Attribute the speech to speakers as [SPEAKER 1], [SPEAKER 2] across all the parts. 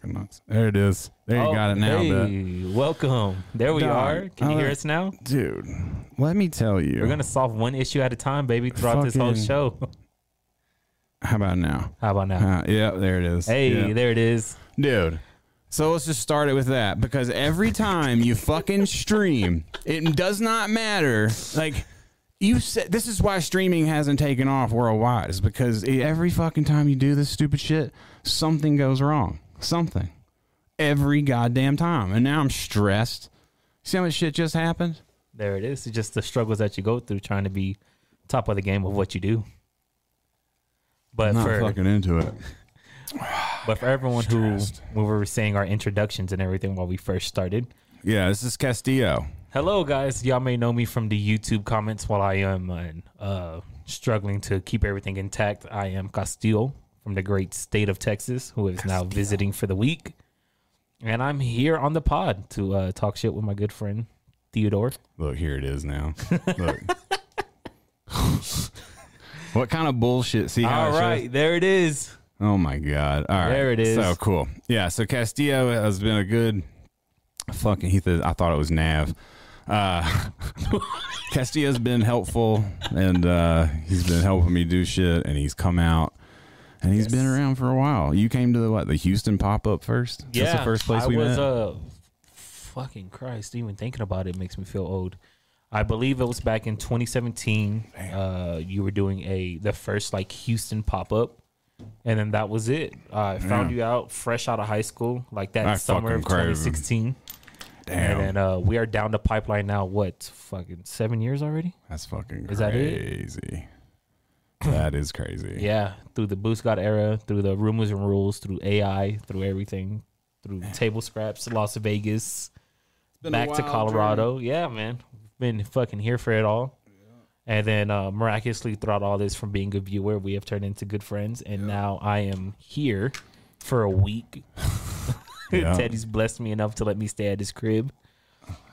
[SPEAKER 1] Equinox. There it is. There you
[SPEAKER 2] Oh,
[SPEAKER 1] got it now, dude.
[SPEAKER 2] hey, welcome. There we
[SPEAKER 1] Dog,
[SPEAKER 2] are. Can you
[SPEAKER 1] I
[SPEAKER 2] hear
[SPEAKER 1] like-
[SPEAKER 2] us now?
[SPEAKER 1] dude. Let me tell you.
[SPEAKER 2] We're gonna solve one issue at a time, baby, throughout this whole
[SPEAKER 1] Fucking-
[SPEAKER 2] show.
[SPEAKER 1] How about now?
[SPEAKER 2] How about now?
[SPEAKER 1] Uh, yeah, there it is.
[SPEAKER 2] Hey,
[SPEAKER 1] Yeah.
[SPEAKER 2] there it is.
[SPEAKER 1] dude. So let's just start it with that because every time you fucking stream, it does not matter. Like you said, this is why streaming hasn't taken off worldwide. Is because e- every fucking time you do this stupid shit, something goes wrong. Something. Every goddamn time, and now I'm stressed. See how much shit just happened?
[SPEAKER 2] There it is. It's just the struggles that you go through trying to be top of the game of what you do. But
[SPEAKER 1] Not
[SPEAKER 2] for
[SPEAKER 1] fucking into it.
[SPEAKER 2] but for everyone who
[SPEAKER 1] Stressed.
[SPEAKER 2] when we were saying our introductions and everything while we first started,
[SPEAKER 1] Yeah, this is Castillo.
[SPEAKER 2] Hello, guys. Y'all may know me from the YouTube comments. While I am uh, uh, struggling to keep everything intact, I am Castillo from the great state of Texas, who is now visiting for the week. And I'm here on the pod to uh, talk shit with my good friend Theodore.
[SPEAKER 1] Look, here it is now. Look. what kind of bullshit? See how
[SPEAKER 2] All
[SPEAKER 1] it shows?
[SPEAKER 2] right, there it is.
[SPEAKER 1] Oh my god! All right,
[SPEAKER 2] There it is.
[SPEAKER 1] So cool. Yeah. So Castillo has been a good fucking. He said I thought it was Nav. Uh, Castillo's been helpful, and uh, he's been helping me do shit, and he's come out. And he's been around for a while. You came to the what? The Houston pop up first. That's the first place
[SPEAKER 2] I
[SPEAKER 1] we
[SPEAKER 2] was,
[SPEAKER 1] met.
[SPEAKER 2] Uh, fucking Christ, even thinking about it makes me feel old. I believe it was back in 2017. Uh, you were doing a the first like Houston pop up, and then that was it. I found
[SPEAKER 1] Yeah.
[SPEAKER 2] you out fresh out of high school, like that
[SPEAKER 1] I
[SPEAKER 2] summer of
[SPEAKER 1] fucking crazy.
[SPEAKER 2] 2016.
[SPEAKER 1] Damn,
[SPEAKER 2] And then uh, we are down the pipeline now. What fucking seven years already?
[SPEAKER 1] that's fucking crazy.
[SPEAKER 2] Is that it?
[SPEAKER 1] That is crazy.
[SPEAKER 2] Yeah, through the Boost God era, through the rumors and rules, through AI, through everything, through table scraps, Las Vegas,
[SPEAKER 1] been a
[SPEAKER 2] back to
[SPEAKER 1] wild
[SPEAKER 2] Colorado. Yeah, man, been fucking here for it all. And then uh, miraculously, throughout all this, from being a viewer, we have turned into good friends, and now I am here for a week.
[SPEAKER 1] Yeah.
[SPEAKER 2] Teddy's blessed me enough to let me stay at his crib.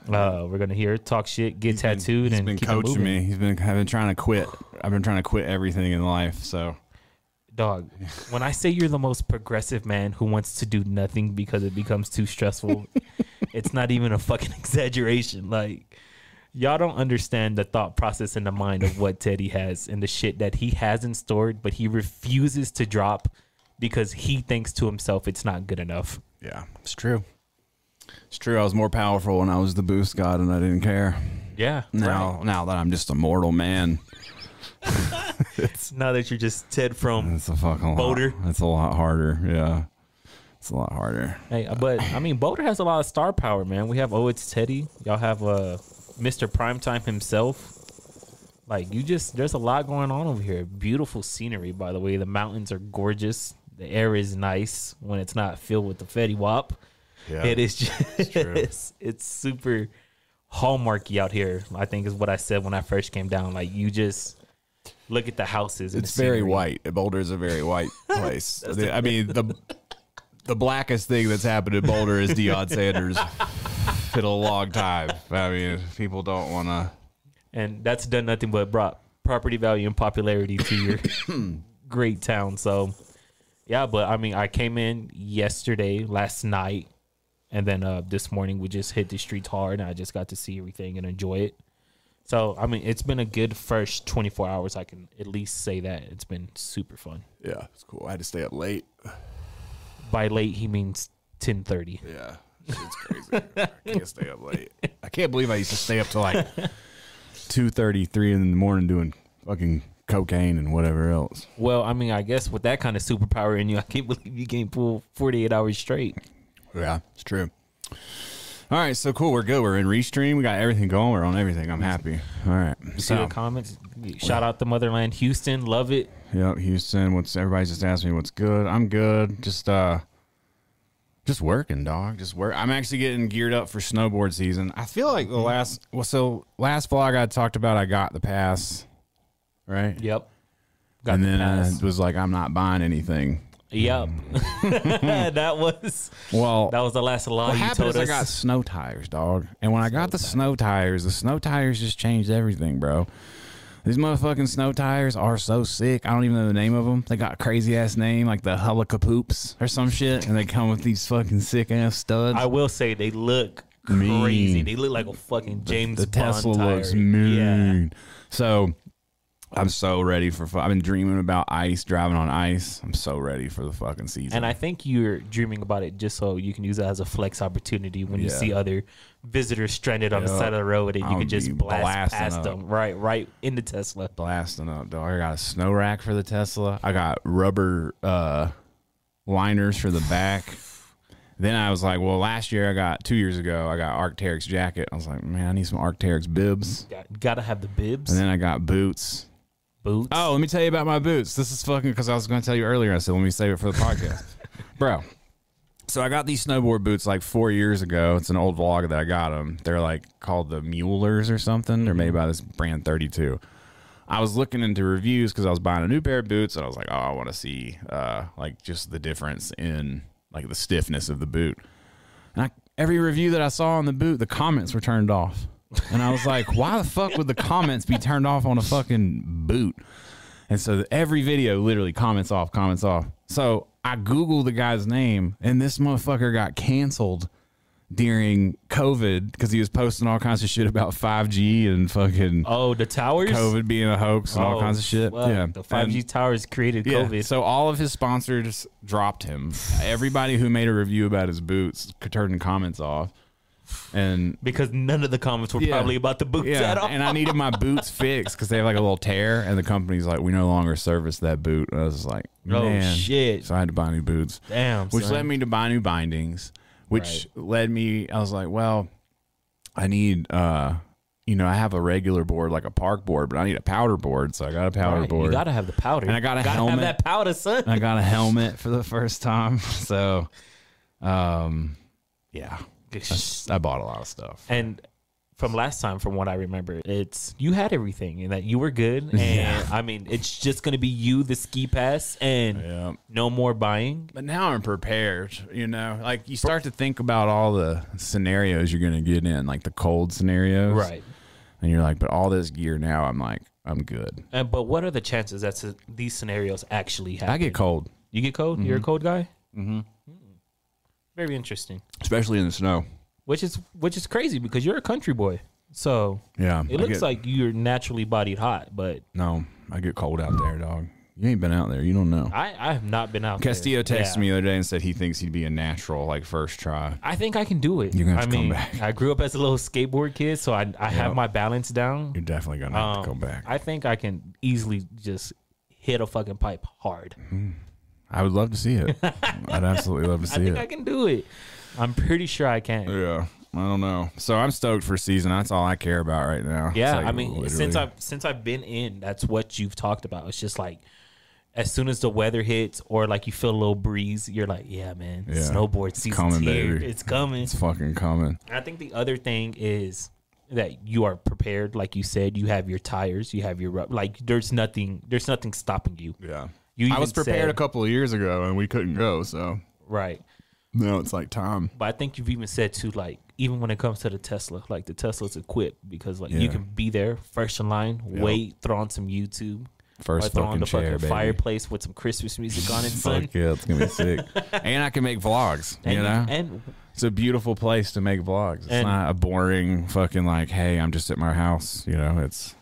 [SPEAKER 2] Uh, we're gonna hear talk shit, get tattooed,
[SPEAKER 1] He's
[SPEAKER 2] and
[SPEAKER 1] been
[SPEAKER 2] keep it
[SPEAKER 1] coaching
[SPEAKER 2] moving.
[SPEAKER 1] me. He's been I've been trying to quit. I've been trying to quit everything in life. So
[SPEAKER 2] Dog, when I say you're the most progressive man who wants to do nothing because it becomes too stressful, it's not even a fucking exaggeration. Like, y'all don't understand the thought process in the mind of what Teddy has and the shit that he hasn't stored, but he refuses to drop because he thinks to himself it's not good enough.
[SPEAKER 1] yeah, it's true. It's true. I was more powerful when I was the boost god, and I didn't care.
[SPEAKER 2] Yeah.
[SPEAKER 1] Now, now that I'm just a mortal man,
[SPEAKER 2] Now that you're just Ted from.
[SPEAKER 1] it's a fucking
[SPEAKER 2] Boulder.
[SPEAKER 1] Lot. It's a lot harder. Yeah, it's a lot harder.
[SPEAKER 2] Hey, uh, but I mean, Boulder has a lot of star power, man. We have Oh It's Teddy. Y'all have uh, Mr. Primetime himself. Like you just there's a lot going on over here. Beautiful scenery, by the way. The mountains are gorgeous. The air is nice when it's not filled with the Fetty Wap.
[SPEAKER 1] Yeah,
[SPEAKER 2] It is just
[SPEAKER 1] true.
[SPEAKER 2] it's, it's super hallmarky out here. I think is what I said when I first came down. Like you just look at the houses. and
[SPEAKER 1] It's
[SPEAKER 2] the
[SPEAKER 1] very
[SPEAKER 2] scenery.
[SPEAKER 1] white. Boulder is a very white place. The- I mean the the blackest thing that's happened in Boulder is Deion Sanders in a long time. I mean, people don't want to.
[SPEAKER 2] and that's done nothing but brought property value and popularity to your great town. So, yeah, but I mean, I came in yesterday, last night, and then uh, this morning we just hit the streets hard, and I just got to see everything and enjoy it. So, I mean, it's been a good first 24 hours. I can at least say that it's been super fun.
[SPEAKER 1] Yeah, it's cool. I had to stay up late.
[SPEAKER 2] By late, he means 10:30.
[SPEAKER 1] Yeah, it's crazy. I can't stay up late. I can't believe I used to stay up till like two thirty, three in the morning doing fucking cocaine and whatever else.
[SPEAKER 2] Well, I mean, I guess with that kind of superpower in you, I can't believe you can pull 48 hours straight.
[SPEAKER 1] Yeah, it's true. All right, so cool. We're good. We're in restream. We got everything going. We're on everything. I'm happy. All right.
[SPEAKER 2] See the
[SPEAKER 1] So,
[SPEAKER 2] comments. Shout out the motherland, Houston. Love it.
[SPEAKER 1] yep, Houston. What's everybody just asked me? What's good? I'm good. Just uh, just working, dog. Just work. I'm actually getting geared up for snowboard season. I feel like the last well, so last vlog I talked about, I got the pass, right?
[SPEAKER 2] Yep. Got
[SPEAKER 1] and
[SPEAKER 2] the
[SPEAKER 1] then
[SPEAKER 2] pass.
[SPEAKER 1] I was like, I'm not buying anything.
[SPEAKER 2] yep.
[SPEAKER 1] Mm.
[SPEAKER 2] that was
[SPEAKER 1] Well,
[SPEAKER 2] that was the last lie
[SPEAKER 1] what
[SPEAKER 2] you
[SPEAKER 1] happened
[SPEAKER 2] told
[SPEAKER 1] is
[SPEAKER 2] us.
[SPEAKER 1] I got snow tires, dog. And when I got the snow tires, the snow tires just changed everything, bro. These motherfucking snow tires are so sick. I don't even know the name of them. They got crazy ass name like the Hullacapoops or some shit, and they come with these fucking sick ass studs.
[SPEAKER 2] I will say they look
[SPEAKER 1] Mean.
[SPEAKER 2] crazy. They look like a fucking James
[SPEAKER 1] the
[SPEAKER 2] Bond
[SPEAKER 1] Tesla
[SPEAKER 2] tire.
[SPEAKER 1] looks
[SPEAKER 2] Yeah.
[SPEAKER 1] mean. So I'm so ready for. fu- I've been dreaming about ice driving on ice. I'm so ready for the fucking season.
[SPEAKER 2] And I think you're dreaming about it just so you can use it as a flex opportunity when you
[SPEAKER 1] Yeah.
[SPEAKER 2] see other visitors stranded on the
[SPEAKER 1] Yeah.
[SPEAKER 2] side of the road and you
[SPEAKER 1] I'll
[SPEAKER 2] can just
[SPEAKER 1] be
[SPEAKER 2] blast
[SPEAKER 1] blasting
[SPEAKER 2] past
[SPEAKER 1] up.
[SPEAKER 2] them. Right, right in the Tesla.
[SPEAKER 1] blasting up, dog. I got a snow rack for the Tesla. I got rubber uh, liners for the back. then I was like, well, last year I got two years ago I got Arc'teryx jacket. I was like, man, I need some Arc'teryx bibs.
[SPEAKER 2] Got, gotta have the bibs,
[SPEAKER 1] And then I got boots.
[SPEAKER 2] boots.
[SPEAKER 1] Oh, let me tell you about my boots. This is fucking because I was going to tell you earlier. I said, let me save it for the podcast. Bro. So I got these snowboard boots like four years ago. It's an old vlog that I got them. They're like called the Muellers or something. They're made by this brand 32. I was looking into reviews because I was buying a new pair of boots and I was like, oh, I want to see uh, like just the difference in like the stiffness of the boot. And I, every review that I saw on the boot, the comments were turned off. And I was like, why the fuck would the comments be turned off on a fucking boot? And so every video literally comments off, comments off. So I Googled the guy's name and this motherfucker got canceled during COVID because he was posting all kinds of shit about 5G and fucking
[SPEAKER 2] Oh, the towers?
[SPEAKER 1] COVID being a hoax and all
[SPEAKER 2] Oh,
[SPEAKER 1] kinds of shit.
[SPEAKER 2] fuck.
[SPEAKER 1] yeah.
[SPEAKER 2] The 5G
[SPEAKER 1] And-
[SPEAKER 2] towers created
[SPEAKER 1] yeah.
[SPEAKER 2] COVID.
[SPEAKER 1] So all of his sponsors dropped him. Everybody who made a review about his boots turned comments off. And
[SPEAKER 2] because none of the comments were
[SPEAKER 1] Yeah.
[SPEAKER 2] probably about the boots
[SPEAKER 1] yeah,
[SPEAKER 2] at all.
[SPEAKER 1] and I needed my boots fixed because they have like a little tear, and the company's like, we no longer service that boot. And I was just like,
[SPEAKER 2] Oh,
[SPEAKER 1] man.
[SPEAKER 2] shit.
[SPEAKER 1] So I had to buy new boots,
[SPEAKER 2] Damn.
[SPEAKER 1] which
[SPEAKER 2] son.
[SPEAKER 1] led me to buy new bindings, which led me. I was like, well, I need, uh, you know, I have a regular board like a park board, but I need a powder board, so I got a powder
[SPEAKER 2] Right, You
[SPEAKER 1] board.
[SPEAKER 2] gotta have the powder.
[SPEAKER 1] And I got a
[SPEAKER 2] gotta
[SPEAKER 1] helmet.
[SPEAKER 2] have that powder, son.
[SPEAKER 1] I got a helmet for the first time, so, um, yeah, I bought a lot of stuff.
[SPEAKER 2] And from last time, from what I remember, it's you had everything and that you were good. And I mean, it's just gonna be you, the ski pass, and
[SPEAKER 1] Yeah.
[SPEAKER 2] no more buying.
[SPEAKER 1] But now I'm prepared, you know. Like you start to think about all the scenarios you're gonna get in, like the cold scenarios, And you're like, but all this gear now, I'm like, I'm good.
[SPEAKER 2] And, but what are the chances that s- these scenarios actually happen?
[SPEAKER 1] I get cold,
[SPEAKER 2] You get cold. You're a cold guy. Mm-hmm. Very interesting.
[SPEAKER 1] especially in the snow.
[SPEAKER 2] Which is which is crazy because you're a country boy. So
[SPEAKER 1] Yeah,
[SPEAKER 2] it
[SPEAKER 1] I
[SPEAKER 2] looks
[SPEAKER 1] get-
[SPEAKER 2] like you're naturally bodied hot, but
[SPEAKER 1] no, I get cold out there, dog. You ain't been out there, you don't know.
[SPEAKER 2] I, I have not been out. there.
[SPEAKER 1] Castillo texted
[SPEAKER 2] Yeah.
[SPEAKER 1] me the other day and said he thinks he'd be a natural, like first try.
[SPEAKER 2] I think I can do it.
[SPEAKER 1] You're gonna have
[SPEAKER 2] I
[SPEAKER 1] to come
[SPEAKER 2] mean,
[SPEAKER 1] back.
[SPEAKER 2] I grew up as a little skateboard kid, so I I have my balance down.
[SPEAKER 1] You're definitely gonna have
[SPEAKER 2] Um,
[SPEAKER 1] to come back.
[SPEAKER 2] I think I can easily just hit a fucking pipe hard.
[SPEAKER 1] I would love to see it. I'd absolutely love to
[SPEAKER 2] I
[SPEAKER 1] see
[SPEAKER 2] think
[SPEAKER 1] it.
[SPEAKER 2] I can do it. I'm pretty sure I can.
[SPEAKER 1] yeah, I don't know. So I'm stoked for season. That's all I care about right now. It's
[SPEAKER 2] Yeah,
[SPEAKER 1] like
[SPEAKER 2] I mean, since
[SPEAKER 1] literally-
[SPEAKER 2] I've since I've been in, that's what you've talked about. It's just like as soon as the weather hits or like you feel a little breeze, you're like, yeah, man,
[SPEAKER 1] Yeah.
[SPEAKER 2] snowboard season's
[SPEAKER 1] coming,
[SPEAKER 2] here.
[SPEAKER 1] baby.
[SPEAKER 2] It's coming.
[SPEAKER 1] It's fucking coming.
[SPEAKER 2] I think the other thing is that you are prepared, like you said, you have your tires, you have your rub- like. There's nothing, there's nothing stopping you.
[SPEAKER 1] Yeah.
[SPEAKER 2] You
[SPEAKER 1] I was
[SPEAKER 2] even
[SPEAKER 1] prepared
[SPEAKER 2] said-
[SPEAKER 1] a couple of years ago and we couldn't go, so
[SPEAKER 2] right?
[SPEAKER 1] now it's like time.
[SPEAKER 2] But I think you've even said too, like even when it comes to the Tesla, like the Tesla's equipped because like you
[SPEAKER 1] Yeah.
[SPEAKER 2] can be there first in line,
[SPEAKER 1] Yep.
[SPEAKER 2] wait, throw on some YouTube,
[SPEAKER 1] First
[SPEAKER 2] or throw on
[SPEAKER 1] fucking
[SPEAKER 2] the
[SPEAKER 1] chair,
[SPEAKER 2] fucking
[SPEAKER 1] baby.
[SPEAKER 2] fireplace with some Christmas music on it, son.
[SPEAKER 1] Fuck yeah, it's gonna be sick. and I can make vlogs.
[SPEAKER 2] And,
[SPEAKER 1] you know,
[SPEAKER 2] and
[SPEAKER 1] it's a beautiful place to make vlogs. It's
[SPEAKER 2] And-
[SPEAKER 1] not a boring fucking like, hey, I'm just at my house. You know, it's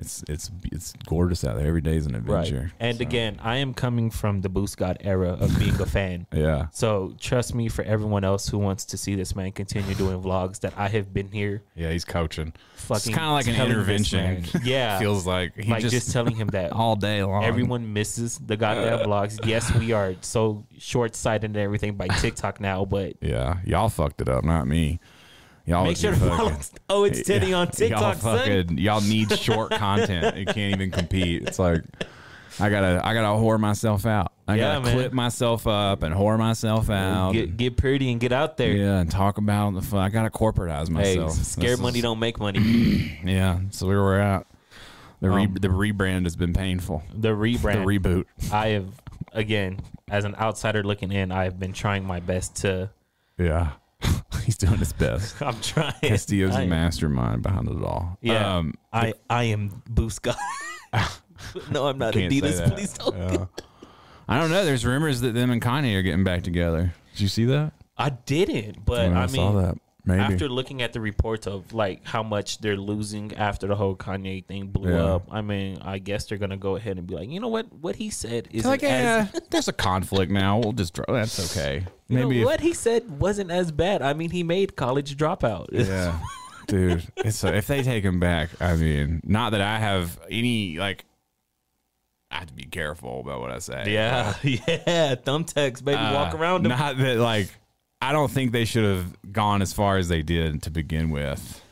[SPEAKER 1] it's it's it's gorgeous out there. Every day's an
[SPEAKER 2] right,
[SPEAKER 1] adventure.
[SPEAKER 2] and
[SPEAKER 1] so,
[SPEAKER 2] again, I am coming from the Boost God era of being a fan.
[SPEAKER 1] yeah,
[SPEAKER 2] So trust me, for everyone else who wants to see this man continue doing vlogs, that I have been here.
[SPEAKER 1] yeah, he's coaching.
[SPEAKER 2] Fucking
[SPEAKER 1] it's kind of like an
[SPEAKER 2] telling this
[SPEAKER 1] intervention.
[SPEAKER 2] man. Yeah,
[SPEAKER 1] feels like he
[SPEAKER 2] like
[SPEAKER 1] just,
[SPEAKER 2] just, telling him that
[SPEAKER 1] all day long.
[SPEAKER 2] everyone misses the goddamn vlogs. Yes, we are so short sighted and everything by TikTok now, but
[SPEAKER 1] yeah, y'all fucked it up, not me. Y'all
[SPEAKER 2] make
[SPEAKER 1] with
[SPEAKER 2] sure
[SPEAKER 1] your
[SPEAKER 2] to
[SPEAKER 1] fucking-
[SPEAKER 2] follow. Oh, it's Teddy on TikTok,
[SPEAKER 1] Y'all,
[SPEAKER 2] son.
[SPEAKER 1] y'all need short content. You can't even compete. It's like I gotta, I gotta whore myself out. I
[SPEAKER 2] Yeah,
[SPEAKER 1] gotta
[SPEAKER 2] man.
[SPEAKER 1] clip myself up and whore myself out.
[SPEAKER 2] Get, get pretty and get out there.
[SPEAKER 1] yeah, and talk about the fun. I gotta corporatize
[SPEAKER 2] Hey,
[SPEAKER 1] myself.
[SPEAKER 2] scared
[SPEAKER 1] This
[SPEAKER 2] money
[SPEAKER 1] is-
[SPEAKER 2] don't make money.
[SPEAKER 1] Yeah, so where we're at. The re,
[SPEAKER 2] Um,
[SPEAKER 1] the rebrand has been painful.
[SPEAKER 2] The rebrand.
[SPEAKER 1] The reboot.
[SPEAKER 2] I have again, as an outsider looking in, I have been trying my best to
[SPEAKER 1] Yeah. He's doing his best.
[SPEAKER 2] I'm trying.
[SPEAKER 1] Castillo's
[SPEAKER 2] I
[SPEAKER 1] the
[SPEAKER 2] am-
[SPEAKER 1] mastermind behind it all.
[SPEAKER 2] Yeah,
[SPEAKER 1] Um,
[SPEAKER 2] I I am Boost Guy. no, I'm not
[SPEAKER 1] can't say
[SPEAKER 2] Adidas.
[SPEAKER 1] that.
[SPEAKER 2] Please don't.
[SPEAKER 1] Yeah. I don't know. There's rumors that them and Kanye are getting back together. Did you see that?
[SPEAKER 2] I didn't, but
[SPEAKER 1] When
[SPEAKER 2] Uh, I, mean,
[SPEAKER 1] saw that. Maybe.
[SPEAKER 2] after looking at the reports of like how much they're losing after the whole Kanye thing blew
[SPEAKER 1] Yeah.
[SPEAKER 2] up, I mean, I guess they're gonna go ahead and be like, you know what, what he said is
[SPEAKER 1] It's like, yeah, there's a conflict now. We'll just draw. That's okay. Maybe. if-
[SPEAKER 2] what he said wasn't as bad. I mean, he made college dropout.
[SPEAKER 1] yeah, dude. It's so if they take him back, I mean, not that I have any like. I have to be careful about what I say.
[SPEAKER 2] yeah, yeah. Thumbtacks, baby, walk
[SPEAKER 1] Uh,
[SPEAKER 2] around him.
[SPEAKER 1] Not that like I don't think they should have gone as far as they did to begin with.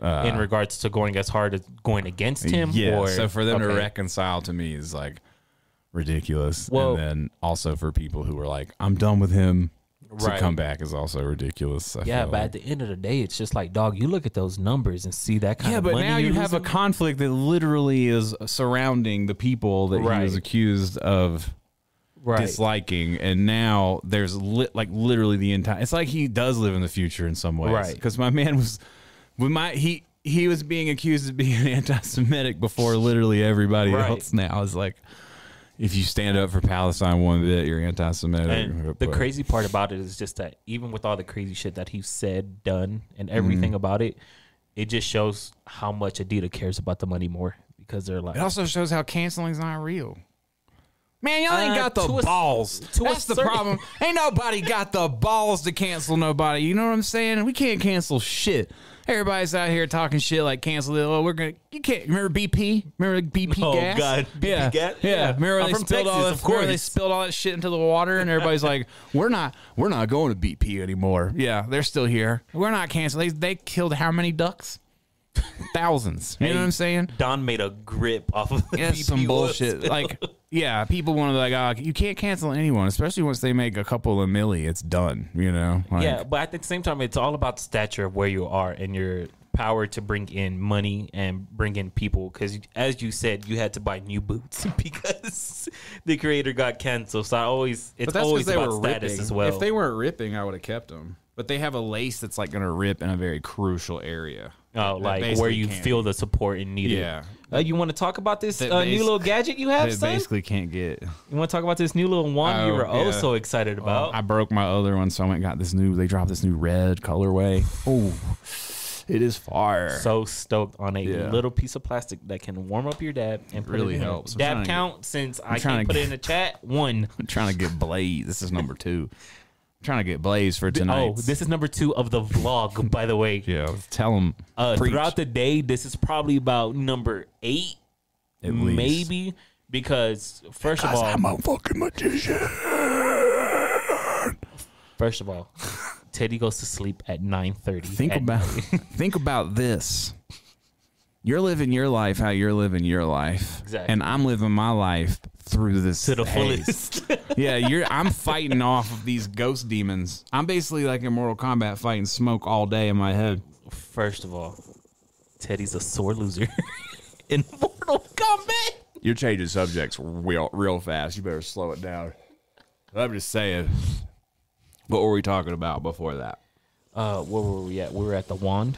[SPEAKER 2] in regards to going as hard as going against him.
[SPEAKER 1] yeah.
[SPEAKER 2] or,
[SPEAKER 1] so for them to
[SPEAKER 2] Okay.
[SPEAKER 1] reconcile to me is like ridiculous.
[SPEAKER 2] Well-
[SPEAKER 1] and then also for people who were like, I'm done with him. To
[SPEAKER 2] Right.
[SPEAKER 1] come back is also ridiculous. I
[SPEAKER 2] Yeah,
[SPEAKER 1] feel
[SPEAKER 2] but
[SPEAKER 1] like.
[SPEAKER 2] at the end of the day, it's just like, dog, you look at those numbers and see that kind
[SPEAKER 1] Yeah,
[SPEAKER 2] of
[SPEAKER 1] but
[SPEAKER 2] money
[SPEAKER 1] now you
[SPEAKER 2] you're
[SPEAKER 1] have a
[SPEAKER 2] losing.
[SPEAKER 1] conflict that literally is surrounding the people that he was
[SPEAKER 2] Right.
[SPEAKER 1] accused of
[SPEAKER 2] right.
[SPEAKER 1] disliking, and now there's lit like literally the entire. It's like he does live in the future in some ways,
[SPEAKER 2] Right.
[SPEAKER 1] Because my man was, when my he he was being accused of being anti-Semitic before literally everybody
[SPEAKER 2] Right.
[SPEAKER 1] else. Now it's like, if you stand up for Palestine one bit, you're anti-Semitic.
[SPEAKER 2] And the
[SPEAKER 1] But-
[SPEAKER 2] crazy part about it is just that even with all the crazy shit that he said, done, and
[SPEAKER 1] Mm-hmm.
[SPEAKER 2] everything about it, it just shows how much Adidas cares about the money more because they're like,
[SPEAKER 1] It also shows how canceling's not real. Man, y'all ain't
[SPEAKER 2] Uh,
[SPEAKER 1] got the
[SPEAKER 2] to a-
[SPEAKER 1] balls.
[SPEAKER 2] to a
[SPEAKER 1] That's the
[SPEAKER 2] certain-
[SPEAKER 1] problem. Ain't nobody got the balls to cancel nobody. You know what I'm saying? We can't cancel shit. Everybody's out here talking shit like cancel it. Well, we're gonna. You can't remember BP? Remember BP
[SPEAKER 2] Oh,
[SPEAKER 1] gas?
[SPEAKER 2] God. BP
[SPEAKER 1] yeah,
[SPEAKER 2] gas?
[SPEAKER 1] yeah.
[SPEAKER 2] Yeah.
[SPEAKER 1] Remember when
[SPEAKER 2] I'm
[SPEAKER 1] they
[SPEAKER 2] from
[SPEAKER 1] spilled all that?
[SPEAKER 2] Texas, of
[SPEAKER 1] remember they
[SPEAKER 2] course.
[SPEAKER 1] spilled all that shit into the water, and everybody's like, "We're not, we're not going to BP anymore." Yeah, they're still here. We're not canceling. They, they killed how many ducks? Thousands. You know what I'm saying?
[SPEAKER 2] Don made a grip off of the
[SPEAKER 1] That's some
[SPEAKER 2] BP oil
[SPEAKER 1] bullshit.
[SPEAKER 2] spill.
[SPEAKER 1] Like, yeah, people want to like, oh, you can't cancel anyone, especially once they make a couple of milli. It's done, you know. Like,
[SPEAKER 2] yeah, but at the same time, it's all about the stature of where you are and your power to bring in money and bring in people. Because as you said, you had to buy new boots because the creator got canceled. So I always, it's always about status as well.
[SPEAKER 1] If they weren't ripping, I would have kept them. But they have a lace that's like going to rip in a very crucial area.
[SPEAKER 2] Oh,
[SPEAKER 1] That
[SPEAKER 2] like where
[SPEAKER 1] basically
[SPEAKER 2] you
[SPEAKER 1] can't-
[SPEAKER 2] feel the support and need
[SPEAKER 1] Yeah.
[SPEAKER 2] it. Uh, you want to talk about this
[SPEAKER 1] That
[SPEAKER 2] uh,
[SPEAKER 1] bas-
[SPEAKER 2] new little gadget you have,
[SPEAKER 1] that
[SPEAKER 2] son?
[SPEAKER 1] basically can't get.
[SPEAKER 2] you want to talk about this new little wand you
[SPEAKER 1] Oh,
[SPEAKER 2] were oh
[SPEAKER 1] yeah.
[SPEAKER 2] so excited about?
[SPEAKER 1] I broke my other one, so I went and got this new. They dropped this new red colorway. Oh, it is fire.
[SPEAKER 2] so stoked on a
[SPEAKER 1] Yeah.
[SPEAKER 2] little piece of plastic that can warm up your dab and put
[SPEAKER 1] Really
[SPEAKER 2] it in your-
[SPEAKER 1] helps. I'm
[SPEAKER 2] Dab
[SPEAKER 1] trying to-
[SPEAKER 2] count since I
[SPEAKER 1] trying
[SPEAKER 2] can't
[SPEAKER 1] to
[SPEAKER 2] put it
[SPEAKER 1] get-
[SPEAKER 2] in the chat. One.
[SPEAKER 1] I'm trying to get Blaze. This is number two. I'm trying to get Blaze for tonight.
[SPEAKER 2] Oh, this is number two of the vlog, by the way.
[SPEAKER 1] Yeah, tell them
[SPEAKER 2] Uh, throughout the day, this is probably about number eight,
[SPEAKER 1] At least.
[SPEAKER 2] maybe, because first of all,
[SPEAKER 1] a fucking magician.
[SPEAKER 2] first of all, Teddy goes to sleep at nine thirty.
[SPEAKER 1] Think about think about this. You're living your life how you're living your life,
[SPEAKER 2] Exactly.
[SPEAKER 1] and I'm living my life through this
[SPEAKER 2] to the
[SPEAKER 1] haze.
[SPEAKER 2] fullest.
[SPEAKER 1] yeah, you're. I'm fighting off of these ghost demons. I'm basically like in Mortal Kombat fighting smoke all day in my head.
[SPEAKER 2] First of all, Teddy's a sore loser in Mortal Kombat.
[SPEAKER 1] You're changing subjects real real fast. You better slow it down. I'm just saying. What were we talking about before that?
[SPEAKER 2] Uh, where were we at? We were at the wand.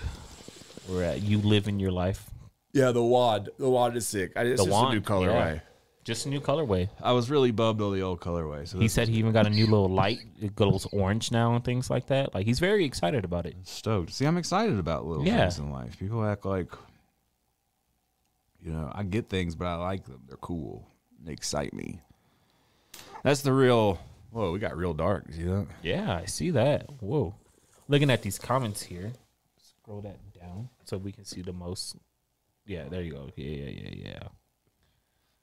[SPEAKER 2] We We're at you living your life.
[SPEAKER 1] Yeah, the wad. The wad is sick. It's
[SPEAKER 2] The wand, yeah. Just a new colorway.
[SPEAKER 1] I was really bummed on the old colorway. So
[SPEAKER 2] He said he even got a new little light. It goes orange now and things like that. Like he's very excited about it.
[SPEAKER 1] stoked. See, I'm excited about little
[SPEAKER 2] Yeah.
[SPEAKER 1] things in life. People act like, you know, I get things, but I like them. They're cool. They excite me. That's the real. Whoa, we got real dark. You see that?
[SPEAKER 2] Yeah, I see that. Whoa. Looking at these comments here. Scroll that down so we can see the most. Yeah, there you go. Yeah, yeah, yeah,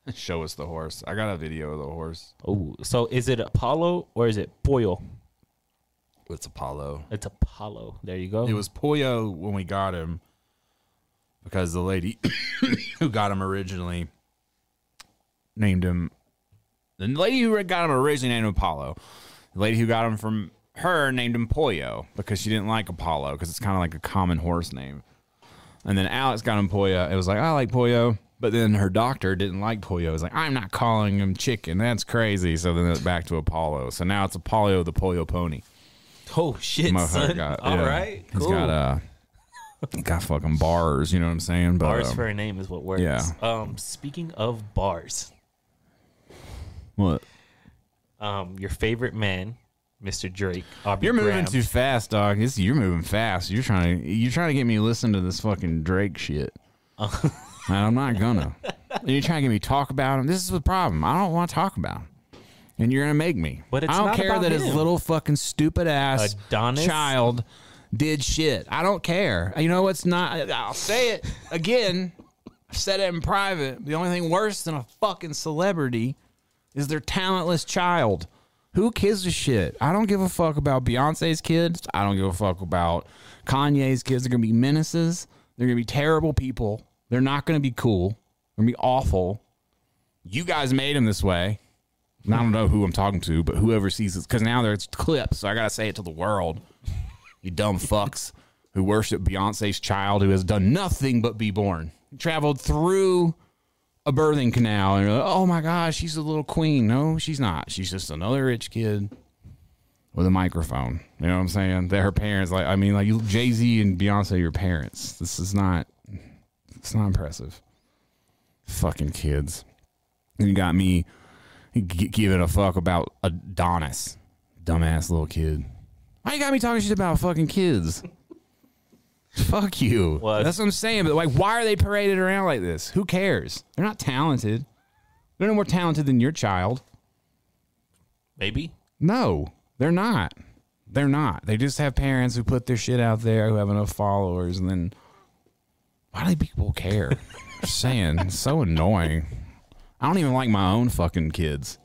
[SPEAKER 2] yeah.
[SPEAKER 1] Show us the horse. I got a video of the horse.
[SPEAKER 2] Oh, so is it Apollo or is it Poyo?
[SPEAKER 1] It's Apollo.
[SPEAKER 2] It's Apollo. There you go.
[SPEAKER 1] It was Pollo when we got him because the lady who got him originally named him. The lady who got him originally named him Apollo. The lady who got him from her named him Pollo because she didn't like Apollo because it's kind of like a common horse name. And then Alex got him Pollo. It was like, I like Pollo. But then her doctor didn't like Pollo. It was like, I'm not calling him chicken. That's crazy. So then it's back to Apollo. So now it's Apollo the Pollo pony.
[SPEAKER 2] Oh shit,
[SPEAKER 1] Motherfucker
[SPEAKER 2] son.
[SPEAKER 1] got
[SPEAKER 2] All
[SPEAKER 1] yeah.
[SPEAKER 2] right,
[SPEAKER 1] He's
[SPEAKER 2] cool.
[SPEAKER 1] got uh got fucking bars, you know what I'm saying? But,
[SPEAKER 2] bars
[SPEAKER 1] uh,
[SPEAKER 2] for a name is what works.
[SPEAKER 1] yeah.
[SPEAKER 2] Um, speaking of bars,
[SPEAKER 1] what?
[SPEAKER 2] um, your favorite man, Mr. Drake. Aubrey
[SPEAKER 1] You're moving
[SPEAKER 2] Graham.
[SPEAKER 1] too fast, dog. It's, you're moving fast. You're trying to you're trying to get me to listen to this fucking Drake shit. and I'm not gonna. And you're trying to get me to talk about him. This is the problem. I don't want to talk about him. And you're gonna make me.
[SPEAKER 2] But it's
[SPEAKER 1] I don't
[SPEAKER 2] not
[SPEAKER 1] care
[SPEAKER 2] about
[SPEAKER 1] that his
[SPEAKER 2] him.
[SPEAKER 1] little fucking stupid ass
[SPEAKER 2] Adonis?
[SPEAKER 1] child did shit. I don't care. You know what's not? I'll say it again. I've said it in private. The only thing worse than a fucking celebrity is their talentless child. Who gives a shit? I don't give a fuck about Beyonce's kids. I don't give a fuck about Kanye's kids. They're gonna be menaces. They're gonna be terrible people. They're not gonna be cool. They're gonna be awful. You guys made them this way. And I don't know who I'm talking to, but whoever sees this, because now there's clips, so I gotta say it to the world. You dumb fucks who worship Beyonce's child who has done nothing but be born. Traveled through a birthing canal and you're like, oh my gosh, she's a little queen. No, she's not. She's just another rich kid with a microphone. You know what I'm saying? That her parents like I mean like you Jay Z and Beyonce are your parents. This is not it's not impressive. Fucking kids. You got me g- giving a fuck about Adonis. Dumbass little kid. Why you got me talking shit about fucking kids? Fuck you.
[SPEAKER 2] Well,
[SPEAKER 1] That's what I'm saying. But like, why are they paraded around like this? Who cares? They're not talented. They're no more talented than your child.
[SPEAKER 2] Maybe.
[SPEAKER 1] No, they're not. They're not. They just have parents who put their shit out there who have enough followers, and then why do people care? Just saying, it's so annoying. I don't even like my own fucking kids.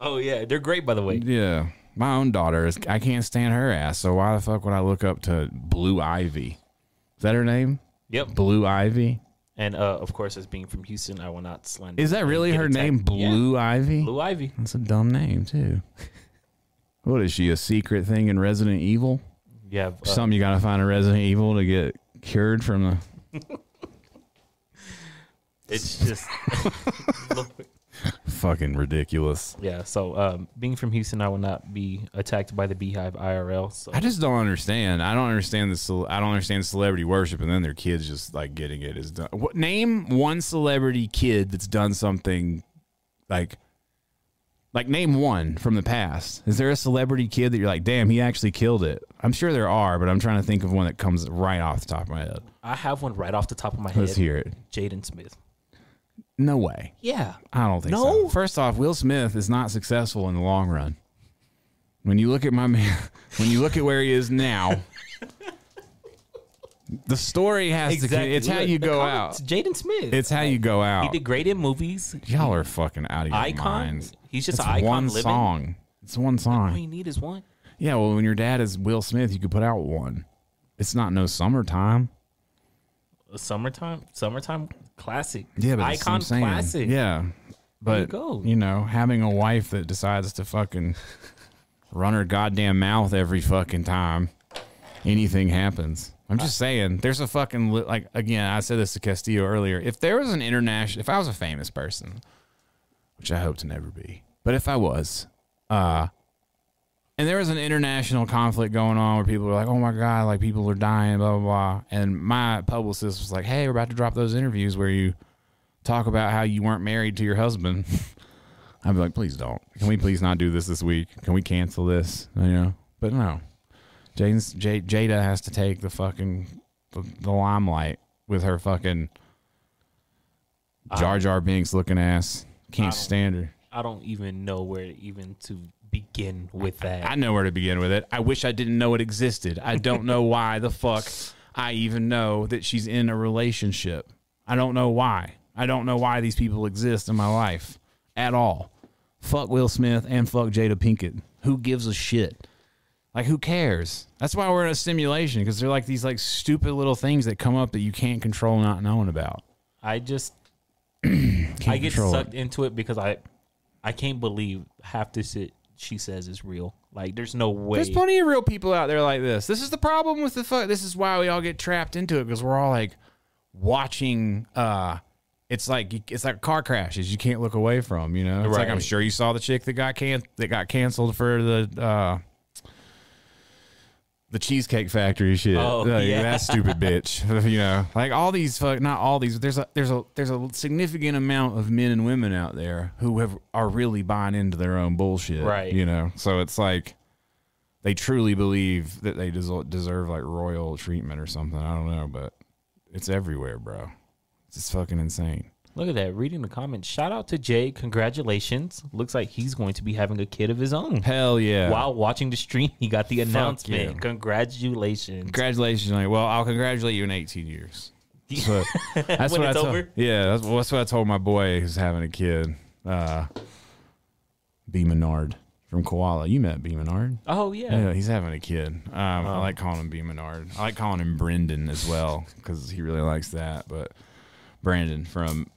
[SPEAKER 2] Oh yeah, they're great by the way.
[SPEAKER 1] Yeah, my own daughter is. I can't stand her ass. So why the fuck would I look up to Blue Ivy? Is that her name?
[SPEAKER 2] Yep.
[SPEAKER 1] Blue Ivy.
[SPEAKER 2] And uh, of course, as being from Houston, I will not slander.
[SPEAKER 1] Is that
[SPEAKER 2] and
[SPEAKER 1] really
[SPEAKER 2] get
[SPEAKER 1] her
[SPEAKER 2] attacked.
[SPEAKER 1] name?
[SPEAKER 2] Yeah,
[SPEAKER 1] Blue Ivy.
[SPEAKER 2] Blue Ivy.
[SPEAKER 1] That's a dumb name too. what is she? A secret thing in Resident Evil?
[SPEAKER 2] You have uh,
[SPEAKER 1] Something you gotta find in Resident Evil to get cured from the.
[SPEAKER 2] It's just
[SPEAKER 1] Fucking ridiculous.
[SPEAKER 2] yeah. So um, being from Houston, I will not be attacked by the Beehive IRL. So
[SPEAKER 1] I just don't understand. I don't understand the. Cel- I don't understand celebrity worship, and then their kids just like getting it is done. What name one celebrity kid that's done something like, like name one from the past. Is there a celebrity kid that you're like, damn, he actually killed it? I'm sure there are, but I'm trying to think of one that comes right off the top of my head.
[SPEAKER 2] I have one right off the top of my head.
[SPEAKER 1] Let's hear it.
[SPEAKER 2] Jaden Smith.
[SPEAKER 1] No way.
[SPEAKER 2] Yeah.
[SPEAKER 1] I don't think so.
[SPEAKER 2] No?
[SPEAKER 1] First off, Will Smith is not successful in the long run. When you look at my man, when you look at where he is now, the story has to. con- It's how
[SPEAKER 2] Look,
[SPEAKER 1] you
[SPEAKER 2] the
[SPEAKER 1] go
[SPEAKER 2] comments,
[SPEAKER 1] out.
[SPEAKER 2] Jaden Smith.
[SPEAKER 1] It's how you go
[SPEAKER 2] he
[SPEAKER 1] out.
[SPEAKER 2] did great in movies.
[SPEAKER 1] Y'all are fucking out of your
[SPEAKER 2] Icon.
[SPEAKER 1] minds.
[SPEAKER 2] He's just
[SPEAKER 1] It's
[SPEAKER 2] an icon
[SPEAKER 1] one
[SPEAKER 2] living.
[SPEAKER 1] song. It's one
[SPEAKER 2] All
[SPEAKER 1] song.
[SPEAKER 2] you need is one.
[SPEAKER 1] Yeah. Well, when your dad is Will Smith, you could put out one. It's not no summertime.
[SPEAKER 2] Summertime, summertime classic.
[SPEAKER 1] Yeah, but that's what I'm
[SPEAKER 2] icon
[SPEAKER 1] saying.
[SPEAKER 2] classic.
[SPEAKER 1] Yeah,
[SPEAKER 2] you
[SPEAKER 1] but
[SPEAKER 2] go.
[SPEAKER 1] you know, having a wife that decides to fucking run her goddamn mouth every fucking time anything happens. I'm just saying, there's a fucking li- like again. I said this to Castillo earlier. If there was an international, if I was a famous person, which I hope to never be, but if I was, uh, and there was an international conflict going on where people were like, "Oh my god, like people are dying," blah blah blah, and my publicist was like, "Hey, we're about to drop those interviews where you." talk about how you weren't married to your husband. I'd be like, please don't. Can we please not do this this week? Can we cancel this? You know, but no. Jaden's, J, Jada has to take the fucking the, the limelight with her fucking Jar Jar Binks looking ass. Can't stand her.
[SPEAKER 2] I don't even know where even to begin with that.
[SPEAKER 1] I know where to begin with it. I wish I didn't know it existed. I don't know why the fuck I even know that she's in a relationship. I don't know why. I don't know why these people exist in my life at all. Fuck Will Smith and fuck Jada Pinkett. Who gives a shit? Like who cares? That's why we're in a simulation because they're like these like stupid little things that come up that you can't control not knowing about.
[SPEAKER 2] I just
[SPEAKER 1] Can't
[SPEAKER 2] I get
[SPEAKER 1] control
[SPEAKER 2] sucked
[SPEAKER 1] it.
[SPEAKER 2] into it because I I can't believe half the shit she says is real. Like there's no way.
[SPEAKER 1] There's plenty of real people out there like this. This is the problem with the fuck. This is why we all get trapped into it because we're all like watching. uh It's like it's like car crashes. You can't look away from. You know, it's like I'm
[SPEAKER 2] Right.
[SPEAKER 1] sure you saw the chick that got can that got canceled for the uh the Cheesecake Factory shit.
[SPEAKER 2] Oh,
[SPEAKER 1] Like,
[SPEAKER 2] yeah.
[SPEAKER 1] that stupid bitch. you know, like all these fuck, not all these. But there's a there's a there's a significant amount of men and women out there who have are really buying into their own bullshit.
[SPEAKER 2] Right.
[SPEAKER 1] You know, so it's like they truly believe that they deserve, deserve like royal treatment or something. I don't know, but it's everywhere, bro. It's just fucking insane.
[SPEAKER 2] Look at that. Reading the comments. Shout out to Jay. Congratulations. Looks like he's going to be having a kid of his own.
[SPEAKER 1] Hell yeah.
[SPEAKER 2] While watching the stream, he got the announcement.
[SPEAKER 1] yeah.
[SPEAKER 2] Congratulations.
[SPEAKER 1] Congratulations. Like, well, I'll congratulate you in 18 years. That's what, that's
[SPEAKER 2] When
[SPEAKER 1] what
[SPEAKER 2] it's
[SPEAKER 1] I told,
[SPEAKER 2] over?
[SPEAKER 1] Yeah, that's, well, that's what I told my boy who's having a kid. Uh, B. Menard from Koala. You met B. Menard.
[SPEAKER 2] oh, yeah.
[SPEAKER 1] Yeah, he's having a kid. Um, I like calling him B. Menard. I like calling him Brendan as well because he really likes that. But Brandon from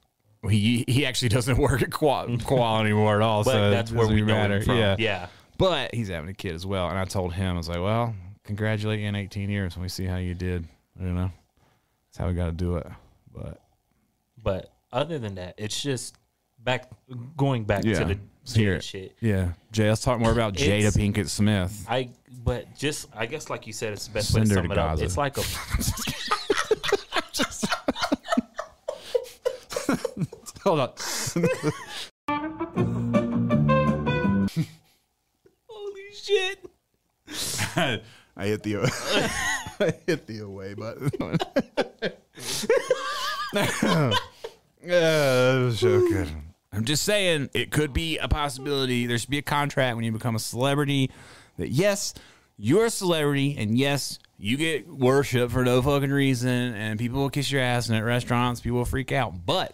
[SPEAKER 1] he he actually doesn't work at Koala, Koala anymore at all.
[SPEAKER 2] But
[SPEAKER 1] so
[SPEAKER 2] that's
[SPEAKER 1] it
[SPEAKER 2] where
[SPEAKER 1] doesn't
[SPEAKER 2] we know
[SPEAKER 1] matter.
[SPEAKER 2] him from.
[SPEAKER 1] Yeah,
[SPEAKER 2] yeah.
[SPEAKER 1] but he's having a kid as well. And I told him, I was like, well, congratulate you in 18 years when we see how you did. You know, that's how we got to do it. But
[SPEAKER 2] But other than that, it's just back going back
[SPEAKER 1] Yeah.
[SPEAKER 2] to the
[SPEAKER 1] Let's hear
[SPEAKER 2] Jada
[SPEAKER 1] it.
[SPEAKER 2] shit.
[SPEAKER 1] yeah, Jay, let's talk more about Jada
[SPEAKER 2] It's-
[SPEAKER 1] Pinkett Smith.
[SPEAKER 2] I but just I guess like you said, it's the best way
[SPEAKER 1] Send
[SPEAKER 2] to
[SPEAKER 1] her
[SPEAKER 2] sum
[SPEAKER 1] to
[SPEAKER 2] it up.
[SPEAKER 1] Gaza.
[SPEAKER 2] It's like a
[SPEAKER 1] Hold on.
[SPEAKER 2] holy shit.
[SPEAKER 1] I
[SPEAKER 3] I hit the I hit the away button.
[SPEAKER 1] Uh, so good. I'm just saying, it could be a possibility. There should be a contract when you become a celebrity that, yes, you're a celebrity, and yes, you get worship for no fucking reason, and people will kiss your ass, and at restaurants, people will freak out. But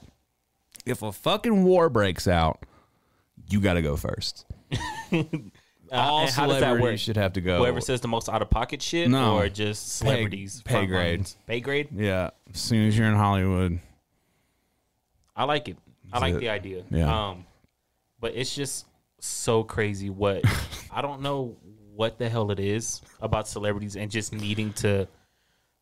[SPEAKER 1] if a fucking war breaks out, you got to go first. All
[SPEAKER 2] and how does that work?
[SPEAKER 1] celebrities should have to go.
[SPEAKER 2] Whoever says the most out of pocket shit
[SPEAKER 1] No.
[SPEAKER 2] or just celebrities.
[SPEAKER 1] pay
[SPEAKER 2] frontline.
[SPEAKER 1] grade.
[SPEAKER 2] Pay grade?
[SPEAKER 1] yeah, as soon as you're in Hollywood.
[SPEAKER 2] I like it. I like
[SPEAKER 1] it.
[SPEAKER 2] the idea.
[SPEAKER 1] Yeah.
[SPEAKER 2] Um, but it's just so crazy what I don't know what the hell it is about celebrities and just needing to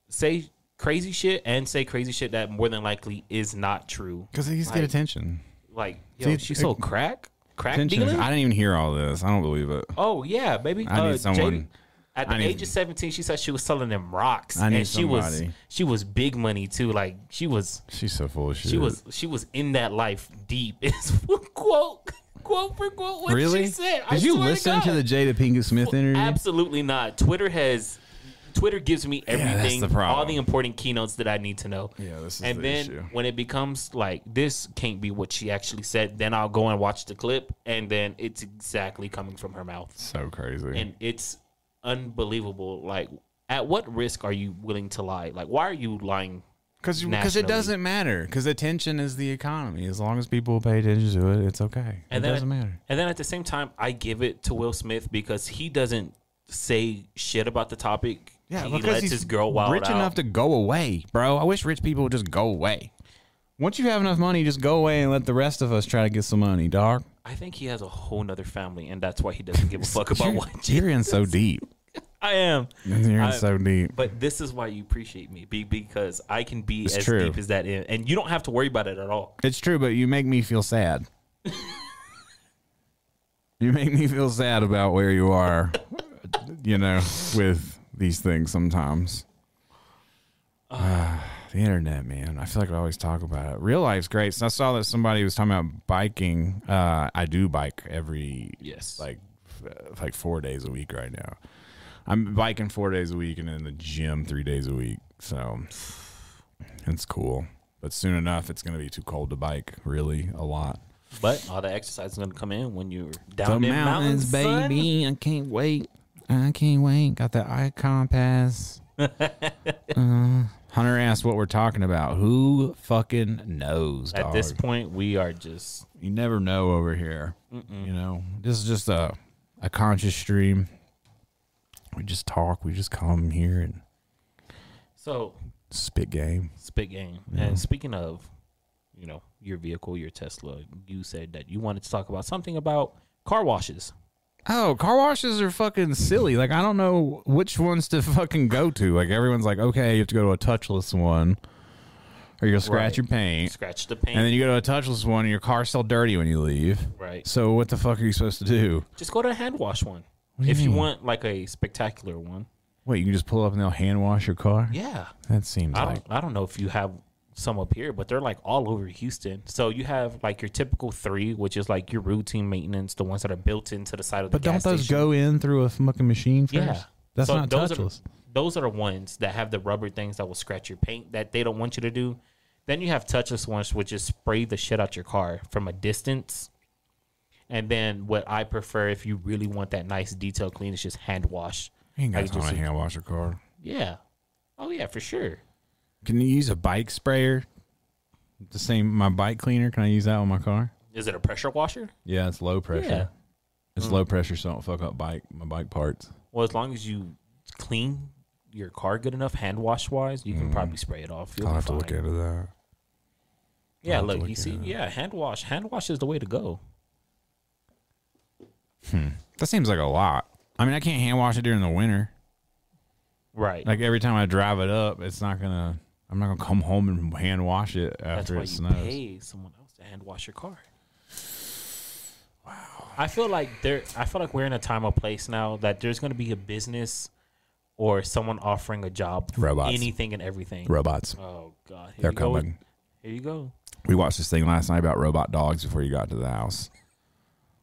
[SPEAKER 2] say crazy shit and say crazy shit that more than likely is not true.
[SPEAKER 1] Because they just
[SPEAKER 2] Like-
[SPEAKER 1] get attention.
[SPEAKER 2] Like, yo,
[SPEAKER 1] Dude,
[SPEAKER 2] she
[SPEAKER 1] it-
[SPEAKER 2] sold crack, crack
[SPEAKER 1] Attention.
[SPEAKER 2] dealer.
[SPEAKER 1] I didn't even hear all this. I don't believe it.
[SPEAKER 2] oh yeah, baby.
[SPEAKER 1] I need someone-
[SPEAKER 2] at the
[SPEAKER 1] I need-
[SPEAKER 2] age of seventeen, she said she was selling them rocks,
[SPEAKER 1] I need
[SPEAKER 2] and she was
[SPEAKER 1] somebody.
[SPEAKER 2] she was big money too. Like she was
[SPEAKER 1] She's so full of shit.
[SPEAKER 2] She was she was in that life deep. It's quote quote for quote what
[SPEAKER 1] Really?
[SPEAKER 2] she said. I
[SPEAKER 1] Did you
[SPEAKER 2] swear
[SPEAKER 1] listen to,
[SPEAKER 2] God.
[SPEAKER 1] the Jada Pinkett Smith interview?
[SPEAKER 2] Absolutely not. Twitter has Twitter gives me
[SPEAKER 1] that's
[SPEAKER 2] everything,
[SPEAKER 1] the problem.
[SPEAKER 2] all the important keynotes that I need to know.
[SPEAKER 1] Yeah, this is
[SPEAKER 2] and
[SPEAKER 1] the
[SPEAKER 2] then
[SPEAKER 1] issue.
[SPEAKER 2] when it becomes like this can't be what she actually said, then I'll go and watch the clip, and then it's exactly coming from her mouth,
[SPEAKER 1] So crazy.
[SPEAKER 2] and it's unbelievable. Like, at what risk are you willing to lie? Like, why are you lying?
[SPEAKER 1] Because
[SPEAKER 2] nationally.
[SPEAKER 1] it doesn't matter. Because attention is the economy. As long as people pay attention to it, it's okay. it
[SPEAKER 2] And then-
[SPEAKER 1] doesn't matter.
[SPEAKER 2] And then at the same time, I give it to Will Smith because he doesn't say shit about the topic. he lets his girl wild
[SPEAKER 1] rich
[SPEAKER 2] out.
[SPEAKER 1] enough to go away, bro. I wish rich people would just go away. Once you have enough money, just go away and let the rest of us try to get some money, dog.
[SPEAKER 2] I think he has a whole nother family, and that's why he doesn't give a fuck about
[SPEAKER 1] you're,
[SPEAKER 2] what
[SPEAKER 1] you're in so deep.
[SPEAKER 2] I am.
[SPEAKER 1] You're in
[SPEAKER 2] I-
[SPEAKER 1] so deep.
[SPEAKER 2] But this is why you appreciate me, be because I can be as
[SPEAKER 1] true.
[SPEAKER 2] deep as that, in, and you don't have to worry about it at all.
[SPEAKER 1] It's true, but you make me feel sad. you make me feel sad about where you are, you know, with these things sometimes. Ah, the internet, man. I feel like I always talk about it. Real life's great. So I saw that somebody was talking about biking. Uh, I do bike every
[SPEAKER 2] Yes.
[SPEAKER 1] like f- like four days a week right now. I'm biking four days a week and in the gym three days a week. So it's cool. But soon enough, it's going to be too cold to bike really a lot.
[SPEAKER 2] But all the exercise is going to come in when you're down in mountains, son.
[SPEAKER 1] I can't wait. I can't wait. Got the icon pass. Uh, Hunter asked what we're talking about. Who fucking knows?
[SPEAKER 2] At
[SPEAKER 1] dog?
[SPEAKER 2] this point, we are just
[SPEAKER 1] you never know over here. You know, this is just a a conscious stream. We just talk. We just come here and
[SPEAKER 2] so
[SPEAKER 1] spit game.
[SPEAKER 2] Spit game. And speaking of, you know, your vehicle, your Tesla, you said that you wanted to talk about something about car washes.
[SPEAKER 1] Oh, car washes are fucking silly. Like I don't know which ones to fucking go to. Like everyone's like, okay, you have to go to a touchless one, or you'll scratch
[SPEAKER 2] Right.
[SPEAKER 1] your paint.
[SPEAKER 2] Scratch the paint,
[SPEAKER 1] And then you go to a touchless one, and your car's still dirty when you leave.
[SPEAKER 2] right?
[SPEAKER 1] So what the fuck are you supposed to do?
[SPEAKER 2] Just go to a hand wash one.
[SPEAKER 1] do you
[SPEAKER 2] If you
[SPEAKER 1] mean?
[SPEAKER 2] want like a spectacular one,
[SPEAKER 1] Wait, you can just pull up and they'll hand wash your car?
[SPEAKER 2] Yeah.
[SPEAKER 1] That seems
[SPEAKER 2] I
[SPEAKER 1] like
[SPEAKER 2] don't I don't know if you have some up here, but they're like all over Houston. So you have like your typical three, which is like your routine maintenance, the ones that are built into the side of the
[SPEAKER 4] But don't
[SPEAKER 2] gas
[SPEAKER 4] those
[SPEAKER 2] station.
[SPEAKER 4] go in through a fucking machine first?
[SPEAKER 2] Yeah.
[SPEAKER 4] That's
[SPEAKER 2] So
[SPEAKER 4] not
[SPEAKER 2] those
[SPEAKER 4] touchless.
[SPEAKER 2] Are, those are the ones that have the rubber things that will scratch your paint that they don't want you to do. Then you have touchless ones, which is spray the shit out your car from a distance. And then what I prefer, if you really want that nice detail clean, is just hand wash.
[SPEAKER 1] you ain't got
[SPEAKER 2] Like,
[SPEAKER 1] time
[SPEAKER 2] just-
[SPEAKER 1] to hand wash your car.
[SPEAKER 2] Yeah. Oh yeah, for sure.
[SPEAKER 1] Can you use a bike sprayer? The same my bike cleaner, can I use that on my car?
[SPEAKER 2] Is it a pressure washer?
[SPEAKER 1] Yeah, it's low pressure.
[SPEAKER 2] Yeah. Mm.
[SPEAKER 1] It's low pressure so I don't fuck up bike my bike parts.
[SPEAKER 2] Well, as long as you clean your car good enough, hand wash wise, you can probably spray it off.
[SPEAKER 1] Mm-hmm.
[SPEAKER 2] You'll
[SPEAKER 1] I'll
[SPEAKER 2] be
[SPEAKER 1] have to look
[SPEAKER 2] fine.
[SPEAKER 1] into that.
[SPEAKER 2] Yeah,
[SPEAKER 1] I'll have to
[SPEAKER 2] look,
[SPEAKER 1] look
[SPEAKER 2] you see,
[SPEAKER 1] into that.
[SPEAKER 2] yeah, hand wash. Hand wash is the way to go.
[SPEAKER 1] That seems like a lot. I mean I can't hand wash it during the winter.
[SPEAKER 2] Right.
[SPEAKER 1] Like every time I drive it up, it's not gonna I'm not gonna come home and hand wash it
[SPEAKER 2] That's
[SPEAKER 1] after
[SPEAKER 2] why
[SPEAKER 1] it
[SPEAKER 2] you
[SPEAKER 1] snows.
[SPEAKER 2] pay someone else to hand wash your car. Wow. I feel like there. I feel like we're in a time or place now that there's going to be a business or someone offering a job, for
[SPEAKER 1] Robots.
[SPEAKER 2] anything and everything.
[SPEAKER 1] Robots.
[SPEAKER 2] oh God, Here
[SPEAKER 1] They're
[SPEAKER 2] you go.
[SPEAKER 1] coming.
[SPEAKER 2] Here you go.
[SPEAKER 1] We watched this thing last night about robot dogs before you got to the house.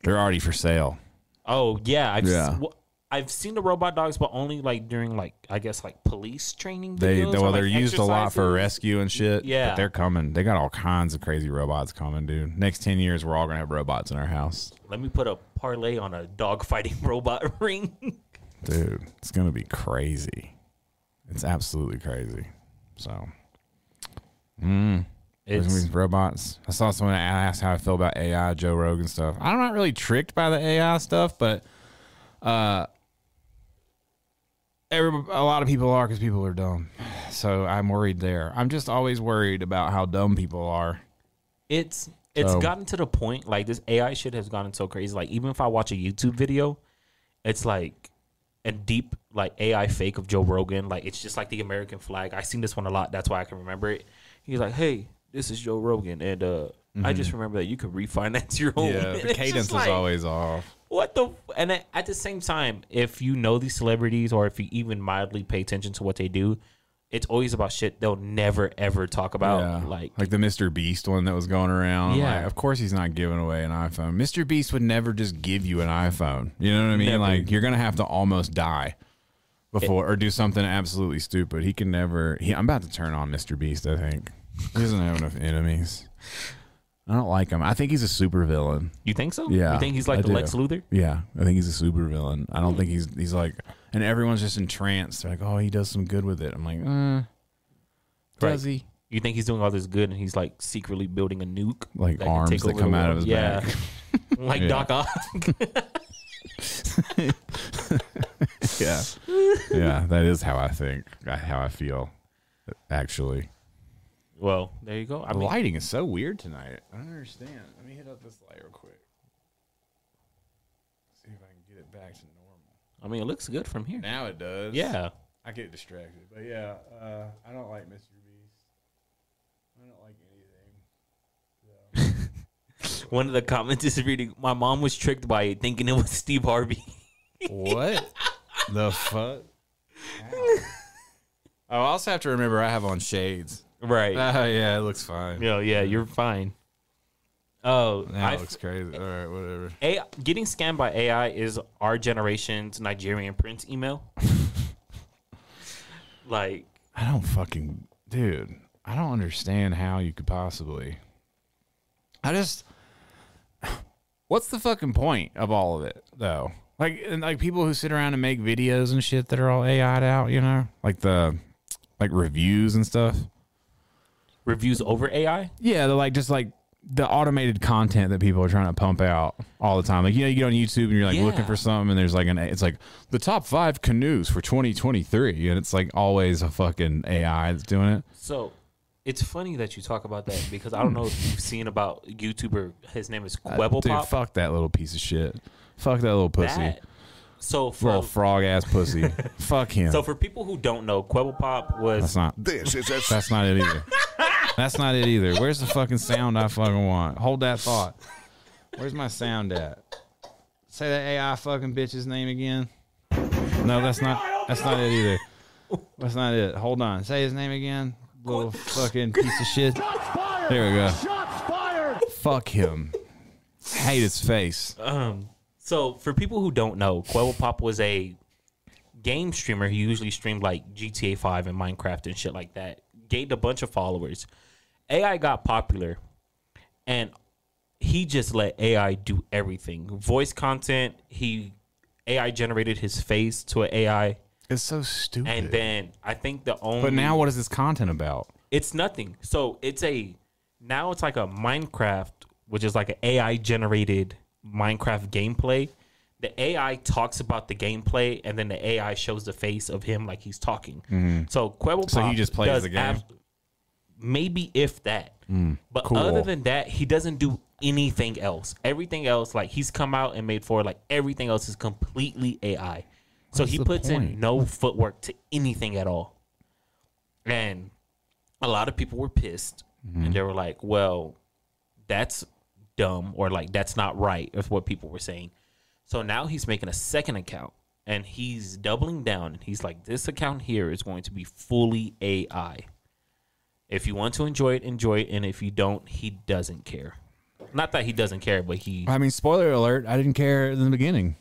[SPEAKER 1] They're already for sale.
[SPEAKER 2] Oh yeah, I've
[SPEAKER 1] Yeah.
[SPEAKER 2] yeah. I've seen the robot dogs, but only like during like I guess like police training.
[SPEAKER 1] They
[SPEAKER 2] videos
[SPEAKER 1] well,
[SPEAKER 2] or, like,
[SPEAKER 1] they're used a lot for
[SPEAKER 2] exercises.
[SPEAKER 1] rescue and shit.
[SPEAKER 2] Yeah.
[SPEAKER 1] but they're coming. They got all kinds of crazy robots coming, dude. Next ten years, we're all gonna have robots in our house,
[SPEAKER 2] Let me put a parlay on a dog fighting robot ring.
[SPEAKER 1] dude. It's gonna be crazy. It's absolutely crazy. So, mm, there's gonna
[SPEAKER 2] it's
[SPEAKER 1] be robots. I saw someone ask how I feel about AI, Joe Rogan stuff. I'm not really tricked by the AI stuff, but uh, every, a lot of people are because people are dumb. So I'm worried there. I'm just always worried about how dumb people are.
[SPEAKER 2] it's it's
[SPEAKER 1] So-
[SPEAKER 2] gotten to the point like this AI shit has gotten so crazy. Like even if I watch a YouTube video, it's like a deep like AI fake of Joe Rogan. Like it's just like the American flag. I seen this one a lot. That's why I can remember it. He's like, "Hey, this is Joe Rogan," and uh, I just remember that you can refinance your home.
[SPEAKER 1] Mm-hmm. Yeah,
[SPEAKER 2] And
[SPEAKER 1] the
[SPEAKER 2] it's
[SPEAKER 1] cadence
[SPEAKER 2] just
[SPEAKER 1] is
[SPEAKER 2] like,
[SPEAKER 1] always off.
[SPEAKER 2] what the. f- And at- at the same time, if you know these celebrities or if you even mildly pay attention to what they do. It's always about shit they'll never ever talk about.
[SPEAKER 1] yeah,
[SPEAKER 2] Oh, Like,
[SPEAKER 1] the Mr. Beast one that was going around.
[SPEAKER 2] Yeah.
[SPEAKER 1] like, of course he's not giving away an iPhone. Mr. Beast would never just give you an iPhone. You know what I mean?
[SPEAKER 2] Never.
[SPEAKER 1] Like you're gonna have to almost die before or do something absolutely stupid. He can never. He, I'm about to turn on Mr. Beast. I think he doesn't have enough enemies. I don't like him. I think he's a supervillain.
[SPEAKER 2] you think so?
[SPEAKER 1] Yeah,
[SPEAKER 2] You think he's like
[SPEAKER 1] I
[SPEAKER 2] the
[SPEAKER 1] do.
[SPEAKER 2] Lex Luthor?
[SPEAKER 1] Yeah, I think he's a supervillain. I don't think he's he's like, and everyone's just entranced. They're like, oh, he does some good with it. I'm like, uh, does
[SPEAKER 2] Right.
[SPEAKER 1] he?
[SPEAKER 2] You think he's doing all this good and he's like secretly building a nuke?
[SPEAKER 1] like
[SPEAKER 2] could
[SPEAKER 1] arms
[SPEAKER 2] take
[SPEAKER 1] that
[SPEAKER 2] over
[SPEAKER 1] come
[SPEAKER 2] the
[SPEAKER 1] out of his
[SPEAKER 2] world? yeah.
[SPEAKER 1] back.
[SPEAKER 2] like
[SPEAKER 1] Yeah.
[SPEAKER 2] Doc Ock.
[SPEAKER 1] yeah, yeah, that is how I think, uh, how I feel. Actually,
[SPEAKER 2] well, there you go. I
[SPEAKER 1] the
[SPEAKER 2] mean,
[SPEAKER 1] lighting is so weird tonight. I don't understand. Let me hit up this light real quick. See if I can get it back to normal.
[SPEAKER 2] I mean, it looks good from here.
[SPEAKER 1] Now it does.
[SPEAKER 2] Yeah.
[SPEAKER 1] I get distracted, but yeah, uh, I don't like Mr. Beast. I don't like anything.
[SPEAKER 2] One of the comments is reading, "My mom was tricked by it, thinking it was Steve Harvey."
[SPEAKER 1] What the fuck? Oh, I also have to remember I have on shades.
[SPEAKER 2] right.
[SPEAKER 1] Oh yeah, it looks fine.
[SPEAKER 2] no, Uh, yeah, you're fine. Oh,
[SPEAKER 1] That
[SPEAKER 2] I
[SPEAKER 1] looks crazy. All right, whatever.
[SPEAKER 2] AI, getting scammed by AI is our generation's Nigerian prince email. like,
[SPEAKER 1] I don't fucking dude. I don't understand how you could possibly. I just. What's the fucking point of all of it though? Like and like people who sit around and make videos and shit that are all AI'd out, you know, like the like reviews and stuff.
[SPEAKER 2] reviews over AI.
[SPEAKER 1] Yeah, the like just like the automated content that people are trying to pump out all the time. Like you know, you get on YouTube and you're like looking
[SPEAKER 2] Yeah.
[SPEAKER 1] for something, and there's like an it's like the top five canoes for 2023, and it's like always a fucking AI that's doing it.
[SPEAKER 2] So it's funny that you talk about that because I don't know if you've seen about YouTuber. His name is Quebble
[SPEAKER 1] Dude,
[SPEAKER 2] Pop.
[SPEAKER 1] fuck that little piece of shit. Fuck that little pussy.
[SPEAKER 2] That- So for
[SPEAKER 1] Little frog ass pussy. fuck him.
[SPEAKER 2] so for people who don't know, Quebble Pop
[SPEAKER 1] that's
[SPEAKER 2] was
[SPEAKER 1] not.
[SPEAKER 3] This is a
[SPEAKER 1] That's not it either. that's not it either. Where's the fucking sound I fucking want? Hold that thought. Where's my sound at? Say that AI fucking bitch's name again. No, that's not. That's not it either. That's not it. Hold on. Say his name again. Little fucking piece of shit. There we go. Fuck him. Hate his face.
[SPEAKER 2] um, So, for people who don't know, Quavo Pop was a game streamer. He usually streamed like GTA 5 and Minecraft and shit like that. Gained a bunch of followers. AI got popular and he just let AI do everything. Voice content, he AI generated his face to an AI
[SPEAKER 3] It's so stupid.
[SPEAKER 2] and then I think the only
[SPEAKER 1] But now, what is this content about?
[SPEAKER 2] it's nothing. So it's a now it's like a Minecraft, which is like an AI generated Minecraft gameplay. The AI talks about the gameplay, and then the AI shows the face of him like he's talking. So Quibble
[SPEAKER 1] Mm-hmm. So he just plays the game? Mm.
[SPEAKER 2] maybe if that, but
[SPEAKER 1] cool.
[SPEAKER 2] other than that, he doesn't do anything else. Everything else, like he's come out and made for like everything else is completely AI. So he
[SPEAKER 1] the
[SPEAKER 2] puts
[SPEAKER 1] point?
[SPEAKER 2] in no footwork to anything at all, and a lot of people were pissed
[SPEAKER 1] Mm-hmm.
[SPEAKER 2] and they were like, well, that's dumb or like that's not right of what people were saying. So now he's making a second account and he's doubling down and he's like, this account here is going to be fully AI. If you want to enjoy it, enjoy it. And if you don't, he doesn't care. Not that he doesn't care, but he
[SPEAKER 1] I mean, spoiler alert. I didn't care in the beginning.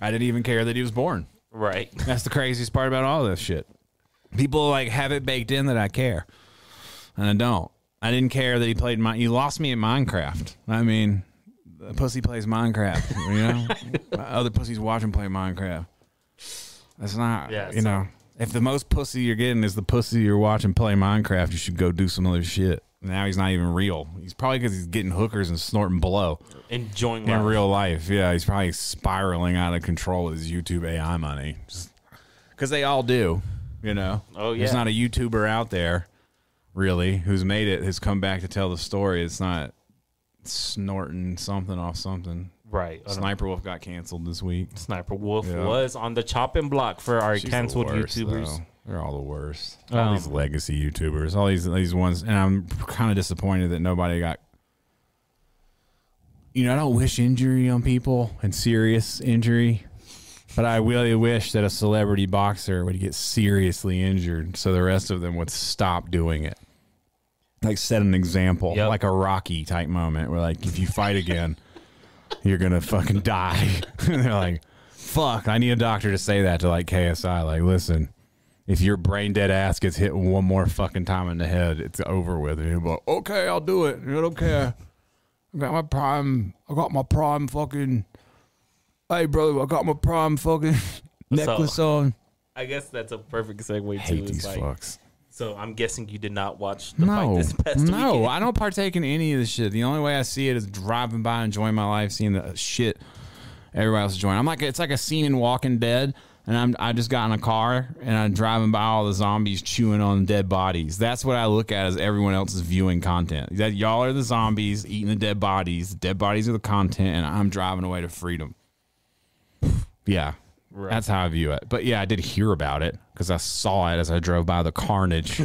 [SPEAKER 1] I didn't even care that he was born.
[SPEAKER 2] right.
[SPEAKER 1] That's the craziest part about all this shit. People like have it baked in that I care, and I don't. I didn't care that he played my. You lost me in Minecraft. I mean, the pussy plays Minecraft. You know, My other pussies watch him play Minecraft. That's not.
[SPEAKER 2] Yeah,
[SPEAKER 1] you know, if the most pussy you're getting is the pussy you're watching play Minecraft, you should go do some other shit. Now he's not even real. He's probably because he's getting hookers and snorting blow
[SPEAKER 2] Enjoying
[SPEAKER 1] in
[SPEAKER 2] life.
[SPEAKER 1] real life. Yeah, he's probably spiraling out of control with his YouTube AI money. Because they all do, you know.
[SPEAKER 2] Oh,
[SPEAKER 1] There's
[SPEAKER 2] yeah.
[SPEAKER 1] not a YouTuber out there, really, who's made it, has come back to tell the story. It's not snorting something off something.
[SPEAKER 2] Right. I don't-
[SPEAKER 1] Sniper Wolf got canceled this week.
[SPEAKER 2] Sniper Wolf
[SPEAKER 1] Yeah.
[SPEAKER 2] was on the chopping block for our
[SPEAKER 1] She's the
[SPEAKER 2] canceled
[SPEAKER 1] worst,
[SPEAKER 2] YouTubers.
[SPEAKER 1] though. They're all the worst. Um, all these legacy YouTubers, all these these ones, and I'm kind of disappointed that nobody got. You know, I don't wish injury on people and serious injury, but I really wish that a celebrity boxer would get seriously injured so the rest of them would stop doing it. Like set an example,
[SPEAKER 2] Yep.
[SPEAKER 1] like a Rocky type moment where like if you fight again, you're gonna fucking die. and they're like, fuck, I need a doctor to say that to like KSI. Like, listen, if your brain dead ass gets hit one more fucking time in the head, it's over with. And you're like, okay, I'll do it. You don't care. I got my prime. I got my prime fucking. Hey, brother, I got my prime fucking necklace on.
[SPEAKER 2] I guess that's a perfect segue
[SPEAKER 1] Hate
[SPEAKER 2] to
[SPEAKER 1] these
[SPEAKER 2] like,
[SPEAKER 1] fucks.
[SPEAKER 2] So I'm guessing you did not watch the fight
[SPEAKER 1] No,
[SPEAKER 2] this past
[SPEAKER 1] no,
[SPEAKER 2] weekend.
[SPEAKER 1] I don't partake in any of this shit. The only way I see it is driving by, enjoying my life, seeing the shit everybody else is enjoying. I'm like, it's like a scene in Walking Dead, and I'm I just got in a car and I'm driving by all the zombies chewing on dead bodies. That's what I look at as everyone else's viewing content. That y'all are the zombies eating the dead bodies. The dead bodies are the content, and I'm driving away to freedom. Yeah. That's how I view it. But yeah, I did hear about it because I saw it as I drove by the carnage.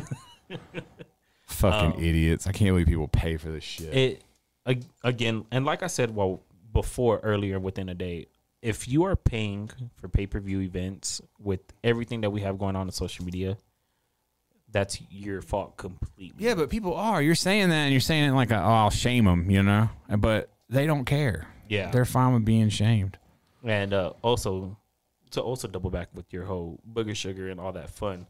[SPEAKER 1] Fucking idiots. I can't believe people pay for this shit.
[SPEAKER 2] it ag- again, and like I said, well before earlier within the day, if you are paying for pay per view events with everything that we have going on in social media, that's your fault completely.
[SPEAKER 1] yeah, but people are. You're saying that and you're saying it like, a, oh, I'll shame them, you know? But they don't care.
[SPEAKER 2] Yeah.
[SPEAKER 1] They're fine with being shamed.
[SPEAKER 2] And uh, also, to also double back with your whole booger sugar and all that fun,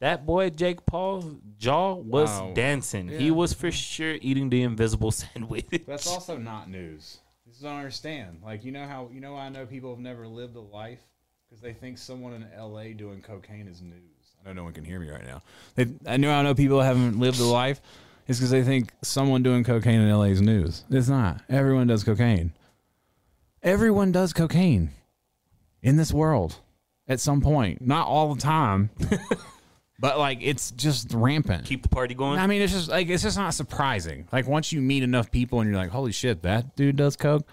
[SPEAKER 2] that boy Jake Paul's jaw was
[SPEAKER 1] Wow.
[SPEAKER 2] dancing. He was for sure eating the invisible sandwich.
[SPEAKER 1] That's also not news. This is I don't understand. Like you know how you know I know people have never lived a life because they think someone in L.A. doing cocaine is news. I know no one can hear me right now. They, I know I know people haven't lived a life is because they think someone doing cocaine in L.A. is news. It's not. Everyone does cocaine. Everyone does cocaine in this world at some point. Not all the time, but like it's just rampant.
[SPEAKER 2] Keep the party going.
[SPEAKER 1] I mean, it's just like it's just not surprising. Like once you meet enough people and you're like, holy shit, that dude does coke.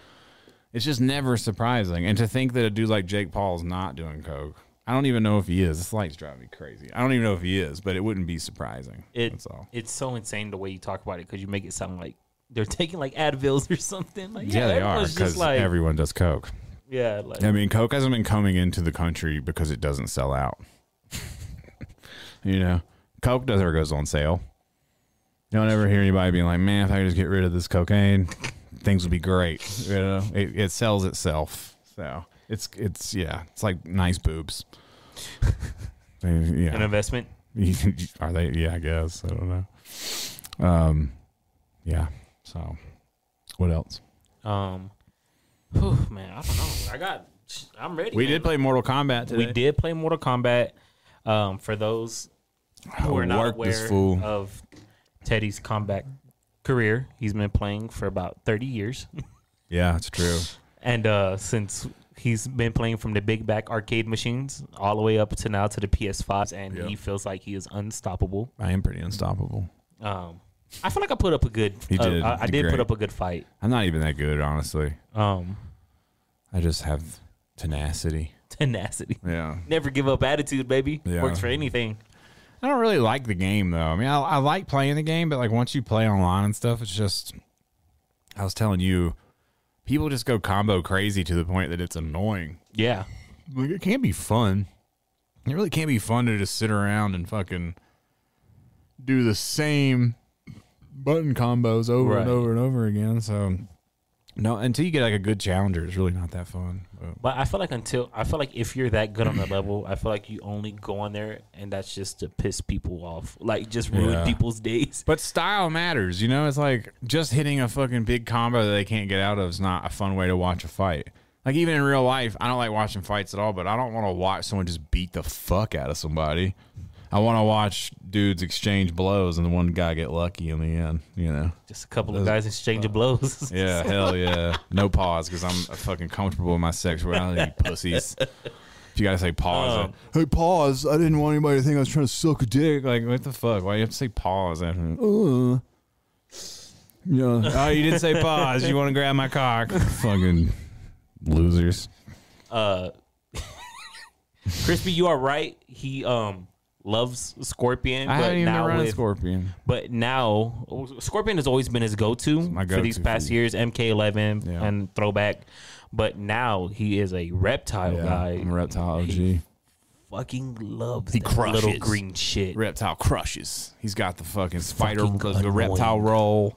[SPEAKER 1] It's just never surprising. And to think that a dude like Jake Paul is not doing coke, I don't even know if he is. This light's driving me crazy. I don't even know if he is, but it wouldn't be surprising.
[SPEAKER 2] It-
[SPEAKER 1] That's all.
[SPEAKER 2] It's so insane the way you talk about it because you make it sound like they're taking like Advils or something. Like,
[SPEAKER 1] Yeah, they are
[SPEAKER 2] everyone's
[SPEAKER 1] because
[SPEAKER 2] like,
[SPEAKER 1] everyone does coke.
[SPEAKER 2] Yeah, like
[SPEAKER 1] I mean, Coke hasn't been coming into the country because it doesn't sell out. you know, Coke never goes on sale. You don't ever hear anybody being like, "Man, if I could just get rid of this cocaine, things would be great." You know, it, it sells itself. So it's it's yeah, it's like nice boobs. They-
[SPEAKER 2] an
[SPEAKER 1] yeah,
[SPEAKER 2] investment.
[SPEAKER 1] are they? Yeah, I guess I don't know. Um, yeah. So, what else?
[SPEAKER 2] Um, whew, man, I don't know. I got. I'm ready.
[SPEAKER 1] We
[SPEAKER 2] man.
[SPEAKER 1] did play Mortal Kombat today.
[SPEAKER 2] We did play Mortal Kombat. Um, for those who are not
[SPEAKER 1] Oh, Work this
[SPEAKER 2] aware
[SPEAKER 1] fool.
[SPEAKER 2] of Teddy's combat career, he's been playing for about 30 years,
[SPEAKER 1] yeah, it's true.
[SPEAKER 2] and uh, since he's been playing from the big back arcade machines all the way up to now to the PS5s, and
[SPEAKER 1] Yeah.
[SPEAKER 2] he feels like he is unstoppable.
[SPEAKER 1] I am pretty unstoppable.
[SPEAKER 2] Um, I feel like I put up a good.
[SPEAKER 1] He
[SPEAKER 2] uh,
[SPEAKER 1] did.
[SPEAKER 2] I, I
[SPEAKER 1] He
[SPEAKER 2] did
[SPEAKER 1] great.
[SPEAKER 2] put up a good fight.
[SPEAKER 1] I'm not even that good, honestly.
[SPEAKER 2] Um,
[SPEAKER 1] I just have tenacity.
[SPEAKER 2] tenacity.
[SPEAKER 1] Yeah.
[SPEAKER 2] Never give up attitude, baby.
[SPEAKER 1] Yeah.
[SPEAKER 2] Works for anything.
[SPEAKER 1] I don't really like the game though. I mean, I, I like playing the game, but like once you play online and stuff, it's just. I was telling you, people just go combo crazy to the point that it's annoying.
[SPEAKER 2] Yeah.
[SPEAKER 1] Like it can't be fun. It really can't be fun to just sit around and fucking do the same button combos over
[SPEAKER 2] Right.
[SPEAKER 1] and over and over again. So, no, until you get like a good challenger, it's really not that fun. But-
[SPEAKER 2] But I feel like until I feel like if you're that good on the level, I feel like you only go on there and that's just to piss people off, like just ruin
[SPEAKER 1] Yeah.
[SPEAKER 2] people's days.
[SPEAKER 1] But style matters, you know. It's like just hitting a fucking big combo that they can't get out of is not a fun way to watch a fight. Like even in real life, I don't like watching fights at all. But I don't want to watch someone just beat the fuck out of somebody. I want to watch dudes exchange blows and the one guy get lucky in the end. You know?
[SPEAKER 2] Just a couple of guys exchanging blows.
[SPEAKER 1] uh, Yeah, hell yeah. No pause because I'm fucking comfortable with my sexuality, pussies. If you gotta say pause,
[SPEAKER 2] Um,
[SPEAKER 1] hey pause. I didn't want anybody to think I was trying to suck a dick. Like what the fuck? Why do you have to say pause after? Uh. Yeah. Oh, you didn't say pause. You want to grab my cock? fucking losers.
[SPEAKER 2] Uh, Crispy, you are right. He um loves Scorpion,
[SPEAKER 1] I
[SPEAKER 2] but
[SPEAKER 1] haven't even
[SPEAKER 2] now
[SPEAKER 1] been running
[SPEAKER 2] with
[SPEAKER 1] scorpion.
[SPEAKER 2] but now Scorpion has always been his go-to,
[SPEAKER 1] my
[SPEAKER 2] for these
[SPEAKER 1] go-to
[SPEAKER 2] past
[SPEAKER 1] food.
[SPEAKER 2] years. MK11
[SPEAKER 1] Yeah.
[SPEAKER 2] and throwback, but now he is a reptile
[SPEAKER 1] Yeah,
[SPEAKER 2] guy.
[SPEAKER 1] I'm a reptile
[SPEAKER 2] He
[SPEAKER 1] OG.
[SPEAKER 2] fucking loves
[SPEAKER 1] He
[SPEAKER 2] that little
[SPEAKER 1] crushes.
[SPEAKER 2] green shit.
[SPEAKER 1] Reptile crushes. He's got the fucking spider,
[SPEAKER 2] Fucking
[SPEAKER 1] the, the
[SPEAKER 2] annoying.
[SPEAKER 1] reptile roll.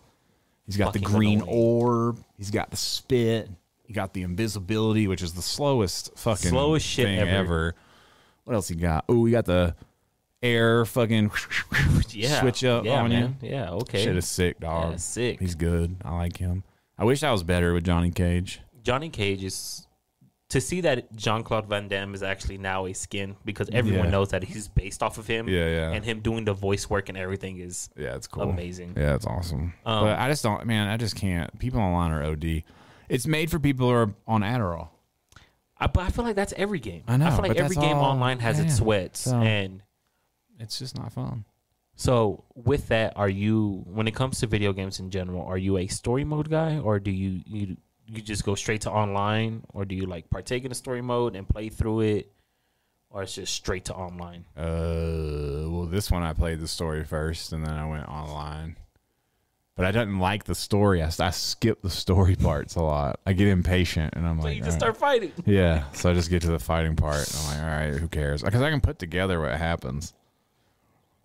[SPEAKER 1] He's got the
[SPEAKER 2] Fucking
[SPEAKER 1] green
[SPEAKER 2] annoying.
[SPEAKER 1] orb. He's got the spit. He got the invisibility, which is the slowest fucking
[SPEAKER 2] Slowest shit
[SPEAKER 1] thing
[SPEAKER 2] ever.
[SPEAKER 1] What else he got? Oh, he got the air fucking switch up
[SPEAKER 2] yeah,
[SPEAKER 1] on
[SPEAKER 2] man.
[SPEAKER 1] you.
[SPEAKER 2] Yeah, okay.
[SPEAKER 1] Shit is sick, dog.
[SPEAKER 2] Yeah, sick.
[SPEAKER 1] He's good. I like him. I wish I was better with Johnny Cage.
[SPEAKER 2] Johnny Cage is to see that Jean Claude Van Damme is actually now a skin because everyone
[SPEAKER 1] Yeah.
[SPEAKER 2] knows that he's based off of him.
[SPEAKER 1] Yeah, yeah.
[SPEAKER 2] And him doing the voice work and everything is
[SPEAKER 1] Yeah, it's cool.
[SPEAKER 2] Amazing. Um,
[SPEAKER 1] Yeah, it's awesome. but I just don't, man. I just can't. People online are OD. It's made for people who are on Adderall.
[SPEAKER 2] I, but I feel like that's every game.
[SPEAKER 1] I know,
[SPEAKER 2] I feel like
[SPEAKER 1] but
[SPEAKER 2] every
[SPEAKER 1] that's
[SPEAKER 2] game
[SPEAKER 1] all-
[SPEAKER 2] online has its
[SPEAKER 1] yeah,
[SPEAKER 2] sweats.
[SPEAKER 1] so-
[SPEAKER 2] And
[SPEAKER 1] It's just not fun.
[SPEAKER 2] so with that, are you when it comes to video games in general, are you a story mode guy or do you you you just go straight to online or do you like partake in the story mode and play through it or it's just straight to online?
[SPEAKER 1] Uh, well, this one I played the story first, and then I went online. But I didn't like the story. I, I skip the story parts a lot. I get impatient, and I'm
[SPEAKER 2] So
[SPEAKER 1] like,
[SPEAKER 2] you just
[SPEAKER 1] "All right."
[SPEAKER 2] start fighting.
[SPEAKER 1] yeah. So I just get to the fighting part, and I'm like, all right, who cares? Because I can put together what happens.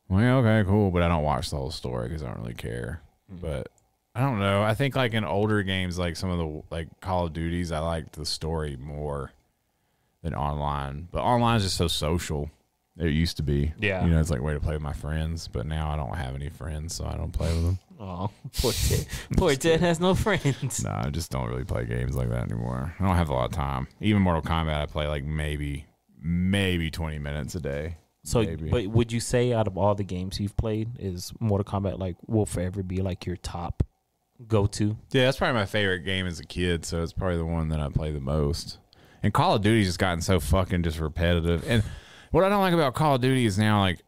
[SPEAKER 1] I'm like, okay, cool, but I don't watch the whole story because I don't really care. But I don't know. I think like in older games, like some of the like Call of Duties, I liked the story more than online. But online is just so social. It used to be,
[SPEAKER 2] Yeah.
[SPEAKER 1] You know, it's like a way to play with my friends, but now I don't have any friends, so I don't play with them.
[SPEAKER 2] Oh, poor Ted. poor Ted has no friends.
[SPEAKER 1] No, I just don't really play games like that anymore. I don't have a lot of time. Even Mortal Kombat, I play like maybe, maybe 20 minutes a day.
[SPEAKER 2] So,
[SPEAKER 1] Maybe.
[SPEAKER 2] but would you say out of all the games you've played, is Mortal Kombat like will forever be like your top go to?
[SPEAKER 1] Yeah, that's probably my favorite game as a kid. So it's probably the one that I play the most. And Call of Duty's just gotten so fucking just repetitive. And what I don't like about Call of Duty is now like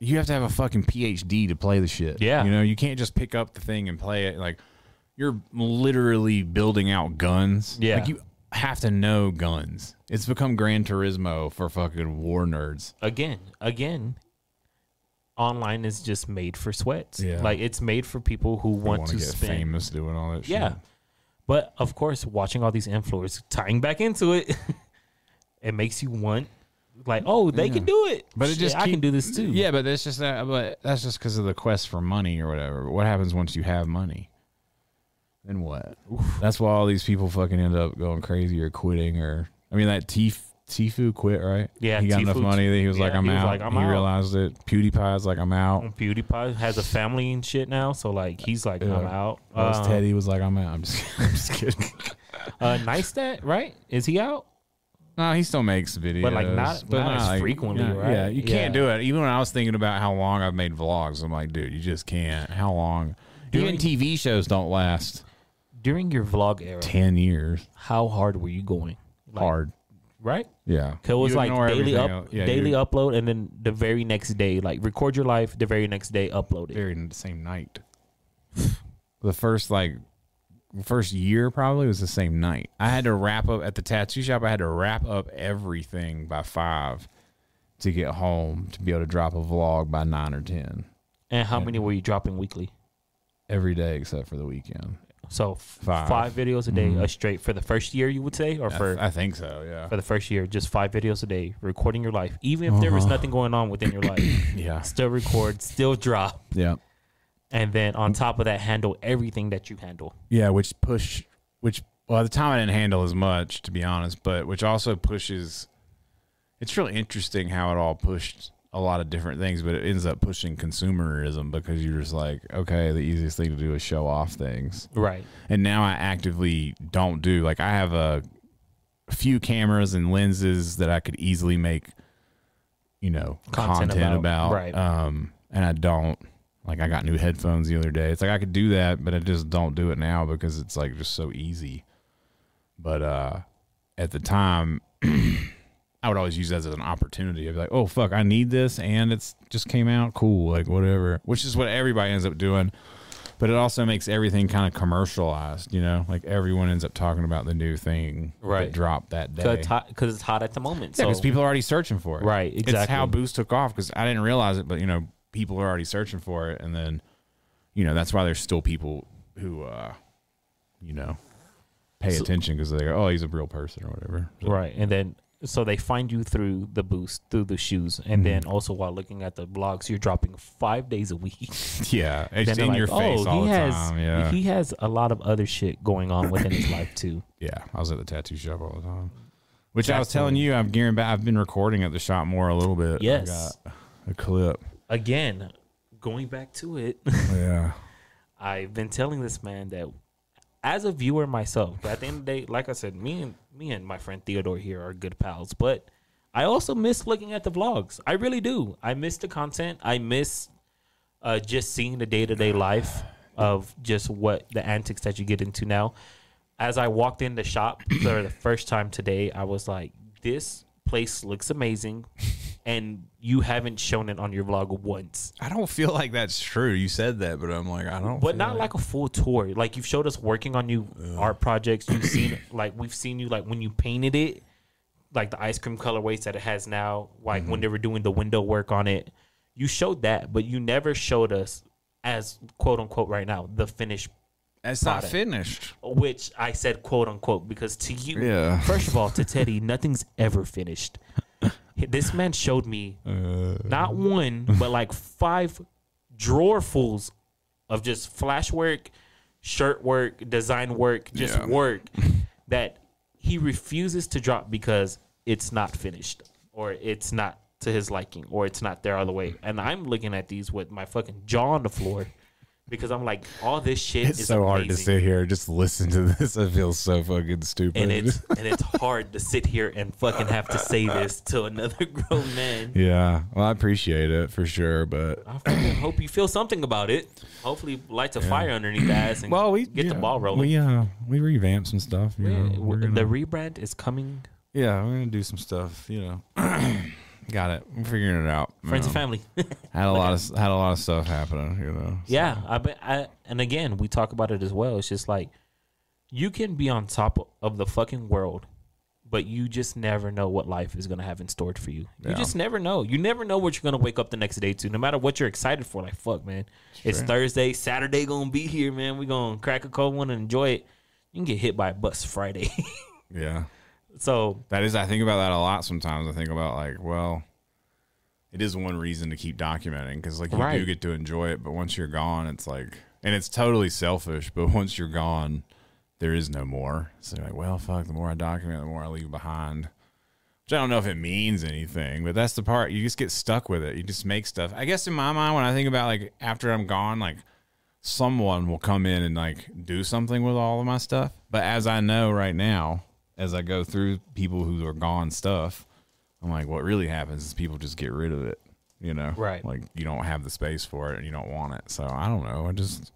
[SPEAKER 1] you have to have a fucking PhD to play the shit.
[SPEAKER 2] Yeah.
[SPEAKER 1] you know you can't just pick up the thing and play it. Like you're literally building out guns.
[SPEAKER 2] Yeah.
[SPEAKER 1] like you have to know guns. It's become Gran Turismo for fucking war nerds.
[SPEAKER 2] Again, again, online is just made for sweats.
[SPEAKER 1] Yeah.
[SPEAKER 2] Like it's made for people who
[SPEAKER 1] They
[SPEAKER 2] want
[SPEAKER 1] wanna
[SPEAKER 2] to
[SPEAKER 1] get
[SPEAKER 2] spend.
[SPEAKER 1] famous doing all that shit.
[SPEAKER 2] Yeah, But of course, watching all these influencers tying back into it, it makes you want like, oh, they can do it.
[SPEAKER 1] But it
[SPEAKER 2] Shit,
[SPEAKER 1] just
[SPEAKER 2] I can
[SPEAKER 1] keep-
[SPEAKER 2] do this too.
[SPEAKER 1] Yeah, but that's just that. But that's just because of the quest for money or whatever. What happens once you have money? Then what? That's why all these people fucking end up going crazy or quitting or. I mean, that Tif Tifu quit right.
[SPEAKER 2] Yeah,
[SPEAKER 1] he got enough
[SPEAKER 2] Tfue-
[SPEAKER 1] money that he was
[SPEAKER 2] yeah,
[SPEAKER 1] like, "I'm
[SPEAKER 2] he was
[SPEAKER 1] out."
[SPEAKER 2] like, I'm
[SPEAKER 1] he
[SPEAKER 2] out. Mm.
[SPEAKER 1] realized it. PewDiePie's like, "I'm out."
[SPEAKER 2] PewDiePie has a family and shit now, so like he's like,
[SPEAKER 1] Yeah.
[SPEAKER 2] I'm out.
[SPEAKER 1] Us
[SPEAKER 2] Um,
[SPEAKER 1] Teddy was like, "I'm out." I'm just, I'm just kidding.
[SPEAKER 2] Uh, Neistat, right? Is he out?
[SPEAKER 1] No, he still makes videos,
[SPEAKER 2] But, like, not- not as frequently,
[SPEAKER 1] yeah,
[SPEAKER 2] right?
[SPEAKER 1] Yeah, you can't
[SPEAKER 2] Yeah.
[SPEAKER 1] do it. Even when I was thinking about how long I've made vlogs, I'm like, dude, you just can't. How long? Even TV shows don't last
[SPEAKER 2] During your vlog era,
[SPEAKER 1] ten years.
[SPEAKER 2] how hard were you going? Like,
[SPEAKER 1] Hard,
[SPEAKER 2] right?
[SPEAKER 1] yeah.
[SPEAKER 2] 'Cause It was
[SPEAKER 1] You
[SPEAKER 2] like
[SPEAKER 1] ignore
[SPEAKER 2] daily
[SPEAKER 1] everything
[SPEAKER 2] up,
[SPEAKER 1] else. Yeah,
[SPEAKER 2] daily
[SPEAKER 1] you-
[SPEAKER 2] upload, and then the very next day, like record your life. The very next day, upload it.
[SPEAKER 1] Very the same night. the first like first year probably was the same night. I had to wrap up at the tattoo shop. I had to wrap up everything by five to get home to be able to drop a vlog by nine or ten
[SPEAKER 2] and how many were you dropping weekly?
[SPEAKER 1] every day except for the weekend.
[SPEAKER 2] So f-
[SPEAKER 1] Five.
[SPEAKER 2] five, videos a day, uh, straight for the first year, you would say, or
[SPEAKER 1] I-
[SPEAKER 2] for
[SPEAKER 1] I, think so. Yeah.
[SPEAKER 2] for the first year, just five videos a day, recording your life, even if there was nothing going on within your life,
[SPEAKER 1] Yeah.
[SPEAKER 2] still record, still drop,
[SPEAKER 1] Yeah.
[SPEAKER 2] and then on top of that, handle everything that you handle.
[SPEAKER 1] Yeah. Which push, which well, at the time I didn't handle as much to be honest, but which also pushes. It's really interesting how it all pushed a lot of different things, but it ends up pushing consumerism because you're just like, okay, the easiest thing to do is show off things.
[SPEAKER 2] Right.
[SPEAKER 1] and now I actively don't do like I have a few cameras and lenses that I could easily make you know content,
[SPEAKER 2] Content
[SPEAKER 1] about,
[SPEAKER 2] about, right.
[SPEAKER 1] um and I don't like I got new headphones the other day it's like I could do that but I just don't do it now because it's like just so easy but uh at the time I would always use that as an opportunity. I'd be like, oh fuck, I need this, and it's just came out, cool, like whatever. Which is what everybody ends up doing, but it also makes everything kind of commercialized. You know, like everyone ends up talking about the new thing that
[SPEAKER 2] Right.
[SPEAKER 1] dropped that day.
[SPEAKER 2] Because it's, hot- 'cause it's hot at the moment.
[SPEAKER 1] yeah,
[SPEAKER 2] so
[SPEAKER 1] because people are already searching for it.
[SPEAKER 2] Right,
[SPEAKER 1] It's
[SPEAKER 2] exactly.
[SPEAKER 1] how Boost took off because I didn't realize it, but you know, people are already searching for it, and then, you know, that's why there's still people who, uh you know, pay attention because they go, oh, he's a real person or whatever. So-
[SPEAKER 2] Right. And then so they find you through the boost, through the shoes, and then also while looking at the blogs, you're dropping five days a week.
[SPEAKER 1] Yeah, it's
[SPEAKER 2] then they're "Oh,
[SPEAKER 1] in your face all the
[SPEAKER 2] has
[SPEAKER 1] time. Yeah,
[SPEAKER 2] he has a lot of other shit going on within his life too.
[SPEAKER 1] yeah. I was at the tattoo shop all the time, which I was telling you, I'm gearing back. I've been recording at the shop more a little bit. I
[SPEAKER 2] Yes.
[SPEAKER 1] got a clip.
[SPEAKER 2] Again, going back to it,
[SPEAKER 1] Yeah,
[SPEAKER 2] I've been telling this man that as a viewer myself, but at the end of the day, like I said, me and me and my friend Theodore here are good pals, but I also miss looking at the vlogs. I really do. I miss the content. I miss uh, just seeing the day to day life of just what the antics that you get into now. As I walked in the shop for the first time today, I was like, this place looks amazing. And you haven't shown it on your vlog once
[SPEAKER 1] I don't feel like that's true. You said that, but I'm like, I don't.
[SPEAKER 2] but not like a full tour. Like you've showed us working on new art projects. You've seen like we've seen you like when you painted it, like the ice cream colorways that it has now. Like when they were doing the window work on it, you showed that, but you never showed us as quote unquote right now the finished.
[SPEAKER 1] it's not
[SPEAKER 2] product.
[SPEAKER 1] finished.
[SPEAKER 2] Which I said quote unquote because to you,
[SPEAKER 1] Yeah.
[SPEAKER 2] first of all, to Teddy, nothing's ever finished. This man showed me
[SPEAKER 1] Uh.
[SPEAKER 2] not one, but like five drawerfuls of just flash work, shirt work, design work, just
[SPEAKER 1] Yeah.
[SPEAKER 2] work that he refuses to drop because it's not finished or it's not to his liking or it's not there all the way. And I'm looking at these with my fucking jaw on the floor because I'm like, all this shit
[SPEAKER 1] It's
[SPEAKER 2] is
[SPEAKER 1] so hard to
[SPEAKER 2] amazing.
[SPEAKER 1] sit here and just listen to this. I feel so fucking stupid.
[SPEAKER 2] And it's and it's hard to sit here and fucking have to say this to another grown man.
[SPEAKER 1] yeah. Well, I appreciate it for sure, but
[SPEAKER 2] I fucking hope you feel something about it. Hopefully, lights a fire underneath the ass and get the ball rolling.
[SPEAKER 1] We uh, we revamp some stuff. You
[SPEAKER 2] Yeah,
[SPEAKER 1] know,
[SPEAKER 2] w-
[SPEAKER 1] we're gonna-
[SPEAKER 2] the rebrand is coming.
[SPEAKER 1] Yeah, we're gonna do some stuff. You know, got it. I'm figuring it out.
[SPEAKER 2] Friends
[SPEAKER 1] Um,
[SPEAKER 2] and family.
[SPEAKER 1] Had a lot of had a lot of stuff happening. You know. So-
[SPEAKER 2] yeah, I, bet- I and again we talk about it as well. It's just like you can be on top of the fucking world, but you just never know what life is gonna have in store for you.
[SPEAKER 1] Yeah.
[SPEAKER 2] You just never know. You never know what you're gonna wake up the next day to. No matter what you're excited for, like fuck, man, it's Thursday, Saturday gonna be here, man. We gonna crack a cold one and enjoy it. You You can get hit by a bus Friday.
[SPEAKER 1] Yeah.
[SPEAKER 2] so
[SPEAKER 1] That is, I think about that a lot sometimes. I think about, like, well, it is one reason to keep documenting because, like, you do
[SPEAKER 2] Right.
[SPEAKER 1] get to enjoy it. But once you're gone, it's like, and it's totally selfish, but once you're gone, there is no more. So, you're like, well, fuck, the more I document, the more I leave behind. Which I don't know if it means anything, but that's the part. You just get stuck with it. You just make stuff. I guess in my mind, when I think about, like, after I'm gone, like, someone will come in and like do something with all of my stuff. But as I know right now, as I go through people who are gone stuff, I'm like, what really happens is people just get rid of it, you know?
[SPEAKER 2] Right.
[SPEAKER 1] Like you don't have the space for it and you don't want it. So I don't know. I just,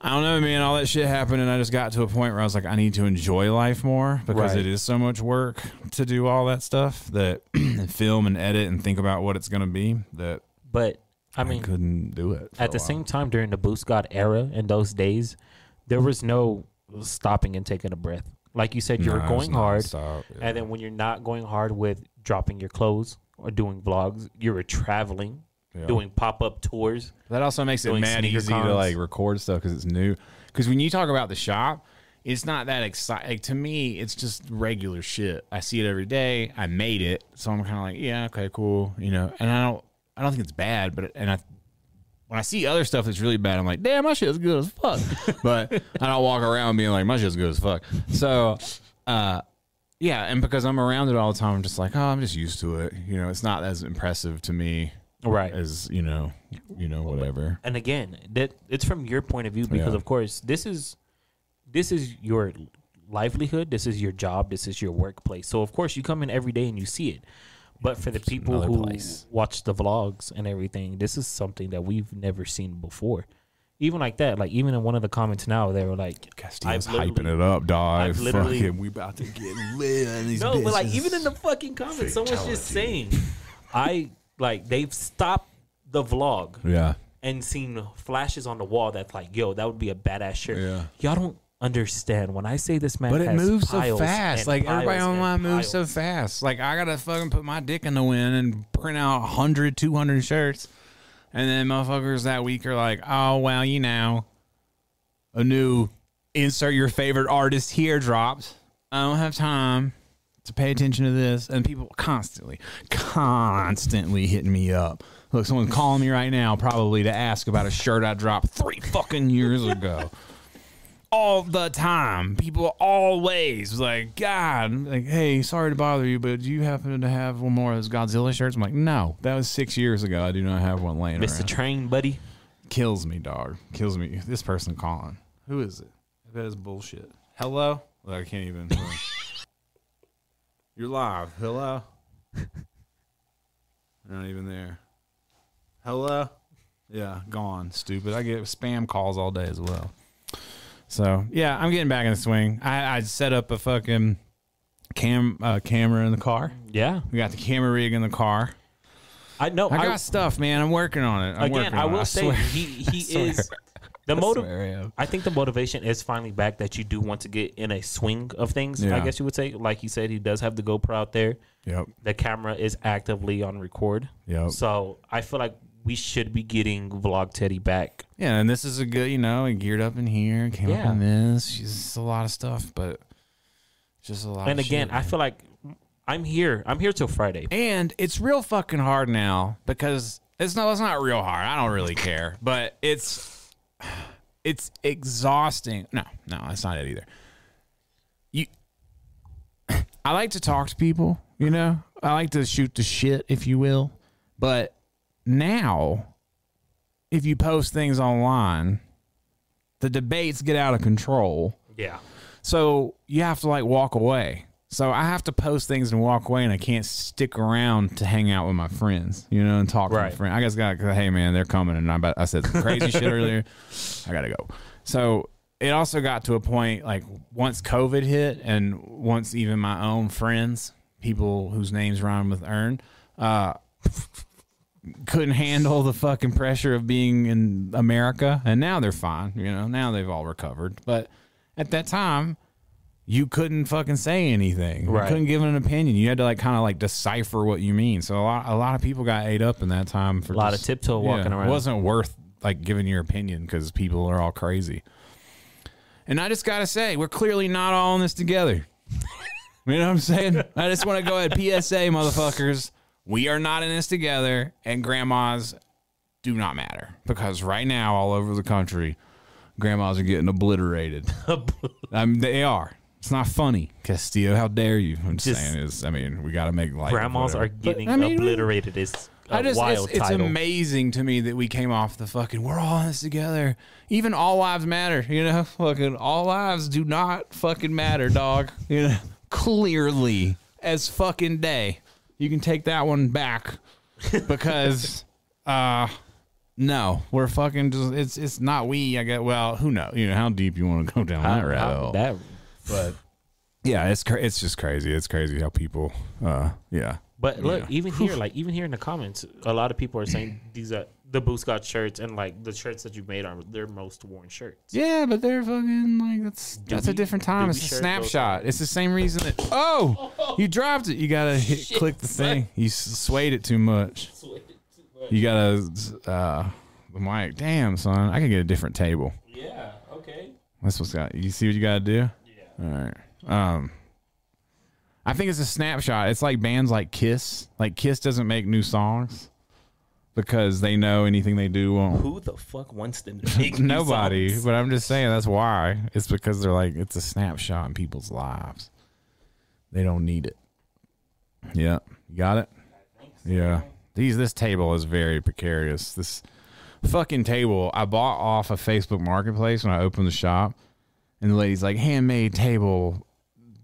[SPEAKER 1] I don't know, man. All that shit happened and I just got to a point where I was like, I need to enjoy life more because
[SPEAKER 2] Right.
[SPEAKER 1] it is so much work to do all that stuff that and film and edit and think about what it's going to be that
[SPEAKER 2] but I
[SPEAKER 1] I,
[SPEAKER 2] mean
[SPEAKER 1] couldn't do it. for
[SPEAKER 2] at
[SPEAKER 1] a
[SPEAKER 2] the
[SPEAKER 1] while.
[SPEAKER 2] same time during the Boost God era in those days, there was no stopping and taking a breath. Like you said, you
[SPEAKER 1] No,
[SPEAKER 2] were
[SPEAKER 1] it's
[SPEAKER 2] going hard.
[SPEAKER 1] nonstop, yeah.
[SPEAKER 2] And then when you're not going hard with dropping your clothes or doing vlogs, you were traveling,
[SPEAKER 1] Yeah.
[SPEAKER 2] doing pop up tours.
[SPEAKER 1] That also makes it
[SPEAKER 2] Doing
[SPEAKER 1] mad
[SPEAKER 2] sneaker
[SPEAKER 1] easy to
[SPEAKER 2] cons.
[SPEAKER 1] like record stuff because it's new. Because when you talk about the shop, it's not that exciting. Like, to me, it's just regular shit. I see it every day. I made it, so I'm kind of like, yeah, okay, cool, you know. And I don't, I don't think it's bad, but and I, when I see other stuff that's really bad, I'm like, damn, my shit's good as fuck. but I don't walk around being like, my shit's good as fuck. So, uh, yeah, and because I'm around it all the time, I'm just like, oh, I'm just used to it. You know, it's not as impressive to me
[SPEAKER 2] Right.
[SPEAKER 1] as you know, you know, whatever.
[SPEAKER 2] and again, that it's from your point of view
[SPEAKER 1] Yeah.
[SPEAKER 2] because of course this is this is your livelihood, this is your job, this is your workplace. So of course you come in every day and you see it. But for the people
[SPEAKER 1] another
[SPEAKER 2] who
[SPEAKER 1] place.
[SPEAKER 2] watch the vlogs and everything, this is something that we've never seen before. Even like that, like even in one of the comments now, they were like,
[SPEAKER 1] Castillo's
[SPEAKER 2] I've literally-
[SPEAKER 1] hyping it up, dog.
[SPEAKER 2] I've literally-
[SPEAKER 1] Fucking, we,
[SPEAKER 3] We about to get lit on these
[SPEAKER 2] No, but like
[SPEAKER 3] bitches.
[SPEAKER 2] even in the fucking comments, someone's just saying, I like they've stopped the vlog
[SPEAKER 1] yeah.
[SPEAKER 2] and seen flashes on the wall that's like, yo, that would be a badass shirt.
[SPEAKER 1] Yeah.
[SPEAKER 2] Y'all don't understand when I say this man,
[SPEAKER 1] But it
[SPEAKER 2] has
[SPEAKER 1] moves so
[SPEAKER 2] piles
[SPEAKER 1] fast.
[SPEAKER 2] and
[SPEAKER 1] Like everybody
[SPEAKER 2] piles and
[SPEAKER 1] online moves so
[SPEAKER 2] piles.
[SPEAKER 1] fast. Like I gotta fucking put my dick in the wind and print out 100, 200 shirts, and then motherfuckers that week are like, oh well, you know, a new insert your favorite artist here dropped. I don't have time to pay attention to this. And people constantly, constantly hitting me up. Look, someone's calling me right now, probably to ask about a shirt I dropped three fucking years ago. All the time. People always like, God, I'm like, hey, sorry to bother you, but do you happen to have one more of those Godzilla shirts? I'm like, no, that was six years ago. I do not have one laying
[SPEAKER 2] Missed the
[SPEAKER 1] around.
[SPEAKER 2] train, buddy.
[SPEAKER 1] Kills me, dog. Kills me. This person calling. Who is it? That is bullshit. Hello? Look, I can't even. You're live. Hello? They're not even there. Hello? Yeah, gone. Stupid. I get spam calls all day as well. So, yeah, I'm getting back in the swing. I, I set up a fucking cam uh, camera in the car.
[SPEAKER 2] Yeah,
[SPEAKER 1] We got the camera rig in the car.
[SPEAKER 2] I know.
[SPEAKER 1] I got stuff, man. I'm working on it. I'm
[SPEAKER 2] again,
[SPEAKER 1] working
[SPEAKER 2] I
[SPEAKER 1] on
[SPEAKER 2] will
[SPEAKER 1] it.
[SPEAKER 2] say
[SPEAKER 1] swear.
[SPEAKER 2] he he is the motive. I think the motivation is finally back that you do want to get in a swing of things.
[SPEAKER 1] Yeah.
[SPEAKER 2] I guess you would say, like you said, he does have the GoPro out there.
[SPEAKER 1] Yep.
[SPEAKER 2] The camera is actively on record.
[SPEAKER 1] Yep.
[SPEAKER 2] So I feel like we should be getting Vlog Teddy back.
[SPEAKER 1] Yeah, and this is a good, you know, and geared up in here, came up
[SPEAKER 2] Yeah.
[SPEAKER 1] in this. She's just a lot of stuff, but just a lot.
[SPEAKER 2] and
[SPEAKER 1] of
[SPEAKER 2] again,
[SPEAKER 1] shit.
[SPEAKER 2] I feel like I'm here. I'm here till Friday.
[SPEAKER 1] and it's real fucking hard now because it's not. It's not real hard. I don't really care, but it's it's exhausting. No, no, that's not it either. You, I like to talk to people. You know, I like to shoot the shit, if you will. But now, if you post things online, the debates get out of control.
[SPEAKER 2] Yeah.
[SPEAKER 1] So you have to like walk away. So I have to post things and walk away, and I can't stick around to hang out with my friends, you know, and talk to
[SPEAKER 2] Right.
[SPEAKER 1] my friends. I just got, hey man, they're coming, and I, about, I said some crazy shit earlier. I gotta go. So it also got to a point like once COVID hit, and once even my own friends, people whose names rhyme with earn, uh, couldn't handle the fucking pressure of being in America, and now they're fine. You know, now they've all recovered. But at that time, you couldn't fucking say anything. You
[SPEAKER 2] Right.
[SPEAKER 1] couldn't give an opinion. You had to like kind of like decipher what you mean. So a lot, a lot of people got ate up in that time for
[SPEAKER 2] A lot of tiptoe walking
[SPEAKER 1] It
[SPEAKER 2] around.
[SPEAKER 1] wasn't worth like giving your opinion because people are all crazy. And I just gotta say, we're clearly not all in this together. you know what I'm saying? I just want to go ahead, PSA, motherfuckers. We are not in this together, and grandmas do not matter because right now, all over the country, grandmas are getting obliterated. I mean, they are. It's not funny, Castillo. How dare you? I'm just
[SPEAKER 2] Just-
[SPEAKER 1] saying is, I mean, we got to make light. of
[SPEAKER 2] Grandmas
[SPEAKER 1] whatever.
[SPEAKER 2] are getting
[SPEAKER 1] I mean,
[SPEAKER 2] obliterated. It's a
[SPEAKER 1] I just,
[SPEAKER 2] wild
[SPEAKER 1] it's, it's
[SPEAKER 2] title.
[SPEAKER 1] amazing to me that we came off the fucking, we're all in this together. Even all lives matter, you know? Fucking all lives do not fucking matter, dog. you know? Clearly as fucking day. You can take that one back because, uh, no, we're fucking just, it's, it's not we, I get, well, who knows? You know, how deep you want to go down
[SPEAKER 2] How-
[SPEAKER 1] that rabbit
[SPEAKER 2] how-
[SPEAKER 1] hole.
[SPEAKER 2] that-
[SPEAKER 1] but yeah, it's cra- it's just crazy. It's crazy how people, uh, yeah,
[SPEAKER 2] But look,
[SPEAKER 1] Yeah.
[SPEAKER 2] even here, like even here in the comments, a lot of people are saying these are the Boo Scott shirts and like the shirts that you made are their most worn shirts.
[SPEAKER 1] yeah. But they're fucking like that's that's a
[SPEAKER 2] we-
[SPEAKER 1] different time.
[SPEAKER 2] do
[SPEAKER 1] It's
[SPEAKER 2] we
[SPEAKER 1] a
[SPEAKER 2] share
[SPEAKER 1] snapshot. It's the same reason that oh, you dropped it. You gotta hit, click the thing. You s- swayed it too much. You gotta uh, I'm like, damn son, I could get a different table.
[SPEAKER 2] Yeah. Okay.
[SPEAKER 1] That's what's got. You see what you gotta do. Yeah. All right. Um. I think it's a snapshot. It's like bands like Kiss. Like Kiss doesn't make new songs because they know anything they do won't
[SPEAKER 2] Who the fuck wants them to make these
[SPEAKER 1] Nobody,
[SPEAKER 2] songs?
[SPEAKER 1] but I'm just saying that's why. It's because they're like it's a snapshot in people's lives. They don't need it. Yeah, you got it. Yeah, these this table is very precarious. This fucking table I bought off of Facebook Marketplace when I opened the shop, and the lady's like, "Handmade table."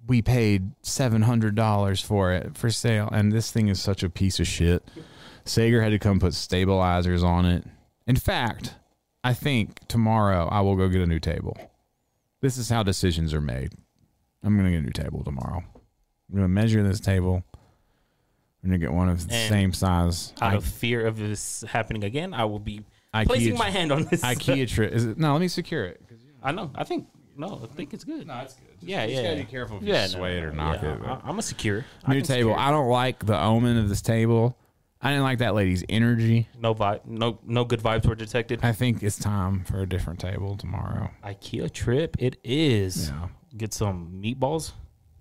[SPEAKER 1] We paid seven hundred dollars for it for sale, and this thing is such a piece of shit. Sager had to come put stabilizers on it. In fact, I think tomorrow I will go get a new table. This is how decisions are made. I'm gonna get a new table tomorrow. I'm gonna measure this table. I'm gonna get one of the
[SPEAKER 2] And
[SPEAKER 1] same size.
[SPEAKER 2] Out
[SPEAKER 1] I-
[SPEAKER 2] of fear of this happening again, I will be
[SPEAKER 1] IKEA
[SPEAKER 2] placing
[SPEAKER 1] tr-
[SPEAKER 2] my hand on this.
[SPEAKER 1] IKEA trip. Is it? No, let me secure it.
[SPEAKER 2] I know. I think no. I think it's good. No, it's good. yeah,
[SPEAKER 1] you
[SPEAKER 2] yeah.
[SPEAKER 1] just gotta
[SPEAKER 2] yeah.
[SPEAKER 1] be careful if you
[SPEAKER 2] yeah,
[SPEAKER 1] sway it or knock it,
[SPEAKER 2] I,
[SPEAKER 1] but-
[SPEAKER 2] I'm a secure. I
[SPEAKER 1] New
[SPEAKER 2] can
[SPEAKER 1] table.
[SPEAKER 2] secure.
[SPEAKER 1] I don't like the omen of this table. I didn't like that lady's energy.
[SPEAKER 2] No vibe. No no good vibes were detected.
[SPEAKER 1] I think it's time for a different table tomorrow.
[SPEAKER 2] IKEA trip. It is.
[SPEAKER 1] Yeah.
[SPEAKER 2] Get some meatballs.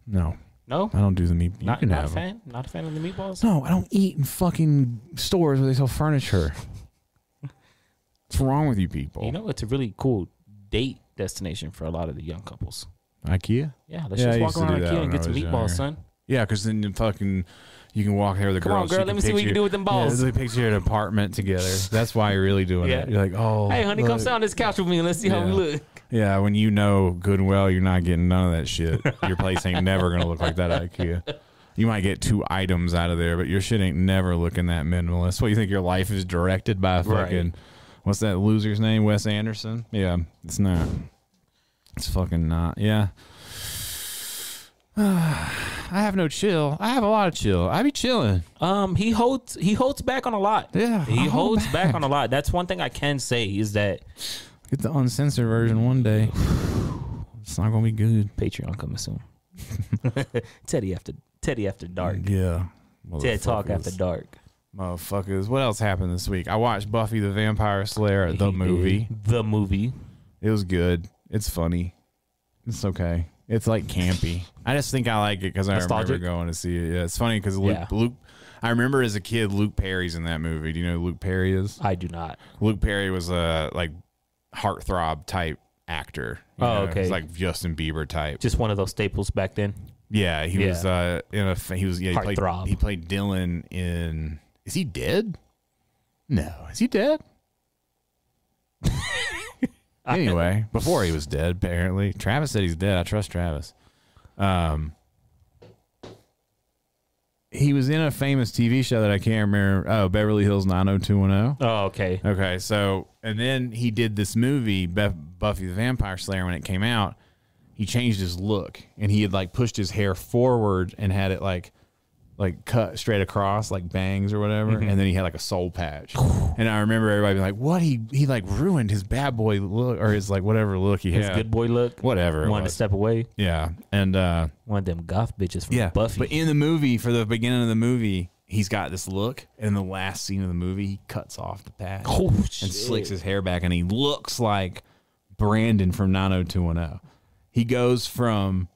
[SPEAKER 1] No,
[SPEAKER 2] No.
[SPEAKER 1] I don't do the meat. You
[SPEAKER 2] Not,
[SPEAKER 1] can
[SPEAKER 2] not a
[SPEAKER 1] have 'em.
[SPEAKER 2] fan. Not a fan of the meatballs.
[SPEAKER 1] No, I don't eat in fucking stores where they sell furniture. What's wrong with you people?
[SPEAKER 2] You know, it's a really cool date destination for a lot of the young couples.
[SPEAKER 1] IKEA.
[SPEAKER 2] Yeah, let's
[SPEAKER 1] Yeah, I
[SPEAKER 2] just
[SPEAKER 1] used
[SPEAKER 2] walk
[SPEAKER 1] to do
[SPEAKER 2] around
[SPEAKER 1] that
[SPEAKER 2] IKEA
[SPEAKER 1] when
[SPEAKER 2] and
[SPEAKER 1] I
[SPEAKER 2] get some
[SPEAKER 1] was
[SPEAKER 2] meatballs,
[SPEAKER 1] younger.
[SPEAKER 2] son.
[SPEAKER 1] Yeah, because then you fucking you can walk there with a
[SPEAKER 2] Come
[SPEAKER 1] girl.
[SPEAKER 2] on, girl, let me see what you can do with them balls.
[SPEAKER 1] Yeah, they picture an apartment together. That's why you're really doing
[SPEAKER 2] Yeah.
[SPEAKER 1] it. You're like, oh,
[SPEAKER 2] Hey, honey, come
[SPEAKER 1] look.
[SPEAKER 2] sit on this couch with me and let's see how we
[SPEAKER 1] Yeah.
[SPEAKER 2] look.
[SPEAKER 1] Yeah, when you know good and well you're not getting none of that shit. Your place ain't never gonna look like that at IKEA. You might get two items out of there, but your shit ain't never looking that minimalist. What you think your life is directed by fucking
[SPEAKER 2] Right.
[SPEAKER 1] what's that loser's name? Wes Anderson? Yeah, it's not. It's fucking not. Yeah. I have no chill. I have a lot of chill. I be chilling.
[SPEAKER 2] Um, he holds he holds back on a lot.
[SPEAKER 1] Yeah,
[SPEAKER 2] he
[SPEAKER 1] I hold
[SPEAKER 2] holds back. on a lot. That's one thing I can say is that
[SPEAKER 1] Get the uncensored version one day. It's not gonna be good.
[SPEAKER 2] Patreon coming soon. Teddy after Teddy after dark.
[SPEAKER 1] Yeah.
[SPEAKER 2] Ted talk after
[SPEAKER 1] Motherfuckers.
[SPEAKER 2] dark.
[SPEAKER 1] Motherfuckers, what else happened this week? I watched Buffy the Vampire Slayer, the movie.
[SPEAKER 2] The movie.
[SPEAKER 1] It was good. It's funny. It's okay. It's like campy. I just think I like it because I
[SPEAKER 2] Nostalgic?
[SPEAKER 1] remember going to see it. Yeah, it's funny because Luke,
[SPEAKER 2] Yeah.
[SPEAKER 1] Luke. I remember as a kid, Luke Perry's in that movie. Do you know who Luke Perry is?
[SPEAKER 2] I do not.
[SPEAKER 1] Luke Perry was a like heartthrob type actor. you
[SPEAKER 2] Oh, okay.
[SPEAKER 1] He's like Justin Bieber type.
[SPEAKER 2] Just one of those staples back then.
[SPEAKER 1] Yeah, he
[SPEAKER 2] Yeah.
[SPEAKER 1] was uh, in a fa- he was yeah he played
[SPEAKER 2] Heartthrob.
[SPEAKER 1] he played Dylan in is he dead? No, is he dead? anyway, before he was dead, apparently Travis said he's dead. I trust Travis. Um, he was in a famous TV show that I can't remember. Oh, Beverly Hills nine hundred two one zero.
[SPEAKER 2] Oh, okay.
[SPEAKER 1] Okay, so and then he did this movie Bef- Buffy the Vampire Slayer when it came out. He changed his look and he had like pushed his hair forward and had it like like cut straight across like bangs or whatever
[SPEAKER 2] Mm-hmm.
[SPEAKER 1] and then he had like a soul patch. and I remember everybody being like, "What he he like ruined his bad boy look or his like whatever look he
[SPEAKER 2] His
[SPEAKER 1] had."
[SPEAKER 2] good boy look.
[SPEAKER 1] whatever. it
[SPEAKER 2] Wanted to
[SPEAKER 1] was.
[SPEAKER 2] step away.
[SPEAKER 1] Yeah. And uh
[SPEAKER 2] One of them goth bitches from
[SPEAKER 1] yeah,
[SPEAKER 2] Buffy.
[SPEAKER 1] But in the movie, for the beginning of the movie, he's got this look, and in the last scene of the movie, he cuts off the patch
[SPEAKER 2] Oh,
[SPEAKER 1] and
[SPEAKER 2] shit.
[SPEAKER 1] slicks his hair back, and he looks like Brandon from 90210. He goes from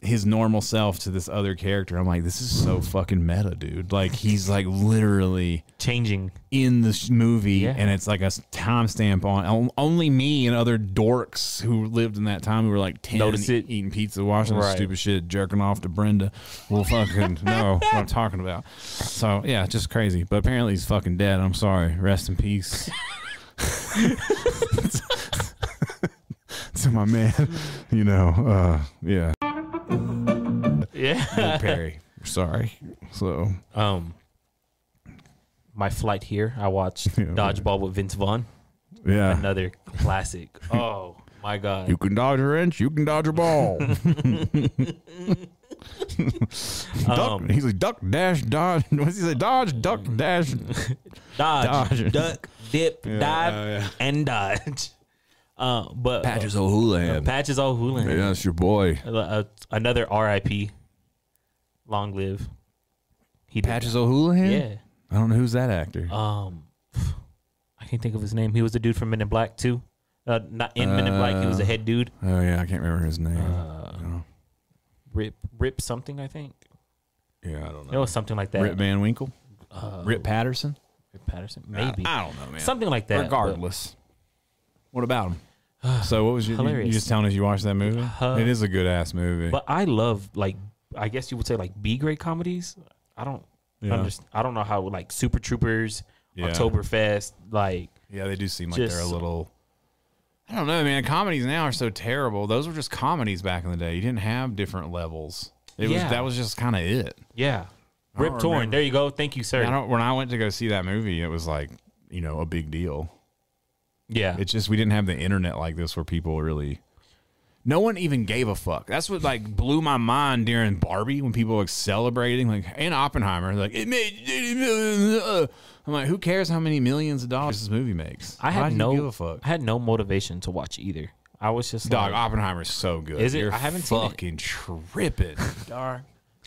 [SPEAKER 1] his normal self to this other character. I'm like, this is so fucking meta, dude. Like he's like literally
[SPEAKER 2] Changing.
[SPEAKER 1] in this movie,
[SPEAKER 2] Yeah.
[SPEAKER 1] and it's like a s- timestamp on on- only me and other dorks who lived in that time. who were like ten,
[SPEAKER 2] Notice it.
[SPEAKER 1] eating pizza, watching this
[SPEAKER 2] Right.
[SPEAKER 1] stupid shit, jerking off to Brenda. Will fucking know what I'm talking about. So yeah, just crazy. But apparently he's fucking dead. I'm sorry. Rest in peace. to my man, you know, uh, yeah,
[SPEAKER 2] Yeah.
[SPEAKER 1] Luke Perry. Sorry. So
[SPEAKER 2] Um, my flight here. I watched
[SPEAKER 1] Yeah.
[SPEAKER 2] Dodgeball with Vince Vaughn.
[SPEAKER 1] yeah,
[SPEAKER 2] Another classic. Oh my god.
[SPEAKER 1] you can dodge a wrench, you can dodge a ball. duck,
[SPEAKER 2] Um,
[SPEAKER 1] he's like duck dash dodge. What's he say? Dodge duck dash.
[SPEAKER 2] dodge,
[SPEAKER 1] Dodge.
[SPEAKER 2] duck, dip, dive,
[SPEAKER 1] yeah, yeah.
[SPEAKER 2] and dodge. Uh, but patches,
[SPEAKER 1] O'Houlihan.
[SPEAKER 2] patches O'Houlihan.
[SPEAKER 1] that's your boy.
[SPEAKER 2] Uh, uh, another R.I.P. Long live. He did
[SPEAKER 1] Patches
[SPEAKER 2] that.
[SPEAKER 1] O'Houlihan.
[SPEAKER 2] Yeah.
[SPEAKER 1] I don't know who's that actor.
[SPEAKER 2] Um, I can't think of his name. He was the dude from Men in Black too. Uh, not in Men in Black. He was the head dude.
[SPEAKER 1] oh yeah, I can't remember his name.
[SPEAKER 2] Uh,
[SPEAKER 1] No.
[SPEAKER 2] Rip, Rip something. I think
[SPEAKER 1] yeah, I don't
[SPEAKER 2] it was something like that.
[SPEAKER 1] Uh, Rip Van Winkle.
[SPEAKER 2] Uh,
[SPEAKER 1] Rip Patterson.
[SPEAKER 2] Rip Patterson, maybe
[SPEAKER 1] I, I don't know, man.
[SPEAKER 2] something like that.
[SPEAKER 1] Regardless. What about him? so what was your, you, you
[SPEAKER 2] Hilarious.
[SPEAKER 1] just telling us you watched that movie?
[SPEAKER 2] Uh-huh.
[SPEAKER 1] it is a good ass movie.
[SPEAKER 2] But, but I love like I guess you would say like B grade comedies. I don't
[SPEAKER 1] Yeah.
[SPEAKER 2] understand. I don't know how like Super Troopers,
[SPEAKER 1] Yeah.
[SPEAKER 2] Oktoberfest, like
[SPEAKER 1] Yeah, they do seem like they're a
[SPEAKER 2] Just-
[SPEAKER 1] little. I don't know, man. Comedies now are so terrible. Those were just comedies back in the day. You didn't have different levels. It
[SPEAKER 2] Yeah.
[SPEAKER 1] was that was just kind of it.
[SPEAKER 2] yeah,
[SPEAKER 1] I don't
[SPEAKER 2] Rip Torn.
[SPEAKER 1] remember.
[SPEAKER 2] There you go. Thank you,
[SPEAKER 1] I
[SPEAKER 2] sir.
[SPEAKER 1] don't, when I went to go see that movie, it was like you know a big deal.
[SPEAKER 2] Yeah,
[SPEAKER 1] It's just we didn't have the internet like this where people really. No one even gave a fuck. That's what like blew my mind during Barbie when people were celebrating like and Oppenheimer like it made. uh, I'm like, who cares how many millions of dollars this movie makes?
[SPEAKER 2] I
[SPEAKER 1] Why
[SPEAKER 2] had
[SPEAKER 1] do you
[SPEAKER 2] no
[SPEAKER 1] give a fuck.
[SPEAKER 2] I had no motivation to watch either. I was just
[SPEAKER 1] Dog,
[SPEAKER 2] like,
[SPEAKER 1] Oppenheimer's so good.
[SPEAKER 2] Is it?
[SPEAKER 1] You're
[SPEAKER 2] I haven't seen it.
[SPEAKER 1] fucking tripping. Darn.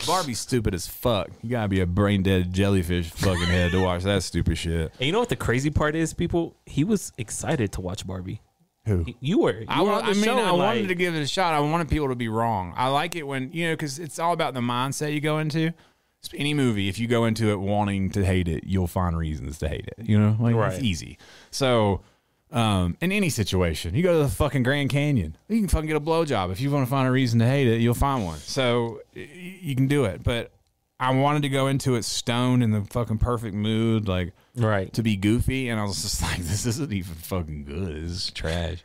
[SPEAKER 1] Barbie's stupid as fuck. You gotta be a brain dead jellyfish fucking head to watch that stupid shit.
[SPEAKER 2] And you know what the crazy part is, people? He was excited to watch Barbie.
[SPEAKER 1] Who?
[SPEAKER 2] Y- You were. You
[SPEAKER 1] I,
[SPEAKER 2] were
[SPEAKER 1] wa-
[SPEAKER 2] on the
[SPEAKER 1] I mean,
[SPEAKER 2] show
[SPEAKER 1] I
[SPEAKER 2] and,
[SPEAKER 1] wanted
[SPEAKER 2] like-
[SPEAKER 1] to give it a shot. I wanted people to be wrong. I like it when you know because it's all about the mindset you go into. It's Any movie, if you go into it wanting to hate it, you'll find reasons to hate it. You know, like
[SPEAKER 2] Right.
[SPEAKER 1] it's easy. So, um, in any situation, you go to the fucking Grand Canyon, you can fucking get a blowjob. If you want to find a reason to hate it, you'll find one. So y- you can do it. But I wanted to go into it stoned in the fucking perfect mood, like
[SPEAKER 2] Right.
[SPEAKER 1] to be goofy, and I was just like, this isn't even fucking good. This is trash.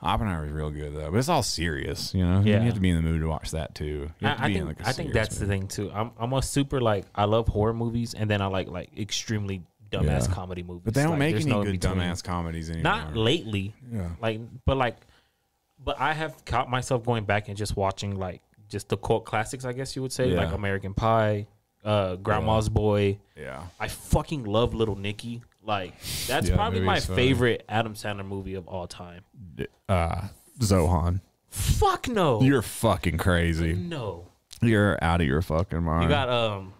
[SPEAKER 1] Oppenheimer is real good though, but it's all serious. You know,
[SPEAKER 2] Yeah.
[SPEAKER 1] you have to be in the mood to watch that too. You
[SPEAKER 2] I,
[SPEAKER 1] have to
[SPEAKER 2] I
[SPEAKER 1] be
[SPEAKER 2] think,
[SPEAKER 1] in like a
[SPEAKER 2] I think
[SPEAKER 1] serious
[SPEAKER 2] that's
[SPEAKER 1] mood.
[SPEAKER 2] the thing too. I'm I'm a super like I love horror movies and then I like like extremely dumbass
[SPEAKER 1] Yeah.
[SPEAKER 2] comedy movies.
[SPEAKER 1] But they don't
[SPEAKER 2] Like,
[SPEAKER 1] make
[SPEAKER 2] there's
[SPEAKER 1] any
[SPEAKER 2] no in
[SPEAKER 1] good
[SPEAKER 2] between.
[SPEAKER 1] dumbass comedies anymore.
[SPEAKER 2] Not lately.
[SPEAKER 1] Yeah.
[SPEAKER 2] Like but like but I have caught myself going back and just watching like just the cult classics, I guess you would say,
[SPEAKER 1] Yeah.
[SPEAKER 2] like American Pie, uh, Grandma's Boy,
[SPEAKER 1] yeah.
[SPEAKER 2] I fucking love Little Nicky. Like that's
[SPEAKER 1] Yeah,
[SPEAKER 2] probably
[SPEAKER 1] movie's
[SPEAKER 2] my
[SPEAKER 1] fun.
[SPEAKER 2] favorite Adam Sandler movie of all time.
[SPEAKER 1] Uh, Zohan,
[SPEAKER 2] Fuck no.
[SPEAKER 1] you're fucking crazy.
[SPEAKER 2] no.
[SPEAKER 1] You're out of your fucking mind.
[SPEAKER 2] You got um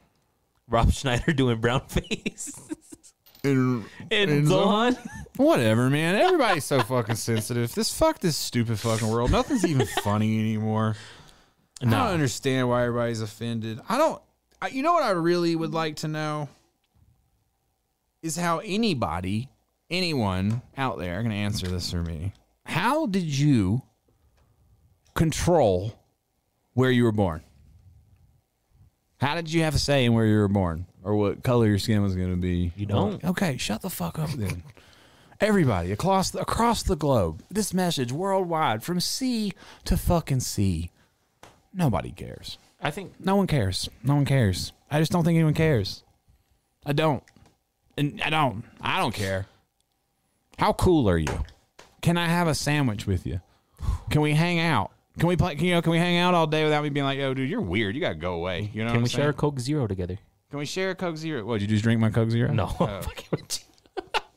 [SPEAKER 2] Rob Schneider doing brown face
[SPEAKER 3] And
[SPEAKER 2] and
[SPEAKER 1] And
[SPEAKER 2] Zohan.
[SPEAKER 1] Whatever, man. Everybody's so fucking sensitive. This fuck this stupid fucking world. Nothing's even funny anymore. I don't
[SPEAKER 2] No.
[SPEAKER 1] understand why everybody's offended.
[SPEAKER 3] I don't. I, you know what I really would like to know
[SPEAKER 1] is how anybody, anyone out there can answer this for me. How did you control where you were born? How did you have a say in where you were born or what color your skin was going to be?
[SPEAKER 2] You don't.
[SPEAKER 1] Okay, shut the fuck up then. Everybody across the, across the globe, this message worldwide from sea to fucking sea. Nobody cares.
[SPEAKER 2] I think
[SPEAKER 1] No one cares. No one cares. I just don't think anyone cares. I don't. And I don't. I don't care. How cool are you? Can I have a sandwich with you? Can we hang out? Can we play? Can, you know, can we hang out all day without me being like, "Yo, dude, you're weird. You gotta go away." You know? what
[SPEAKER 2] can we
[SPEAKER 1] I'm saying?
[SPEAKER 2] share a Coke Zero together?
[SPEAKER 1] Can we share a Coke Zero? What? Did you just drink my Coke Zero?
[SPEAKER 2] No. Fucking with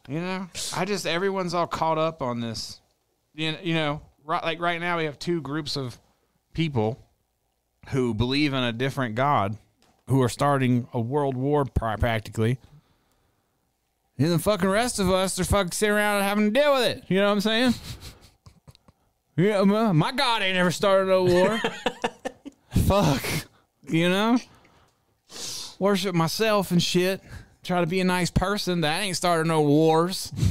[SPEAKER 2] you.
[SPEAKER 1] You know, I just everyone's all caught up on this. You you know, right, like right now we have two groups of people who believe in a different god, who are starting a world war pri- practically. And the fucking rest of us are fucking sitting around and having to deal with it. You know what I'm saying? Yeah, my my God ain't never started no war. Fuck. You know? Worship myself and shit. Try to be a nice person. That ain't started no wars.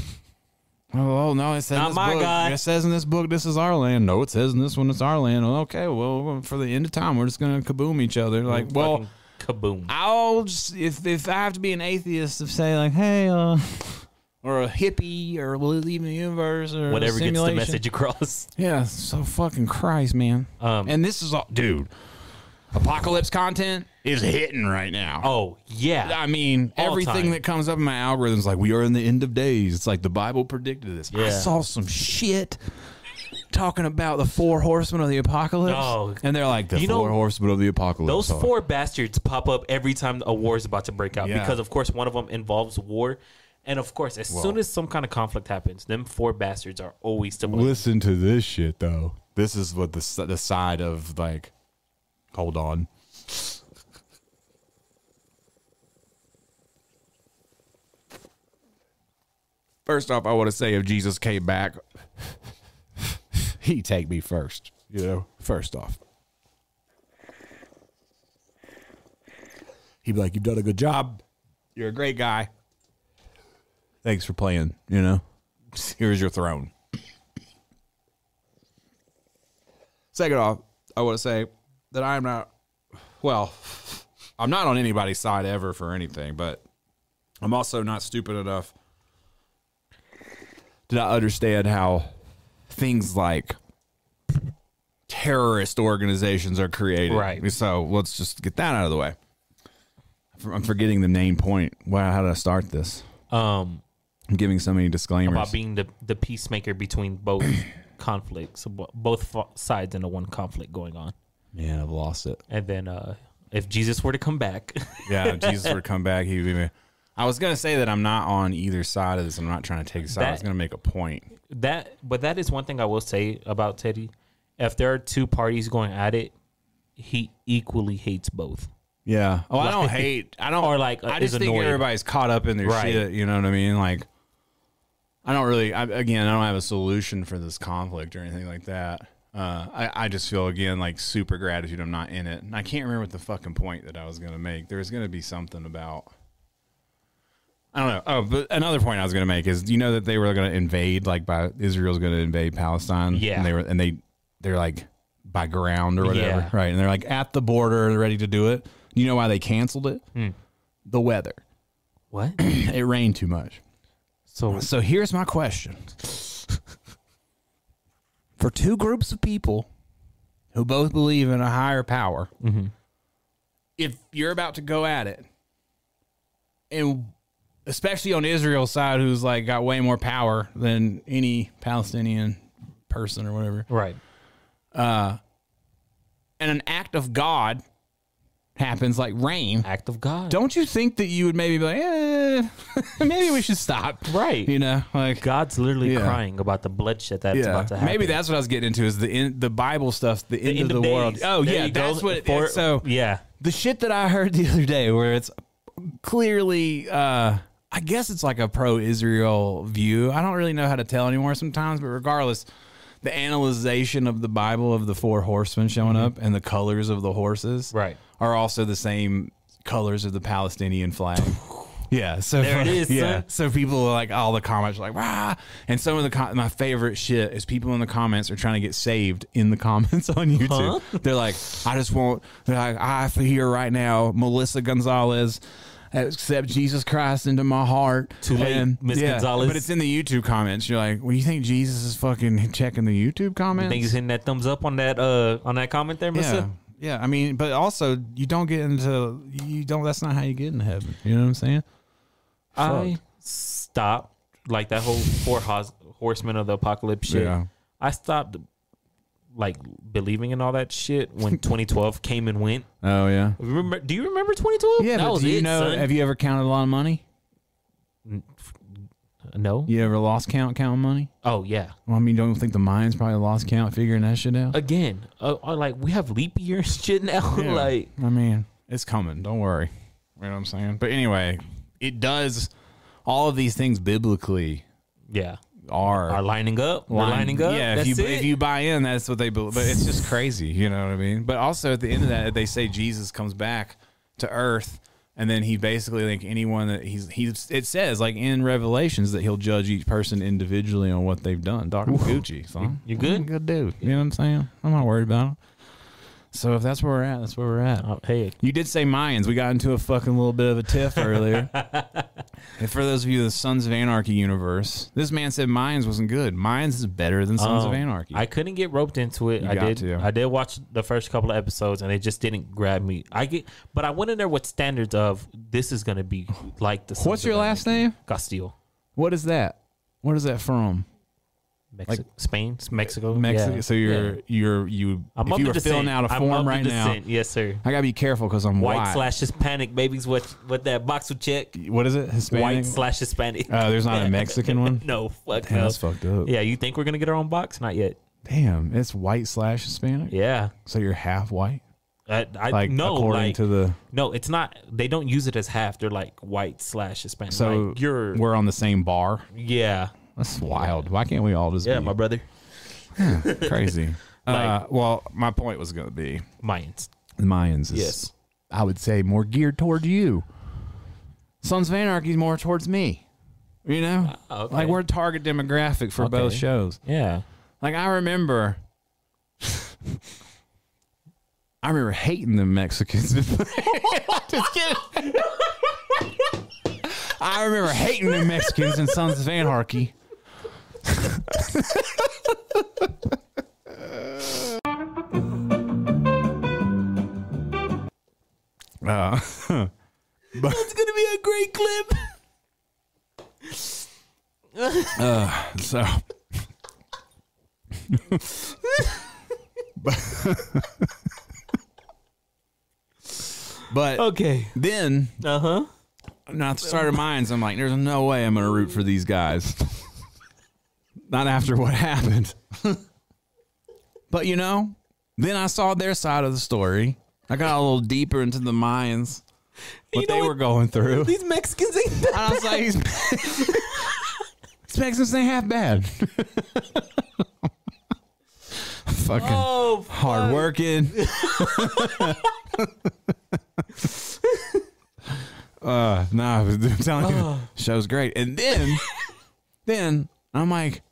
[SPEAKER 1] Oh, no, it says
[SPEAKER 2] Not
[SPEAKER 1] in this
[SPEAKER 2] my
[SPEAKER 1] book.
[SPEAKER 2] God.
[SPEAKER 1] It says in this book, this is our land. No, it says in this one, it's our land. Well, okay, well, for the end of time, we're just gonna kaboom each other. Like, well,
[SPEAKER 2] Fucking kaboom.
[SPEAKER 1] I'll just if if I have to be an atheist to say like, hey, uh, or a hippie, or believe in the universe, or
[SPEAKER 2] Whatever gets the
[SPEAKER 1] simulation.
[SPEAKER 2] message across.
[SPEAKER 1] Yeah, so fucking Christ, man.
[SPEAKER 2] Um,
[SPEAKER 1] and this is all, dude. Apocalypse content is hitting right now.
[SPEAKER 2] Oh yeah,
[SPEAKER 1] I mean,
[SPEAKER 2] All
[SPEAKER 1] everything
[SPEAKER 2] time.
[SPEAKER 1] that comes up in my algorithms, like we are in the end of days. It's like the Bible predicted this. I
[SPEAKER 2] Yeah.
[SPEAKER 1] saw some shit talking about the four horsemen of the apocalypse,
[SPEAKER 2] Oh.
[SPEAKER 1] and they're like the
[SPEAKER 2] You know,
[SPEAKER 1] four horsemen of the apocalypse.
[SPEAKER 2] those
[SPEAKER 1] are-
[SPEAKER 2] four bastards pop up every time a war is about to break out
[SPEAKER 1] Yeah.
[SPEAKER 2] because, of course, one of them involves war, and of course, as soon as some kind of conflict happens, them four bastards are always to blame.
[SPEAKER 1] Listen to this shit though. This is what the s- the side of like, hold on. First off, I want to say if Jesus came back, he take me first. You know, first off, he'd be like, "You've done a good job. You're a great guy. Thanks for playing. You know, here's your throne." Second off, I want to say that I am not, well, I'm not on anybody's side ever for anything, but I'm also not stupid enough to not understand how things like terrorist organizations are created.
[SPEAKER 2] Right.
[SPEAKER 1] So let's just get that out of the way. I'm forgetting the main point. Wow, how did I start this?
[SPEAKER 2] Um,
[SPEAKER 1] I'm giving so many disclaimers.
[SPEAKER 2] about being the the peacemaker between both conflicts, bo- both fo- sides in the one conflict going on,
[SPEAKER 1] Man, I've lost it.
[SPEAKER 2] and then uh, if Jesus were to come back,
[SPEAKER 1] Yeah, if Jesus were to come back, he would be. I was gonna say that I'm not on either side of this. I'm not trying to take a side. I was
[SPEAKER 2] That-
[SPEAKER 1] gonna make a point.
[SPEAKER 2] that but that is one thing I will say about Teddy. If there are two parties going at it, he equally hates both.
[SPEAKER 1] Yeah. Oh, I don't
[SPEAKER 2] Like-
[SPEAKER 1] hate. I don't.
[SPEAKER 2] or like, uh,
[SPEAKER 1] I
[SPEAKER 2] is
[SPEAKER 1] just think
[SPEAKER 2] annoyed.
[SPEAKER 1] everybody's caught up in their
[SPEAKER 2] Right.
[SPEAKER 1] shit. You know what I mean? Like, I don't really. I, again, I don't have a solution for this conflict or anything like that. Uh, I, I just feel again like super gratitude I'm not in it, and I can't remember what the fucking point that I was gonna make. There was gonna be something about. I don't know. Oh, but another point I was going to make is you know that they were going to invade, like by Israel's going to invade Palestine.
[SPEAKER 2] Yeah.
[SPEAKER 1] and they were, and they they're like by ground or whatever,
[SPEAKER 2] Yeah.
[SPEAKER 1] right? And they're like at the border, they're ready to do it. You know why they canceled it? The weather.
[SPEAKER 2] What?
[SPEAKER 1] It rained too much.
[SPEAKER 2] So
[SPEAKER 1] So here's my question: For two groups of people who both believe in a higher power, if you're about to go at it, and especially on Israel's side, who's like got way more power than any Palestinian person or whatever,
[SPEAKER 2] right.
[SPEAKER 1] and an act of God happens like rain,
[SPEAKER 2] Act of God.
[SPEAKER 1] don't you think that you would maybe be like, eh, maybe we should stop?
[SPEAKER 2] Right.
[SPEAKER 1] You know, like
[SPEAKER 2] God's literally
[SPEAKER 1] Yeah.
[SPEAKER 2] crying about the bloodshed that's about to happen.
[SPEAKER 1] Maybe that's what I was getting into is the in, the Bible stuff, the, end,
[SPEAKER 2] end
[SPEAKER 1] of the
[SPEAKER 2] days.
[SPEAKER 1] world. Oh
[SPEAKER 2] There
[SPEAKER 1] yeah,
[SPEAKER 2] you go.
[SPEAKER 1] that's what it
[SPEAKER 2] For-
[SPEAKER 1] is. So
[SPEAKER 2] yeah,
[SPEAKER 1] the shit that I heard the other day, where it's clearly, uh, I guess it's like a pro-Israel view. I don't really know how to tell anymore sometimes, but regardless, the analyzation of the Bible of the four horsemen showing up and the colors of the horses,
[SPEAKER 2] Mm-hmm. Right.
[SPEAKER 1] are also the same colors of the Palestinian flag. Yeah, so
[SPEAKER 2] There it is,
[SPEAKER 1] Yeah,
[SPEAKER 2] son.
[SPEAKER 1] so people are like all the comments are like rah, and some of the com- my favorite shit is people in the comments are trying to get saved in the comments on YouTube. They're like, I just want, they're like, I hear right now Melissa Gonzalez. Accept Jesus Christ into my heart.
[SPEAKER 2] Too late, Miss Gonzalez.
[SPEAKER 1] But it's in the YouTube comments. You're like, well, you think Jesus is fucking checking the YouTube comments?
[SPEAKER 2] think he's hitting that thumbs up on that uh on that comment there,
[SPEAKER 1] yeah,
[SPEAKER 2] Mister.
[SPEAKER 1] yeah. I mean, but also you don't get into you don't. That's not how you get into heaven. You know what I'm saying?
[SPEAKER 2] I stopped like that whole four hos- horsemen of the apocalypse shit.
[SPEAKER 1] Yeah.
[SPEAKER 2] I stopped like believing in all that shit when 2012 came and went.
[SPEAKER 1] Oh yeah.
[SPEAKER 2] Remember? Do you remember 2012?
[SPEAKER 1] Yeah,
[SPEAKER 2] that
[SPEAKER 1] but
[SPEAKER 2] was
[SPEAKER 1] do you
[SPEAKER 2] it,
[SPEAKER 1] know?
[SPEAKER 2] son.
[SPEAKER 1] Have you ever counted a lot of money?
[SPEAKER 2] no.
[SPEAKER 1] You ever lost count counting money?
[SPEAKER 2] Oh yeah.
[SPEAKER 1] Well, I mean, don't you think the mind's probably lost count figuring that shit out?
[SPEAKER 2] Again, uh, uh, like we have leap year and shit now.
[SPEAKER 1] Yeah.
[SPEAKER 2] like
[SPEAKER 1] I mean, it's coming. Don't worry. You know what I'm saying? But anyway, it does. All of these things biblically
[SPEAKER 2] yeah,
[SPEAKER 5] are
[SPEAKER 2] Are lining up. We're
[SPEAKER 5] line-
[SPEAKER 2] lining up.
[SPEAKER 1] Yeah, if
[SPEAKER 2] That's
[SPEAKER 1] you
[SPEAKER 2] it.
[SPEAKER 1] if you buy in, that's what they believe. But it's just crazy, you know what I mean? But also at the end of that, they say Jesus comes back to Earth, and then he basically like anyone that he's he's it says like in Revelations that he'll judge each person individually on what they've done. Doctor Gucci, son,
[SPEAKER 2] You good?
[SPEAKER 1] Mm, good dude. You know what I'm saying? I'm not worried about him. So if that's where we're at, that's where we're at.
[SPEAKER 2] Oh, hey,
[SPEAKER 1] You did say Mayans. We got into a fucking little bit of a tiff earlier. and for those of you in the Sons of Anarchy universe, this man said Mayans wasn't good. Mayans is better than Sons
[SPEAKER 2] um,
[SPEAKER 1] of Anarchy.
[SPEAKER 2] I couldn't get roped into it.
[SPEAKER 1] You
[SPEAKER 2] I
[SPEAKER 1] got
[SPEAKER 2] did.
[SPEAKER 1] to.
[SPEAKER 2] I did watch the first couple of episodes, and it just didn't grab me. I get, but I went in there with standards of this is gonna be like the.
[SPEAKER 1] What's your last name?
[SPEAKER 2] Castillo,
[SPEAKER 1] What is that? What is that from?
[SPEAKER 2] Mexico, Spain, Mexico,
[SPEAKER 1] Mexico.
[SPEAKER 2] Yeah.
[SPEAKER 1] So you're
[SPEAKER 2] Yeah.
[SPEAKER 1] you're you.
[SPEAKER 2] I'm
[SPEAKER 1] if
[SPEAKER 2] up
[SPEAKER 1] you
[SPEAKER 2] to
[SPEAKER 1] were
[SPEAKER 2] descent.
[SPEAKER 1] filling out a
[SPEAKER 2] I'm
[SPEAKER 1] form
[SPEAKER 2] up to
[SPEAKER 1] right now,
[SPEAKER 2] descent. Yes, sir.
[SPEAKER 1] I gotta be careful because I'm
[SPEAKER 2] White
[SPEAKER 1] white.
[SPEAKER 2] slash Hispanic, babies. What what that box would check?
[SPEAKER 1] What is it?
[SPEAKER 2] White
[SPEAKER 1] Hispanic.
[SPEAKER 2] slash Hispanic.
[SPEAKER 1] Uh, there's not a Mexican one.
[SPEAKER 2] no, fuck
[SPEAKER 1] Damn,
[SPEAKER 2] no.
[SPEAKER 1] that's fucked up.
[SPEAKER 2] Yeah, you think we're gonna get our own box? Not yet.
[SPEAKER 1] Damn, it's white slash Hispanic.
[SPEAKER 2] Yeah,
[SPEAKER 1] So you're half white,
[SPEAKER 2] I, I
[SPEAKER 1] like
[SPEAKER 2] no,
[SPEAKER 1] according
[SPEAKER 2] like,
[SPEAKER 1] to the.
[SPEAKER 2] No, it's not. They don't use it as half. They're like white slash Hispanic.
[SPEAKER 1] So
[SPEAKER 2] like you're,
[SPEAKER 1] we're on the same bar.
[SPEAKER 2] yeah,
[SPEAKER 1] That's wild. Why can't we all just be
[SPEAKER 2] brother,
[SPEAKER 1] crazy? uh, well, my point was going to be
[SPEAKER 2] Mayans.
[SPEAKER 1] the Mayans. Is,
[SPEAKER 2] Yes,
[SPEAKER 1] I would say more geared towards you. Sons of Anarchy is more towards me. You know,
[SPEAKER 2] Ah, okay.
[SPEAKER 1] like we're a target demographic for both
[SPEAKER 2] Okay.
[SPEAKER 1] shows.
[SPEAKER 2] yeah.
[SPEAKER 1] Like I remember, I remember hating the Mexicans. Just kidding. I remember hating the Mexicans and Sons of Anarchy. Uh,
[SPEAKER 2] It's gonna be a great clip.
[SPEAKER 1] so, but
[SPEAKER 2] Okay.
[SPEAKER 1] then
[SPEAKER 2] Uh huh.
[SPEAKER 1] not the start of mines. I'm like, there's no way I'm going to root for these guys. not after what happened. but you know, then I saw their side of the story. I got a little deeper into the Mayans, what
[SPEAKER 2] You know
[SPEAKER 1] they
[SPEAKER 2] what?
[SPEAKER 1] were going through.
[SPEAKER 2] These Mexicans ain't that.
[SPEAKER 1] I was like, these these Mexicans ain't half bad. Fucking
[SPEAKER 2] Oh,
[SPEAKER 1] hard working. uh, nah, I'm telling you,
[SPEAKER 2] Oh.
[SPEAKER 1] show's great. And then, then I'm like,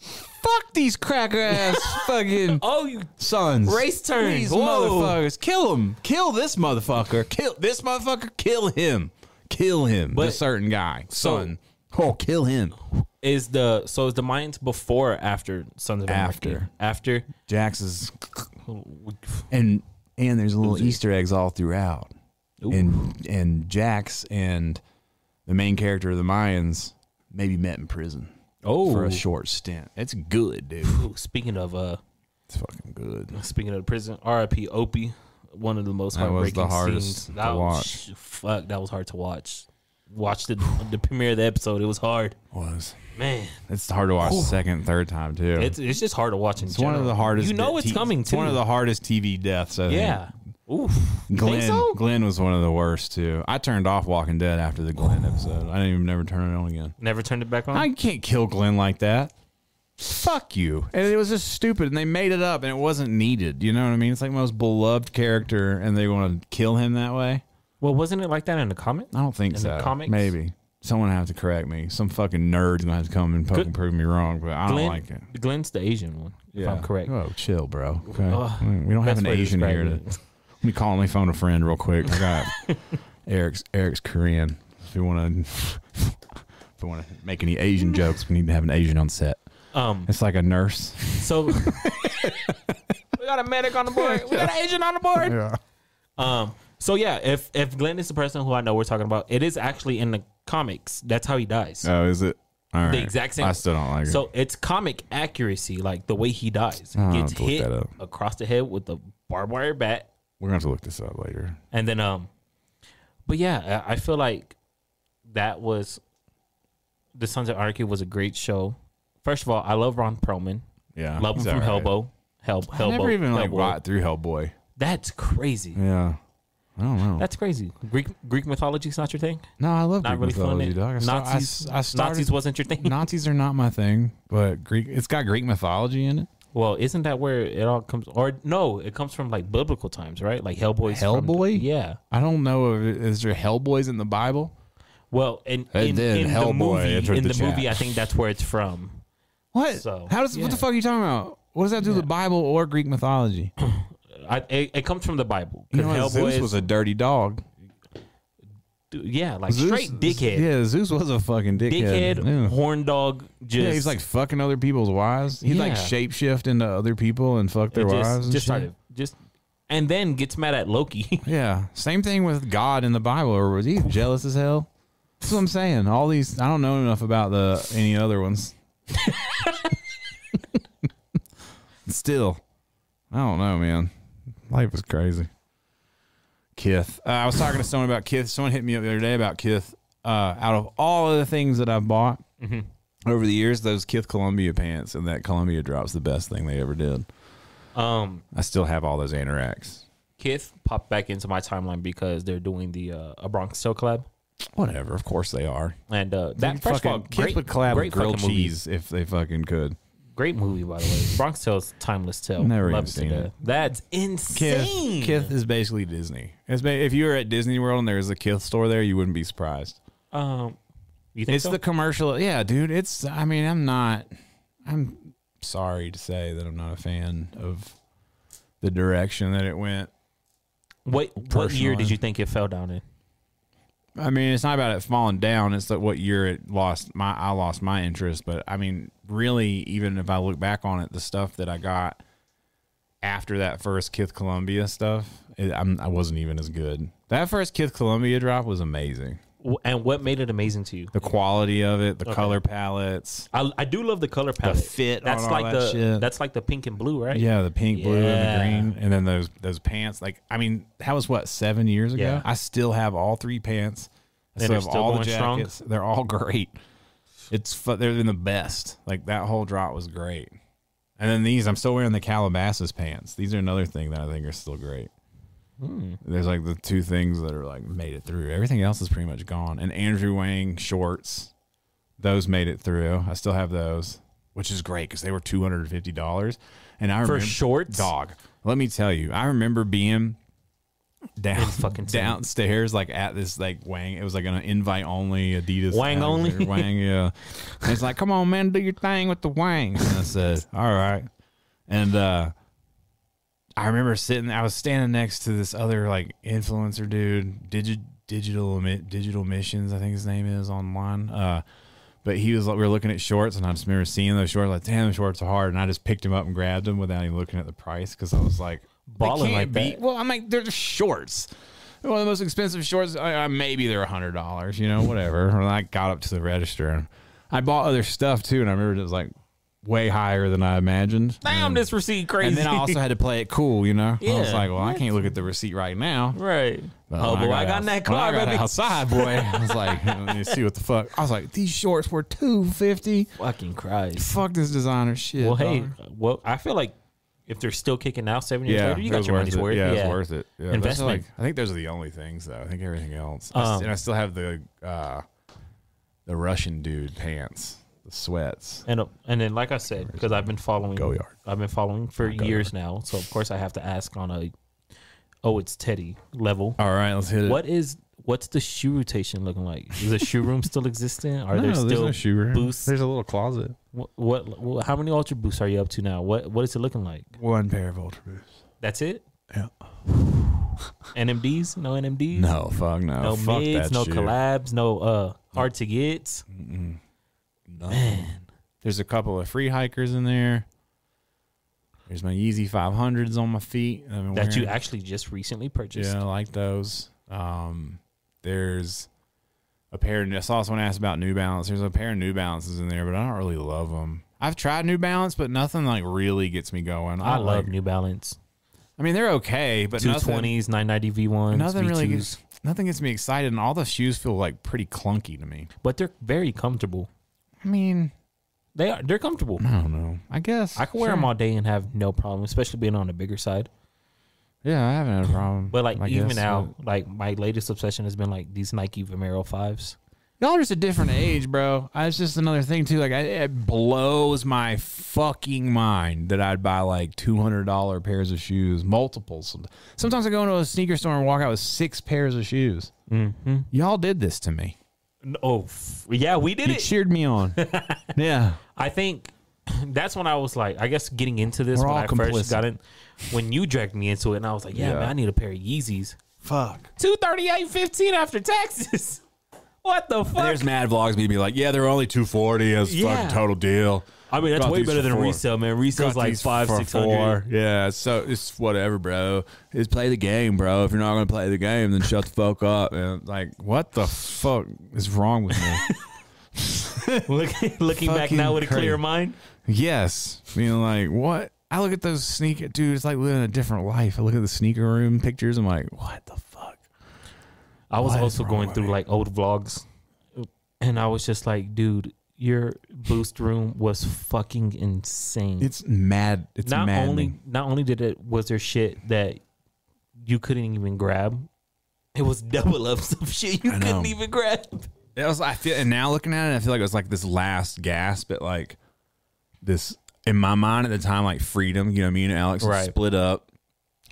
[SPEAKER 1] fuck these cracker ass fucking
[SPEAKER 2] oh, you
[SPEAKER 1] sons.
[SPEAKER 2] race turn.
[SPEAKER 1] These
[SPEAKER 2] Whoa.
[SPEAKER 1] motherfuckers, kill him! Kill this motherfucker! Kill this motherfucker! Kill him! Kill him!
[SPEAKER 2] But-
[SPEAKER 1] this certain guy, son. oh, kill him!
[SPEAKER 2] Is the so is the Mayans before or after Sons of Anarchy?
[SPEAKER 1] After.
[SPEAKER 2] After.
[SPEAKER 1] Jax is, and and there's little Easter eggs all throughout, and and Jax and the main character of the Mayans maybe met in prison
[SPEAKER 2] Oh.
[SPEAKER 1] for a short stint. It's good, dude.
[SPEAKER 2] Ooh, Speaking of uh,
[SPEAKER 1] It's fucking good.
[SPEAKER 2] Speaking of the prison, R.I.P. Opie. One of the most
[SPEAKER 1] That was
[SPEAKER 2] heartbreaking
[SPEAKER 1] the hardest
[SPEAKER 2] scenes.
[SPEAKER 1] to
[SPEAKER 2] That was- fuck, that was hard to watch. Watch the the premiere of the episode. It was hard,
[SPEAKER 1] Was
[SPEAKER 2] man.
[SPEAKER 1] it's hard to watch second, third time too.
[SPEAKER 2] It's it's just hard to watch. In
[SPEAKER 1] It's one of
[SPEAKER 2] general.
[SPEAKER 1] the hardest.
[SPEAKER 2] You know
[SPEAKER 1] bit-
[SPEAKER 2] it's
[SPEAKER 1] t-
[SPEAKER 2] coming
[SPEAKER 1] It's
[SPEAKER 2] too.
[SPEAKER 1] one of the hardest TV deaths. I
[SPEAKER 2] yeah. Oof.
[SPEAKER 1] think.
[SPEAKER 2] Think
[SPEAKER 1] Glenn.
[SPEAKER 2] so?
[SPEAKER 1] Glenn was one of the worst too. I turned off Walking Dead after the Glenn episode. I didn't even never turn it on again.
[SPEAKER 2] Never turned it back on.
[SPEAKER 1] I can't kill Glenn like that. Fuck you. And it was just stupid, and they made it up, and it wasn't needed. You know what I mean? It's like most beloved character, and they want to kill him that way.
[SPEAKER 2] well, wasn't it like that in the comment?
[SPEAKER 1] I don't think
[SPEAKER 2] In
[SPEAKER 1] so.
[SPEAKER 2] the comics?
[SPEAKER 1] Maybe someone have to correct me. Some fucking nerd's gonna have to come and poke
[SPEAKER 2] Good-
[SPEAKER 1] and prove me wrong, but I don't
[SPEAKER 2] Glenn,
[SPEAKER 1] like it.
[SPEAKER 2] Glenn's the Asian one. If I'm correct.
[SPEAKER 1] Oh, chill, bro. Okay.
[SPEAKER 2] Ugh.
[SPEAKER 1] we don't have
[SPEAKER 2] Best
[SPEAKER 1] an
[SPEAKER 2] way to
[SPEAKER 1] Asian
[SPEAKER 2] describe
[SPEAKER 1] here. To,
[SPEAKER 2] it.
[SPEAKER 1] let me call my phone a friend real quick. I got Eric's Eric's Korean. If you want to, if you want to make any Asian jokes, we need to have an Asian on set.
[SPEAKER 2] Um.
[SPEAKER 1] It's like a nurse.
[SPEAKER 2] So we got a medic on the board. We got an agent on the board.
[SPEAKER 6] Yeah.
[SPEAKER 2] Um. So yeah, if if Glenn is the person who I know we're talking about, it is actually in the comics. That's how he dies.
[SPEAKER 1] Oh, is it? All right.
[SPEAKER 2] the exact same.
[SPEAKER 1] I still don't like it.
[SPEAKER 2] So it's comic accuracy, like the way he dies.
[SPEAKER 1] Ah, I'll
[SPEAKER 2] He gets
[SPEAKER 1] have to look
[SPEAKER 2] hit
[SPEAKER 1] that up.
[SPEAKER 2] across the head with a barbed wire bat,
[SPEAKER 1] We're gonna have to look this up later.
[SPEAKER 2] and then um, but yeah, I I feel like that was the Sons of Anarchy was a great show. First of all, I love Ron Perlman.
[SPEAKER 1] Yeah,
[SPEAKER 2] love him
[SPEAKER 1] he's
[SPEAKER 2] from
[SPEAKER 1] all right.
[SPEAKER 2] Hellboy. Hel- Hellboy.
[SPEAKER 1] I never even like
[SPEAKER 2] Hellboy.
[SPEAKER 1] got through Hellboy.
[SPEAKER 2] That's crazy.
[SPEAKER 1] Yeah,
[SPEAKER 7] I
[SPEAKER 1] I
[SPEAKER 7] don't know.
[SPEAKER 2] That's crazy. Greek Greek mythology's not your thing.
[SPEAKER 1] No, I love
[SPEAKER 2] Not
[SPEAKER 1] Greek
[SPEAKER 2] really feeling
[SPEAKER 1] mythology,
[SPEAKER 2] it.
[SPEAKER 1] dog. I sta- I
[SPEAKER 2] Nazis,
[SPEAKER 1] s- I started-
[SPEAKER 2] Nazis wasn't your thing.
[SPEAKER 1] Nazis are not my thing, but Greek. It's got Greek mythology in it.
[SPEAKER 2] Well, isn't that where it all comes? Or no, it comes from like biblical times, right? Like Hellboy.
[SPEAKER 1] Hellboy?
[SPEAKER 2] yeah.
[SPEAKER 1] I don't know if it, is there Hellboys in the Bible.
[SPEAKER 2] Well, and
[SPEAKER 1] They
[SPEAKER 2] in,
[SPEAKER 1] did
[SPEAKER 2] in the
[SPEAKER 1] Hellboy
[SPEAKER 2] movie,
[SPEAKER 1] entered
[SPEAKER 2] in
[SPEAKER 1] the
[SPEAKER 2] the, movie,
[SPEAKER 1] chat.
[SPEAKER 2] I think that's where it's from.
[SPEAKER 1] What?
[SPEAKER 2] So,
[SPEAKER 1] How does what
[SPEAKER 2] yeah.
[SPEAKER 1] the fuck are you talking about? What does that do to the Bible or Greek mythology?
[SPEAKER 2] I, it, it comes from the Bible.
[SPEAKER 1] You
[SPEAKER 2] 'Cause
[SPEAKER 1] know what?
[SPEAKER 2] Hellboy
[SPEAKER 1] Zeus
[SPEAKER 2] is-
[SPEAKER 1] was a dirty dog.
[SPEAKER 2] yeah, like
[SPEAKER 1] Zeus-
[SPEAKER 2] straight dickhead,
[SPEAKER 1] Yeah, Zeus was a fucking dickhead.
[SPEAKER 2] dickhead,
[SPEAKER 1] Yeah.
[SPEAKER 2] horn dog. Just
[SPEAKER 1] Yeah, he's like fucking other people's wives. He'd like
[SPEAKER 2] Yeah.
[SPEAKER 1] shapeshift into other people and fuck their
[SPEAKER 2] just,
[SPEAKER 1] wives. And
[SPEAKER 2] just
[SPEAKER 1] shit.
[SPEAKER 2] started just, and then gets mad at Loki.
[SPEAKER 1] Yeah. Same thing with God in the Bible, or was he jealous as hell? That's what I'm saying. All these I don't know enough about the any other ones. Still. I don't know, man. Life is crazy. Kith. Uh, I was talking to someone about Kith. Someone hit me up the other day about Kith. Uh, out of all of the things that I've bought over the years, those Kith Columbia pants and that Columbia drop's the best thing they ever did.
[SPEAKER 2] um,
[SPEAKER 1] I still have all those anoraks.
[SPEAKER 2] Kith popped back into my timeline because they're doing the uh, a Bronx Tale collab,
[SPEAKER 1] Whatever. Of course they are.
[SPEAKER 2] and uh, that first of all, great,
[SPEAKER 1] would collab
[SPEAKER 2] great
[SPEAKER 1] with grilled
[SPEAKER 2] fucking movie.
[SPEAKER 1] cheese if they fucking could.
[SPEAKER 2] Great movie, by the way. Bronx Tale's timeless tale.
[SPEAKER 1] Never
[SPEAKER 2] Love
[SPEAKER 1] even seen
[SPEAKER 2] to
[SPEAKER 1] it.
[SPEAKER 2] death. That's insane.
[SPEAKER 1] Kith is basically Disney. It's ba- if you were at Disney World and there was a Kith store there, you wouldn't be surprised.
[SPEAKER 2] Um, you think
[SPEAKER 1] It's
[SPEAKER 2] so?
[SPEAKER 1] the commercial. Yeah, dude. It's. I mean, I'm not. I'm sorry to say that I'm not a fan of the direction that it went.
[SPEAKER 2] what what year
[SPEAKER 1] personally.
[SPEAKER 2] did you think it fell down in?
[SPEAKER 1] I mean, it's not about it falling down. It's that what year it lost my I lost my interest. But I mean, really, even if I look back on it, the stuff that I got after that first Kith Columbia stuff, it, I'm, I wasn't even as good. That first Kith Columbia drop was amazing.
[SPEAKER 2] W- And what made it amazing to you?
[SPEAKER 1] The quality of it, the color palettes,
[SPEAKER 2] I, I do love the color palette.
[SPEAKER 1] fit on
[SPEAKER 2] That's
[SPEAKER 1] all
[SPEAKER 2] like
[SPEAKER 1] that
[SPEAKER 2] the
[SPEAKER 1] shit.
[SPEAKER 2] that's like the pink and blue, right?
[SPEAKER 1] yeah, the pink, blue,
[SPEAKER 2] Yeah.
[SPEAKER 1] and the green, and then those those pants. Like, I mean, that was what seven years ago.
[SPEAKER 2] Yeah.
[SPEAKER 1] I still have all three pants. I
[SPEAKER 2] And
[SPEAKER 1] still
[SPEAKER 2] they're
[SPEAKER 1] have
[SPEAKER 2] still
[SPEAKER 1] all the
[SPEAKER 2] going strong?
[SPEAKER 1] jackets. They're all great. It's fu- they're been the best. Like that whole drop was great. And then these, I'm still wearing the Calabasas pants. These are another thing that I think are still great. There's like the two things that are like made it through. Everything else is pretty much gone. And Andrew Wang shorts, those made it through. I still have those, which is great because they were two hundred and fifty dollars. And I
[SPEAKER 2] For
[SPEAKER 1] remember
[SPEAKER 2] shorts?
[SPEAKER 1] dog. Let me tell you, I remember being down
[SPEAKER 2] fucking team.
[SPEAKER 1] downstairs like at this like Wang. It was like an invite only Adidas.
[SPEAKER 2] Wang
[SPEAKER 1] house
[SPEAKER 2] only?
[SPEAKER 1] or Wang, yeah. And it's like, come on, man, do your thing with the Wang. And I said, all right. And uh I remember sitting. I was standing next to this other like influencer dude, digi- digital Mi- digital missions. I think his name is online. Uh, but he was like, we were looking at shorts, and I just remember seeing those shorts. Like, damn, the shorts are hard. And I just picked him up and grabbed him without even looking at the price because I was like, they
[SPEAKER 2] Ballin'
[SPEAKER 1] can't
[SPEAKER 2] like
[SPEAKER 1] be-
[SPEAKER 2] that.
[SPEAKER 1] Well, I'm like, they're just shorts. They're One of the most expensive shorts. I, I, maybe they're a hundred dollars. You know, whatever. and I got up to the register. and I bought other stuff too, and I remember it was like way higher than I imagined.
[SPEAKER 2] Damn, this receipt
[SPEAKER 1] Mm.
[SPEAKER 2] crazy.
[SPEAKER 1] And then I also had to play it cool, you know. I was
[SPEAKER 2] Yeah.
[SPEAKER 1] like, well, I can't look at the receipt right now.
[SPEAKER 2] right.
[SPEAKER 1] But
[SPEAKER 2] oh,
[SPEAKER 1] when
[SPEAKER 2] boy, I got in
[SPEAKER 1] outs-
[SPEAKER 2] that
[SPEAKER 1] when
[SPEAKER 2] car,
[SPEAKER 1] I got
[SPEAKER 2] baby.
[SPEAKER 1] outside, boy. I was like, let me see what the fuck. I was like, these shorts were two fifty.
[SPEAKER 2] Fucking Christ.
[SPEAKER 1] Fuck this designer shit.
[SPEAKER 2] Well, hey,
[SPEAKER 1] dog.
[SPEAKER 2] well, I feel like if they're still kicking out seven years
[SPEAKER 1] yeah,
[SPEAKER 2] later, you
[SPEAKER 1] it
[SPEAKER 2] got
[SPEAKER 1] was
[SPEAKER 2] your
[SPEAKER 1] worth
[SPEAKER 2] money's
[SPEAKER 1] it.
[SPEAKER 2] worth.
[SPEAKER 1] Yeah, it's worth it. Yeah, those are
[SPEAKER 2] Investment.
[SPEAKER 1] like- I think those are the only things though. I think everything else, I s-
[SPEAKER 2] Um,
[SPEAKER 1] and I still have the uh, the Russian dude pants, the sweats.
[SPEAKER 2] And uh, and then, like I said, because I've been following,
[SPEAKER 1] Go yard.
[SPEAKER 2] I've been following for years now, so of course I have to ask on a, oh, it's Teddy level.
[SPEAKER 1] All right, let's hit it.
[SPEAKER 2] What is what's the shoe rotation looking like? Is the shoe room still existent? Are
[SPEAKER 1] No,
[SPEAKER 2] there
[SPEAKER 1] there's
[SPEAKER 2] still
[SPEAKER 1] no shoe room.
[SPEAKER 2] boosts?
[SPEAKER 1] There's a little closet.
[SPEAKER 2] What, what, what? How many ultra boosts are you up to now? What what is it looking like?
[SPEAKER 8] One pair of Ultra Boosts.
[SPEAKER 2] That's it.
[SPEAKER 8] Yeah.
[SPEAKER 2] NMDs? No NMDs.
[SPEAKER 1] No, fuck no.
[SPEAKER 2] No
[SPEAKER 1] fuck
[SPEAKER 2] mids.
[SPEAKER 1] that
[SPEAKER 2] No
[SPEAKER 1] shit.
[SPEAKER 2] collabs. No uh hard to get.
[SPEAKER 1] There's a couple of free hikers in there. There's my Yeezy 500s on my feet. I've been
[SPEAKER 2] That you
[SPEAKER 1] wearing.
[SPEAKER 2] actually just recently purchased.
[SPEAKER 1] yeah, I like those. Um, there's a pair. I saw someone ask about New Balance. There's a pair of New Balances in there, but I don't really love them. I've tried New Balance, but nothing like really gets me going.
[SPEAKER 2] I love
[SPEAKER 1] like-
[SPEAKER 2] New Balance.
[SPEAKER 1] I mean, they're okay, but
[SPEAKER 2] Two
[SPEAKER 1] nothing.
[SPEAKER 2] twenties, nine ninety V ones,
[SPEAKER 1] Nothing really
[SPEAKER 2] V2s,
[SPEAKER 1] gets nothing gets me excited, and all the shoes feel like pretty clunky to me.
[SPEAKER 2] but they're very comfortable.
[SPEAKER 1] I mean,
[SPEAKER 2] They are they're comfortable.
[SPEAKER 1] I don't know. I guess
[SPEAKER 2] I can wear
[SPEAKER 1] sure.
[SPEAKER 2] them all day and have no problem, especially being on the bigger side.
[SPEAKER 1] Yeah, I haven't had a problem.
[SPEAKER 2] But like
[SPEAKER 1] I
[SPEAKER 2] even
[SPEAKER 1] guess,
[SPEAKER 2] now, like my latest obsession has been like these Nike Vomero fives.
[SPEAKER 1] but- y'all are just a different age, bro. That's just another thing too. Like I, it blows my fucking mind that I'd buy like two hundred dollar pairs of shoes, multiples. Sometimes I go into a sneaker store and walk out with six pairs of shoes. Mm-hmm. Y'all did this to me.
[SPEAKER 2] Oh f- yeah, we did
[SPEAKER 1] You
[SPEAKER 2] it.
[SPEAKER 1] cheered me on. yeah.
[SPEAKER 2] I think that's when I was like, I guess getting into this
[SPEAKER 1] We're
[SPEAKER 2] when
[SPEAKER 1] all
[SPEAKER 2] I
[SPEAKER 1] complicit.
[SPEAKER 2] first got in, when you dragged me into it, and I was like, yeah, man, I need a pair of Yeezys.
[SPEAKER 9] Fuck.
[SPEAKER 2] Two thirty eight fifteen after taxes. What the fuck?
[SPEAKER 1] There's mad vlogs me be like, yeah, they're only two forty as
[SPEAKER 2] Yeah.
[SPEAKER 1] fucking total deal.
[SPEAKER 2] I mean, that's
[SPEAKER 1] Got
[SPEAKER 2] way
[SPEAKER 1] these
[SPEAKER 2] better
[SPEAKER 1] for
[SPEAKER 2] than
[SPEAKER 1] four.
[SPEAKER 2] resale, man. Resale's
[SPEAKER 1] Got
[SPEAKER 2] like
[SPEAKER 1] these
[SPEAKER 2] five
[SPEAKER 1] for
[SPEAKER 2] six
[SPEAKER 1] four.
[SPEAKER 2] hundred.
[SPEAKER 1] Yeah, so it's whatever, bro. It's play the game, bro. If you're not gonna play the game, then shut the fuck up. And like, what the fuck is wrong with me?
[SPEAKER 2] Look, looking back
[SPEAKER 1] Fucking
[SPEAKER 2] now with a
[SPEAKER 1] crazy.
[SPEAKER 2] clear mind.
[SPEAKER 1] yes, being like, what? I look at those sneaker, dude. It's like living a different life. I look at the sneaker room pictures. I'm like, what the fuck?
[SPEAKER 2] I was
[SPEAKER 1] What is
[SPEAKER 2] also
[SPEAKER 1] wrong
[SPEAKER 2] going
[SPEAKER 1] with
[SPEAKER 2] through
[SPEAKER 1] me?
[SPEAKER 2] like old vlogs, and I was just like, dude, your boost room was fucking insane.
[SPEAKER 1] It's mad. It's
[SPEAKER 2] not
[SPEAKER 1] maddening.
[SPEAKER 2] only not only did it was there shit that you couldn't even grab. It was double ups of shit you
[SPEAKER 1] I know.
[SPEAKER 2] couldn't even grab.
[SPEAKER 1] It was. I feel, and now looking at it, I feel like it was like this last gasp at like this in my mind at the time, like freedom. You know, me and Alex had
[SPEAKER 2] Right.
[SPEAKER 1] split up,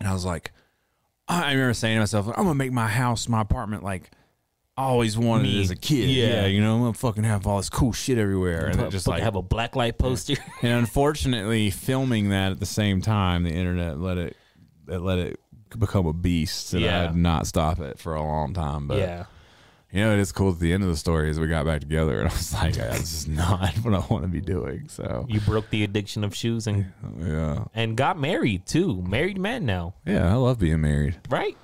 [SPEAKER 1] and I was like, I remember saying to myself, I'm gonna make my house, my apartment, like I always wanted it
[SPEAKER 2] Me.
[SPEAKER 1] as a kid.
[SPEAKER 2] Yeah.
[SPEAKER 1] you know, I'm gonna fucking have all this cool shit everywhere, and it
[SPEAKER 2] But
[SPEAKER 1] just
[SPEAKER 2] just
[SPEAKER 1] like.
[SPEAKER 2] have a black light poster.
[SPEAKER 1] and unfortunately, filming that at the same time, the internet let it, it let it become a beast, and I
[SPEAKER 2] Yeah.
[SPEAKER 1] had not stop it for a long time. But
[SPEAKER 2] yeah.
[SPEAKER 1] you know, it is cool at the end of the story is we got back together and I was like, "Yeah, this is not what I want to be doing. So,
[SPEAKER 2] You broke the addiction of shoes and
[SPEAKER 1] yeah.
[SPEAKER 2] and got married too. Married man now,
[SPEAKER 1] Yeah, I love being married.
[SPEAKER 2] right?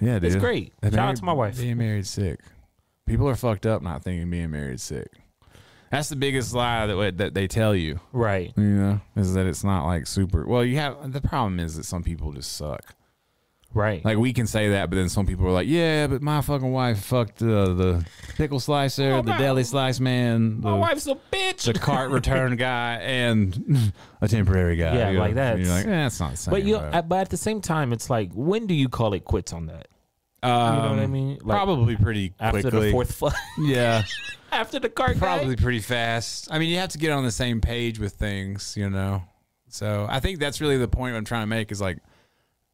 [SPEAKER 1] Yeah, dude.
[SPEAKER 2] It's great.
[SPEAKER 1] And
[SPEAKER 2] Shout out
[SPEAKER 1] married-
[SPEAKER 2] to my wife.
[SPEAKER 1] Being married sick. People are fucked up not thinking being married sick. That's the biggest lie that, that they tell you,
[SPEAKER 2] Right.
[SPEAKER 1] you know, is that it's not like super. Well, you have the problem is that some people just suck.
[SPEAKER 2] Right.
[SPEAKER 1] Like we can say that, but then some people are like, "Yeah, but my fucking wife fucked uh, the pickle slicer,
[SPEAKER 2] Oh,
[SPEAKER 1] the
[SPEAKER 2] no.
[SPEAKER 1] deli slice man,
[SPEAKER 2] my
[SPEAKER 1] the
[SPEAKER 2] wife's a bitch.
[SPEAKER 1] the cart return guy and a temporary guy.
[SPEAKER 2] Yeah,
[SPEAKER 1] you know?
[SPEAKER 2] like that.
[SPEAKER 1] You're like, eh, that's not the same.
[SPEAKER 2] but you,
[SPEAKER 1] bro."
[SPEAKER 2] at- but at the same time, it's like, when do you call it quits on that? You know what I
[SPEAKER 1] Um,
[SPEAKER 2] mean? Like,
[SPEAKER 1] probably pretty
[SPEAKER 2] after
[SPEAKER 1] quickly.
[SPEAKER 2] the fourth, fu-
[SPEAKER 1] yeah,
[SPEAKER 2] after the cart,
[SPEAKER 1] probably pretty fast. I mean, you have to get on the same page with things, you know. So I think that's really the point I'm trying to make is like,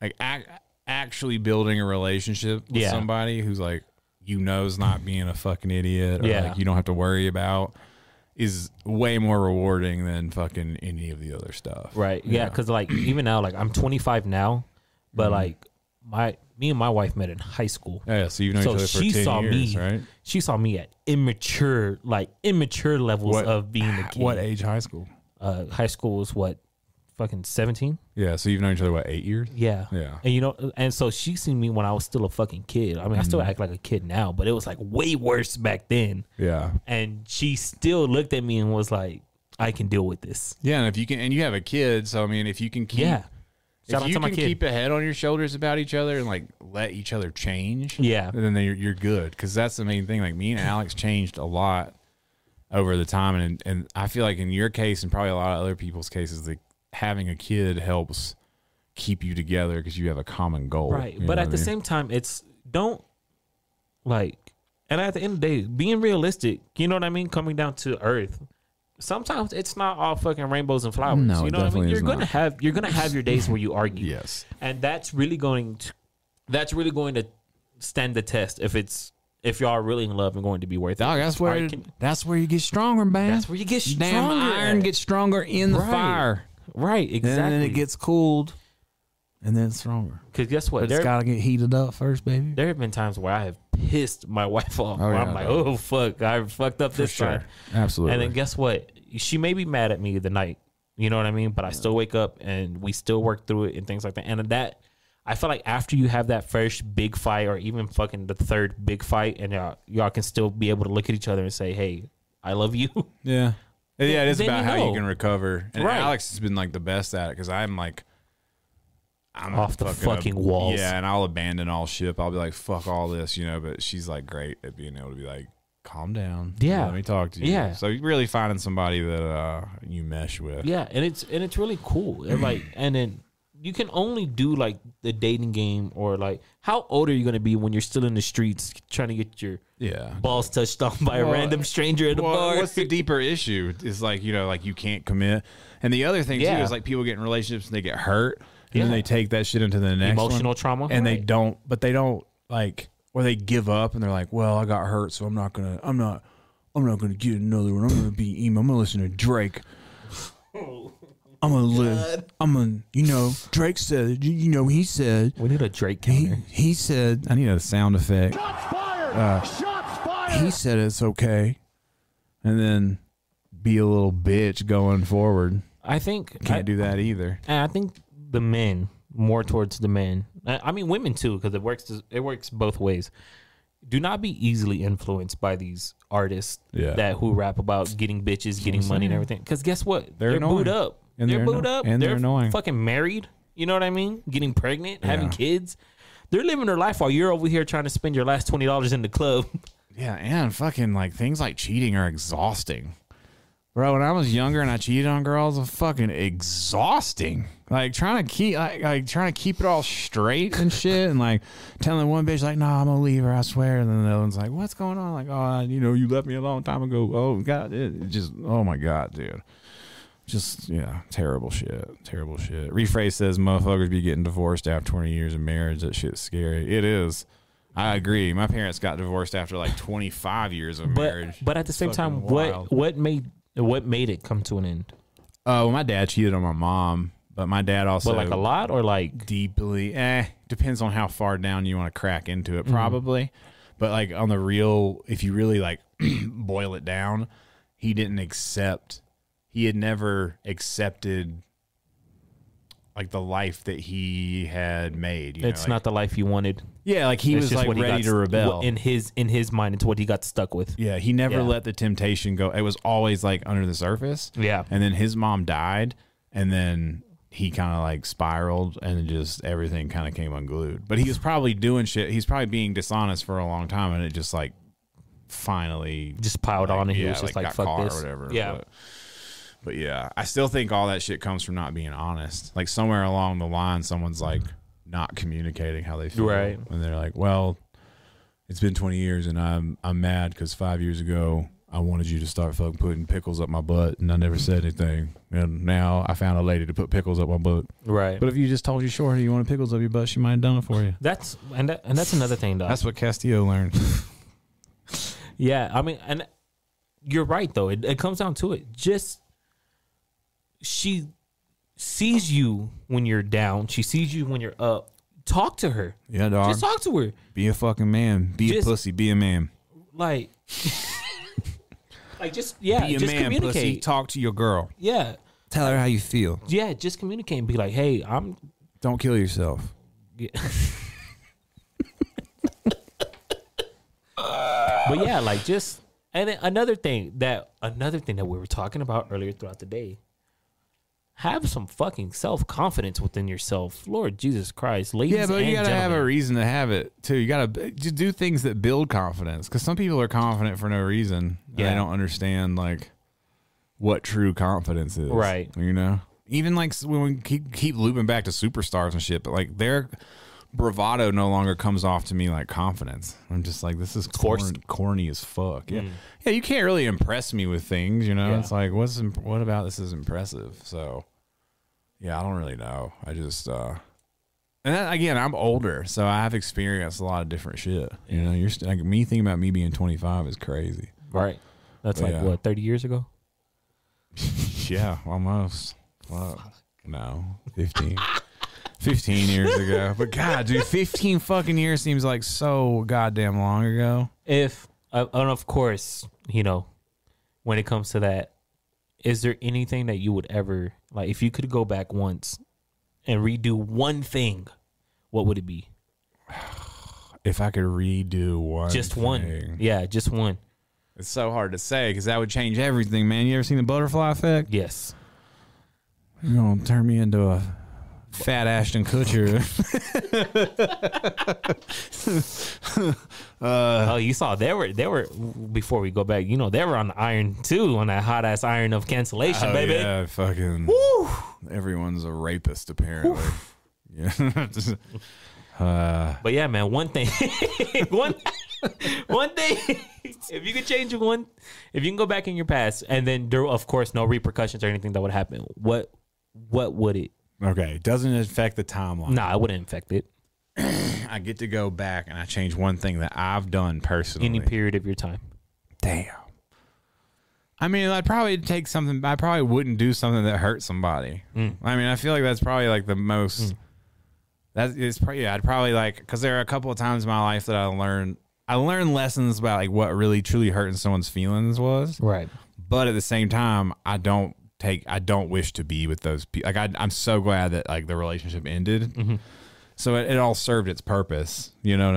[SPEAKER 1] like ac- actually building a relationship with
[SPEAKER 2] Yeah.
[SPEAKER 1] somebody who's like you know's not being a fucking idiot or
[SPEAKER 2] Yeah.
[SPEAKER 1] like you don't have to worry about is way more rewarding than fucking any of the other stuff.
[SPEAKER 2] Right. Yeah. Cause like even now, like I'm 25 now, but like my, me and my wife met in high school.
[SPEAKER 1] Mm-hmm. Yeah, yeah, so you've known each
[SPEAKER 2] So
[SPEAKER 1] other for
[SPEAKER 2] she
[SPEAKER 1] ten
[SPEAKER 2] saw
[SPEAKER 1] years,
[SPEAKER 2] me,
[SPEAKER 1] right?
[SPEAKER 2] She saw me at immature, like immature levels
[SPEAKER 1] What-
[SPEAKER 2] of being a kid.
[SPEAKER 1] What age high school?
[SPEAKER 2] Uh, high school was what, fucking 17?
[SPEAKER 1] Yeah, so you've known each other what eight years?
[SPEAKER 2] Yeah.
[SPEAKER 1] Yeah.
[SPEAKER 2] And you know, and so she seen me when I was still a fucking kid. I mean, I still
[SPEAKER 1] Mm-hmm.
[SPEAKER 2] act like a kid now, but it was like way worse back then.
[SPEAKER 1] Yeah,
[SPEAKER 2] And she still looked at me and was like, I can deal with this.
[SPEAKER 1] yeah, and if you can, and you have a kid, so I mean, if you can keep,
[SPEAKER 2] Yeah.
[SPEAKER 1] if
[SPEAKER 2] Shout out
[SPEAKER 1] you
[SPEAKER 2] to my
[SPEAKER 1] can
[SPEAKER 2] kid.
[SPEAKER 1] keep a head on your shoulders about each other and like let each other change,
[SPEAKER 2] Yeah.
[SPEAKER 1] then you're you're good because that's the main thing. Like me and Alex changed a lot over the time, and and I feel like in your case and probably a lot of other people's cases, like having a kid helps keep you together because you have a common goal,
[SPEAKER 2] Right.
[SPEAKER 1] You know
[SPEAKER 2] But
[SPEAKER 1] what
[SPEAKER 2] at
[SPEAKER 1] I
[SPEAKER 2] the
[SPEAKER 1] mean?
[SPEAKER 2] same time, it's don't like, and at the end of the day, being realistic, you know what I mean? Coming down to earth. Sometimes it's not all fucking rainbows and flowers.
[SPEAKER 1] No,
[SPEAKER 2] you
[SPEAKER 1] it
[SPEAKER 2] know what I mean?
[SPEAKER 1] definitely
[SPEAKER 2] You're
[SPEAKER 1] is
[SPEAKER 2] gonna
[SPEAKER 1] not.
[SPEAKER 2] have you're gonna have your days where you argue.
[SPEAKER 1] Yes.
[SPEAKER 2] And that's really going to that's really going to stand the test if it's if y'all are really in love and going to be worth
[SPEAKER 1] Dog,
[SPEAKER 2] it.
[SPEAKER 1] that's where
[SPEAKER 2] Arguing.
[SPEAKER 1] that's where you get stronger, man.
[SPEAKER 2] That's where you get
[SPEAKER 1] Damn
[SPEAKER 2] stronger
[SPEAKER 1] iron
[SPEAKER 2] at.
[SPEAKER 1] gets stronger in the
[SPEAKER 2] Right.
[SPEAKER 1] fire.
[SPEAKER 2] Right, exactly.
[SPEAKER 1] And then it gets cooled, and then it's stronger.
[SPEAKER 2] Because guess what?
[SPEAKER 10] But it's
[SPEAKER 2] There,
[SPEAKER 10] got to get heated up first, baby.
[SPEAKER 2] there have been times where I have pissed my wife off.
[SPEAKER 1] Oh,
[SPEAKER 2] where
[SPEAKER 1] yeah,
[SPEAKER 2] I'm like,
[SPEAKER 1] no.
[SPEAKER 2] oh fuck, I fucked up this time.
[SPEAKER 1] absolutely.
[SPEAKER 2] And then guess what? She may be mad at me the night. You know what I mean? But I still wake up and we still work through it and things like that. And that I feel like after you have that first big fight or even fucking the third big fight and y'all, y'all can still be able to look at each other and say, Hey, I love you.
[SPEAKER 1] yeah, yeah, it is
[SPEAKER 2] then
[SPEAKER 1] about
[SPEAKER 2] you
[SPEAKER 1] how
[SPEAKER 2] know.
[SPEAKER 1] you can recover. And
[SPEAKER 2] Right.
[SPEAKER 1] Alex has been like the best at it because I'm like, I'm
[SPEAKER 2] Off the fucking walls.
[SPEAKER 1] Yeah, and I'll abandon all ship. I'll be like, fuck all this, you know. But she's like great at being able to be like, calm down.
[SPEAKER 2] Yeah.
[SPEAKER 1] let me talk to you.
[SPEAKER 2] Yeah.
[SPEAKER 1] So you're really finding somebody that uh you mesh with.
[SPEAKER 2] yeah. And it's, and it's really cool. And like, and then you can only do like the dating game or like how old are you gonna be when you're still in the streets trying to get your
[SPEAKER 1] Yeah.
[SPEAKER 2] balls touched on by a
[SPEAKER 1] Well,
[SPEAKER 2] random stranger at a
[SPEAKER 1] Well,
[SPEAKER 2] bar?
[SPEAKER 1] what's the deeper issue? Is like you know, like you can't commit, and the other thing too
[SPEAKER 2] Yeah.
[SPEAKER 1] is like people get in relationships and they get hurt, and then
[SPEAKER 2] Yeah.
[SPEAKER 1] they take that shit into the next
[SPEAKER 2] Emotional
[SPEAKER 1] one,
[SPEAKER 2] trauma,
[SPEAKER 1] and they
[SPEAKER 2] right.
[SPEAKER 1] don't, but they don't like, or they give up and they're like, well, I got hurt, so I'm not gonna, I'm not, I'm not gonna get another one. I'm gonna be emo. I'm gonna listen to Drake. I'm gonna live. I'm gonna, you know, Drake said, you you know, he said,
[SPEAKER 2] we need a Drake
[SPEAKER 1] he,
[SPEAKER 2] counter.
[SPEAKER 1] he said, I need a sound effect. He said it's okay, and then be a little bitch going forward.
[SPEAKER 2] I think
[SPEAKER 1] Can't
[SPEAKER 2] I-
[SPEAKER 1] do that either.
[SPEAKER 2] And I think the men more towards the men. I, I mean, women too, because it works. It works both ways. Do not be easily influenced by these artists
[SPEAKER 1] Yeah.
[SPEAKER 2] that who rap about getting bitches, getting money, and everything. Because guess what?
[SPEAKER 1] They're
[SPEAKER 2] booed
[SPEAKER 1] annoying.
[SPEAKER 2] up.
[SPEAKER 1] And
[SPEAKER 2] they're
[SPEAKER 1] they're
[SPEAKER 2] booed
[SPEAKER 1] anno-
[SPEAKER 2] up.
[SPEAKER 1] and they're annoying.
[SPEAKER 2] Fucking married. You know what I mean? Getting pregnant, having kids. They're living their life while you're over here trying to spend your last twenty dollars in the club.
[SPEAKER 1] Yeah, and fucking like things like cheating are exhausting. Bro, when I was younger and I cheated on girls, it was fucking exhausting. Like trying to keep like, like trying to keep it all straight and shit and like telling one bitch like, nah, I'm gonna leave her, I swear. And then the other one's like, What's going on? Like, oh you know, you left me a long time ago. Oh god, it it just oh my god, dude. Just yeah, terrible shit. Terrible shit. Rephrase says motherfuckers be getting divorced after twenty years of marriage. That shit's scary. It is. I agree. My parents got divorced after like twenty five years of
[SPEAKER 2] But
[SPEAKER 1] marriage.
[SPEAKER 2] but at the same time,
[SPEAKER 1] fucking wild.
[SPEAKER 2] what what made what made it come to an end?
[SPEAKER 1] Oh, well, my dad cheated on my mom, but my dad also
[SPEAKER 2] But like a lot or like
[SPEAKER 1] deeply. Eh, depends on how far down you want to crack into
[SPEAKER 2] Mm-hmm.
[SPEAKER 1] it, probably. But like on the real, if you really like boil it down, he didn't accept. He had never accepted like the life that he had made. you
[SPEAKER 2] it's
[SPEAKER 1] know, like-
[SPEAKER 2] not the life you wanted.
[SPEAKER 1] Yeah, like he
[SPEAKER 2] It's
[SPEAKER 1] was
[SPEAKER 2] just
[SPEAKER 1] like
[SPEAKER 2] what he
[SPEAKER 1] ready
[SPEAKER 2] got
[SPEAKER 1] to
[SPEAKER 2] st-
[SPEAKER 1] rebel.
[SPEAKER 2] what- in his in his mind. It's what he got stuck with.
[SPEAKER 1] Yeah, he never
[SPEAKER 2] Yeah.
[SPEAKER 1] let the temptation go. It was always like under the surface.
[SPEAKER 2] Yeah.
[SPEAKER 1] And then his mom died, and then he kind of like spiraled, and it just everything kind of came unglued. But he was probably doing shit. He's probably being dishonest for a long time, and it just like finally
[SPEAKER 2] Just piled on, and he
[SPEAKER 1] yeah,
[SPEAKER 2] was just like,
[SPEAKER 1] got
[SPEAKER 2] "Fuck
[SPEAKER 1] caught
[SPEAKER 2] this."
[SPEAKER 1] or whatever.
[SPEAKER 2] yeah,
[SPEAKER 1] But, but yeah, I still think all that shit comes from not being honest. Like somewhere along the line, someone's like not communicating how they feel,
[SPEAKER 2] Right.
[SPEAKER 1] And they're like, "Well, it's been 20 years, and I'm I'm mad because five years ago." I wanted you to start fucking putting pickles up my butt, and I never said anything. And now I found a lady to put pickles up my butt.
[SPEAKER 2] right.
[SPEAKER 1] But if you just told you short, you want pickles up your butt, she might have done it for you.
[SPEAKER 2] that's and that, and that's another thing though.
[SPEAKER 1] That's what Castillo learned.
[SPEAKER 2] yeah, I mean, and you're right though. It, it comes down to it. Just she sees you when you're down. She sees you when you're up. Talk to her.
[SPEAKER 1] yeah, dog.
[SPEAKER 2] Just talk to her.
[SPEAKER 1] be a fucking man. Be
[SPEAKER 2] Just-
[SPEAKER 1] a pussy. Be a man.
[SPEAKER 2] Like, like just yeah, just communicate.
[SPEAKER 1] Talk to your girl.
[SPEAKER 2] Yeah,
[SPEAKER 1] Tell her how you feel.
[SPEAKER 2] yeah, just communicate and be like, hey, I'm
[SPEAKER 1] Don't kill yourself.
[SPEAKER 2] Yeah. but yeah, like just and then another thing that another thing that we were talking about earlier throughout the day. Have some fucking self confidence within yourself, Lord Jesus Christ, ladies.
[SPEAKER 1] Yeah, but
[SPEAKER 2] and
[SPEAKER 1] you gotta have a
[SPEAKER 2] gentlemen.
[SPEAKER 1] reason to have it too. You gotta b- just do things that build confidence because some people are confident for no reason. and
[SPEAKER 2] Yeah.
[SPEAKER 1] they don't understand like what true confidence is.
[SPEAKER 2] Right.
[SPEAKER 1] You know, even like s- when we keep keep looping back to superstars and shit, but like their bravado no longer comes off to me like confidence. I'm just like, this is corn,
[SPEAKER 2] Forced.
[SPEAKER 1] corny as fuck. Yeah, yeah. You can't really impress me with things. You know,
[SPEAKER 2] Mm. Yeah.
[SPEAKER 1] it's like what's imp- what about this is impressive. So. Yeah, I don't really know. I just uh and that, again, I'm older, so I have experienced a lot of different shit. You know, you're st- like me thinking about me being 25 is crazy.
[SPEAKER 2] right. That's like
[SPEAKER 1] Yeah.
[SPEAKER 2] what thirty years ago.
[SPEAKER 1] Yeah, almost. Fuck. No, 15. 15 years ago. But God, dude, 15 fucking years seems like so goddamn long ago.
[SPEAKER 2] If uh, and of course, you know, when it comes to that, is there anything that you would ever like? If you could go back once and redo one thing, what would it be?
[SPEAKER 1] If I could redo one,
[SPEAKER 2] just one.
[SPEAKER 1] thing-
[SPEAKER 2] Yeah, just one.
[SPEAKER 1] It's so hard to say because that would change everything, man. You ever seen the butterfly effect?
[SPEAKER 2] Yes.
[SPEAKER 1] You're gonna turn me into a Fat Ashton Kutcher. Uh.
[SPEAKER 2] oh, you saw they were they were before we go back. You know they were on the iron too on that hot ass iron of cancellation,
[SPEAKER 1] Oh,
[SPEAKER 2] baby.
[SPEAKER 1] Yeah, fucking. Everyone's a rapist apparently. Yeah.
[SPEAKER 2] But yeah, man, one thing, one, one thing. If you could change one, if you can go back in your past, and then there, were, of course, no repercussions or anything that would happen. What, what would it?
[SPEAKER 1] okay, doesn't affect the timeline.
[SPEAKER 2] Nah, I wouldn't infect it.
[SPEAKER 1] I get to go back and I change one thing that I've done personally.
[SPEAKER 2] Any period of your time.
[SPEAKER 1] Damn. I mean, I'd probably take something. I probably wouldn't do something that hurt somebody. I mean, I feel like that's probably like the most. That is probably. Yeah, I'd probably like because there are a couple of times in my life that I learned. I learned lessons about like what really truly hurting someone's feelings was.
[SPEAKER 2] Right.
[SPEAKER 1] but at the same time i don't take i don't wish to be with those people like I, i'm so glad that like the relationship ended so it, it all served its purpose you know what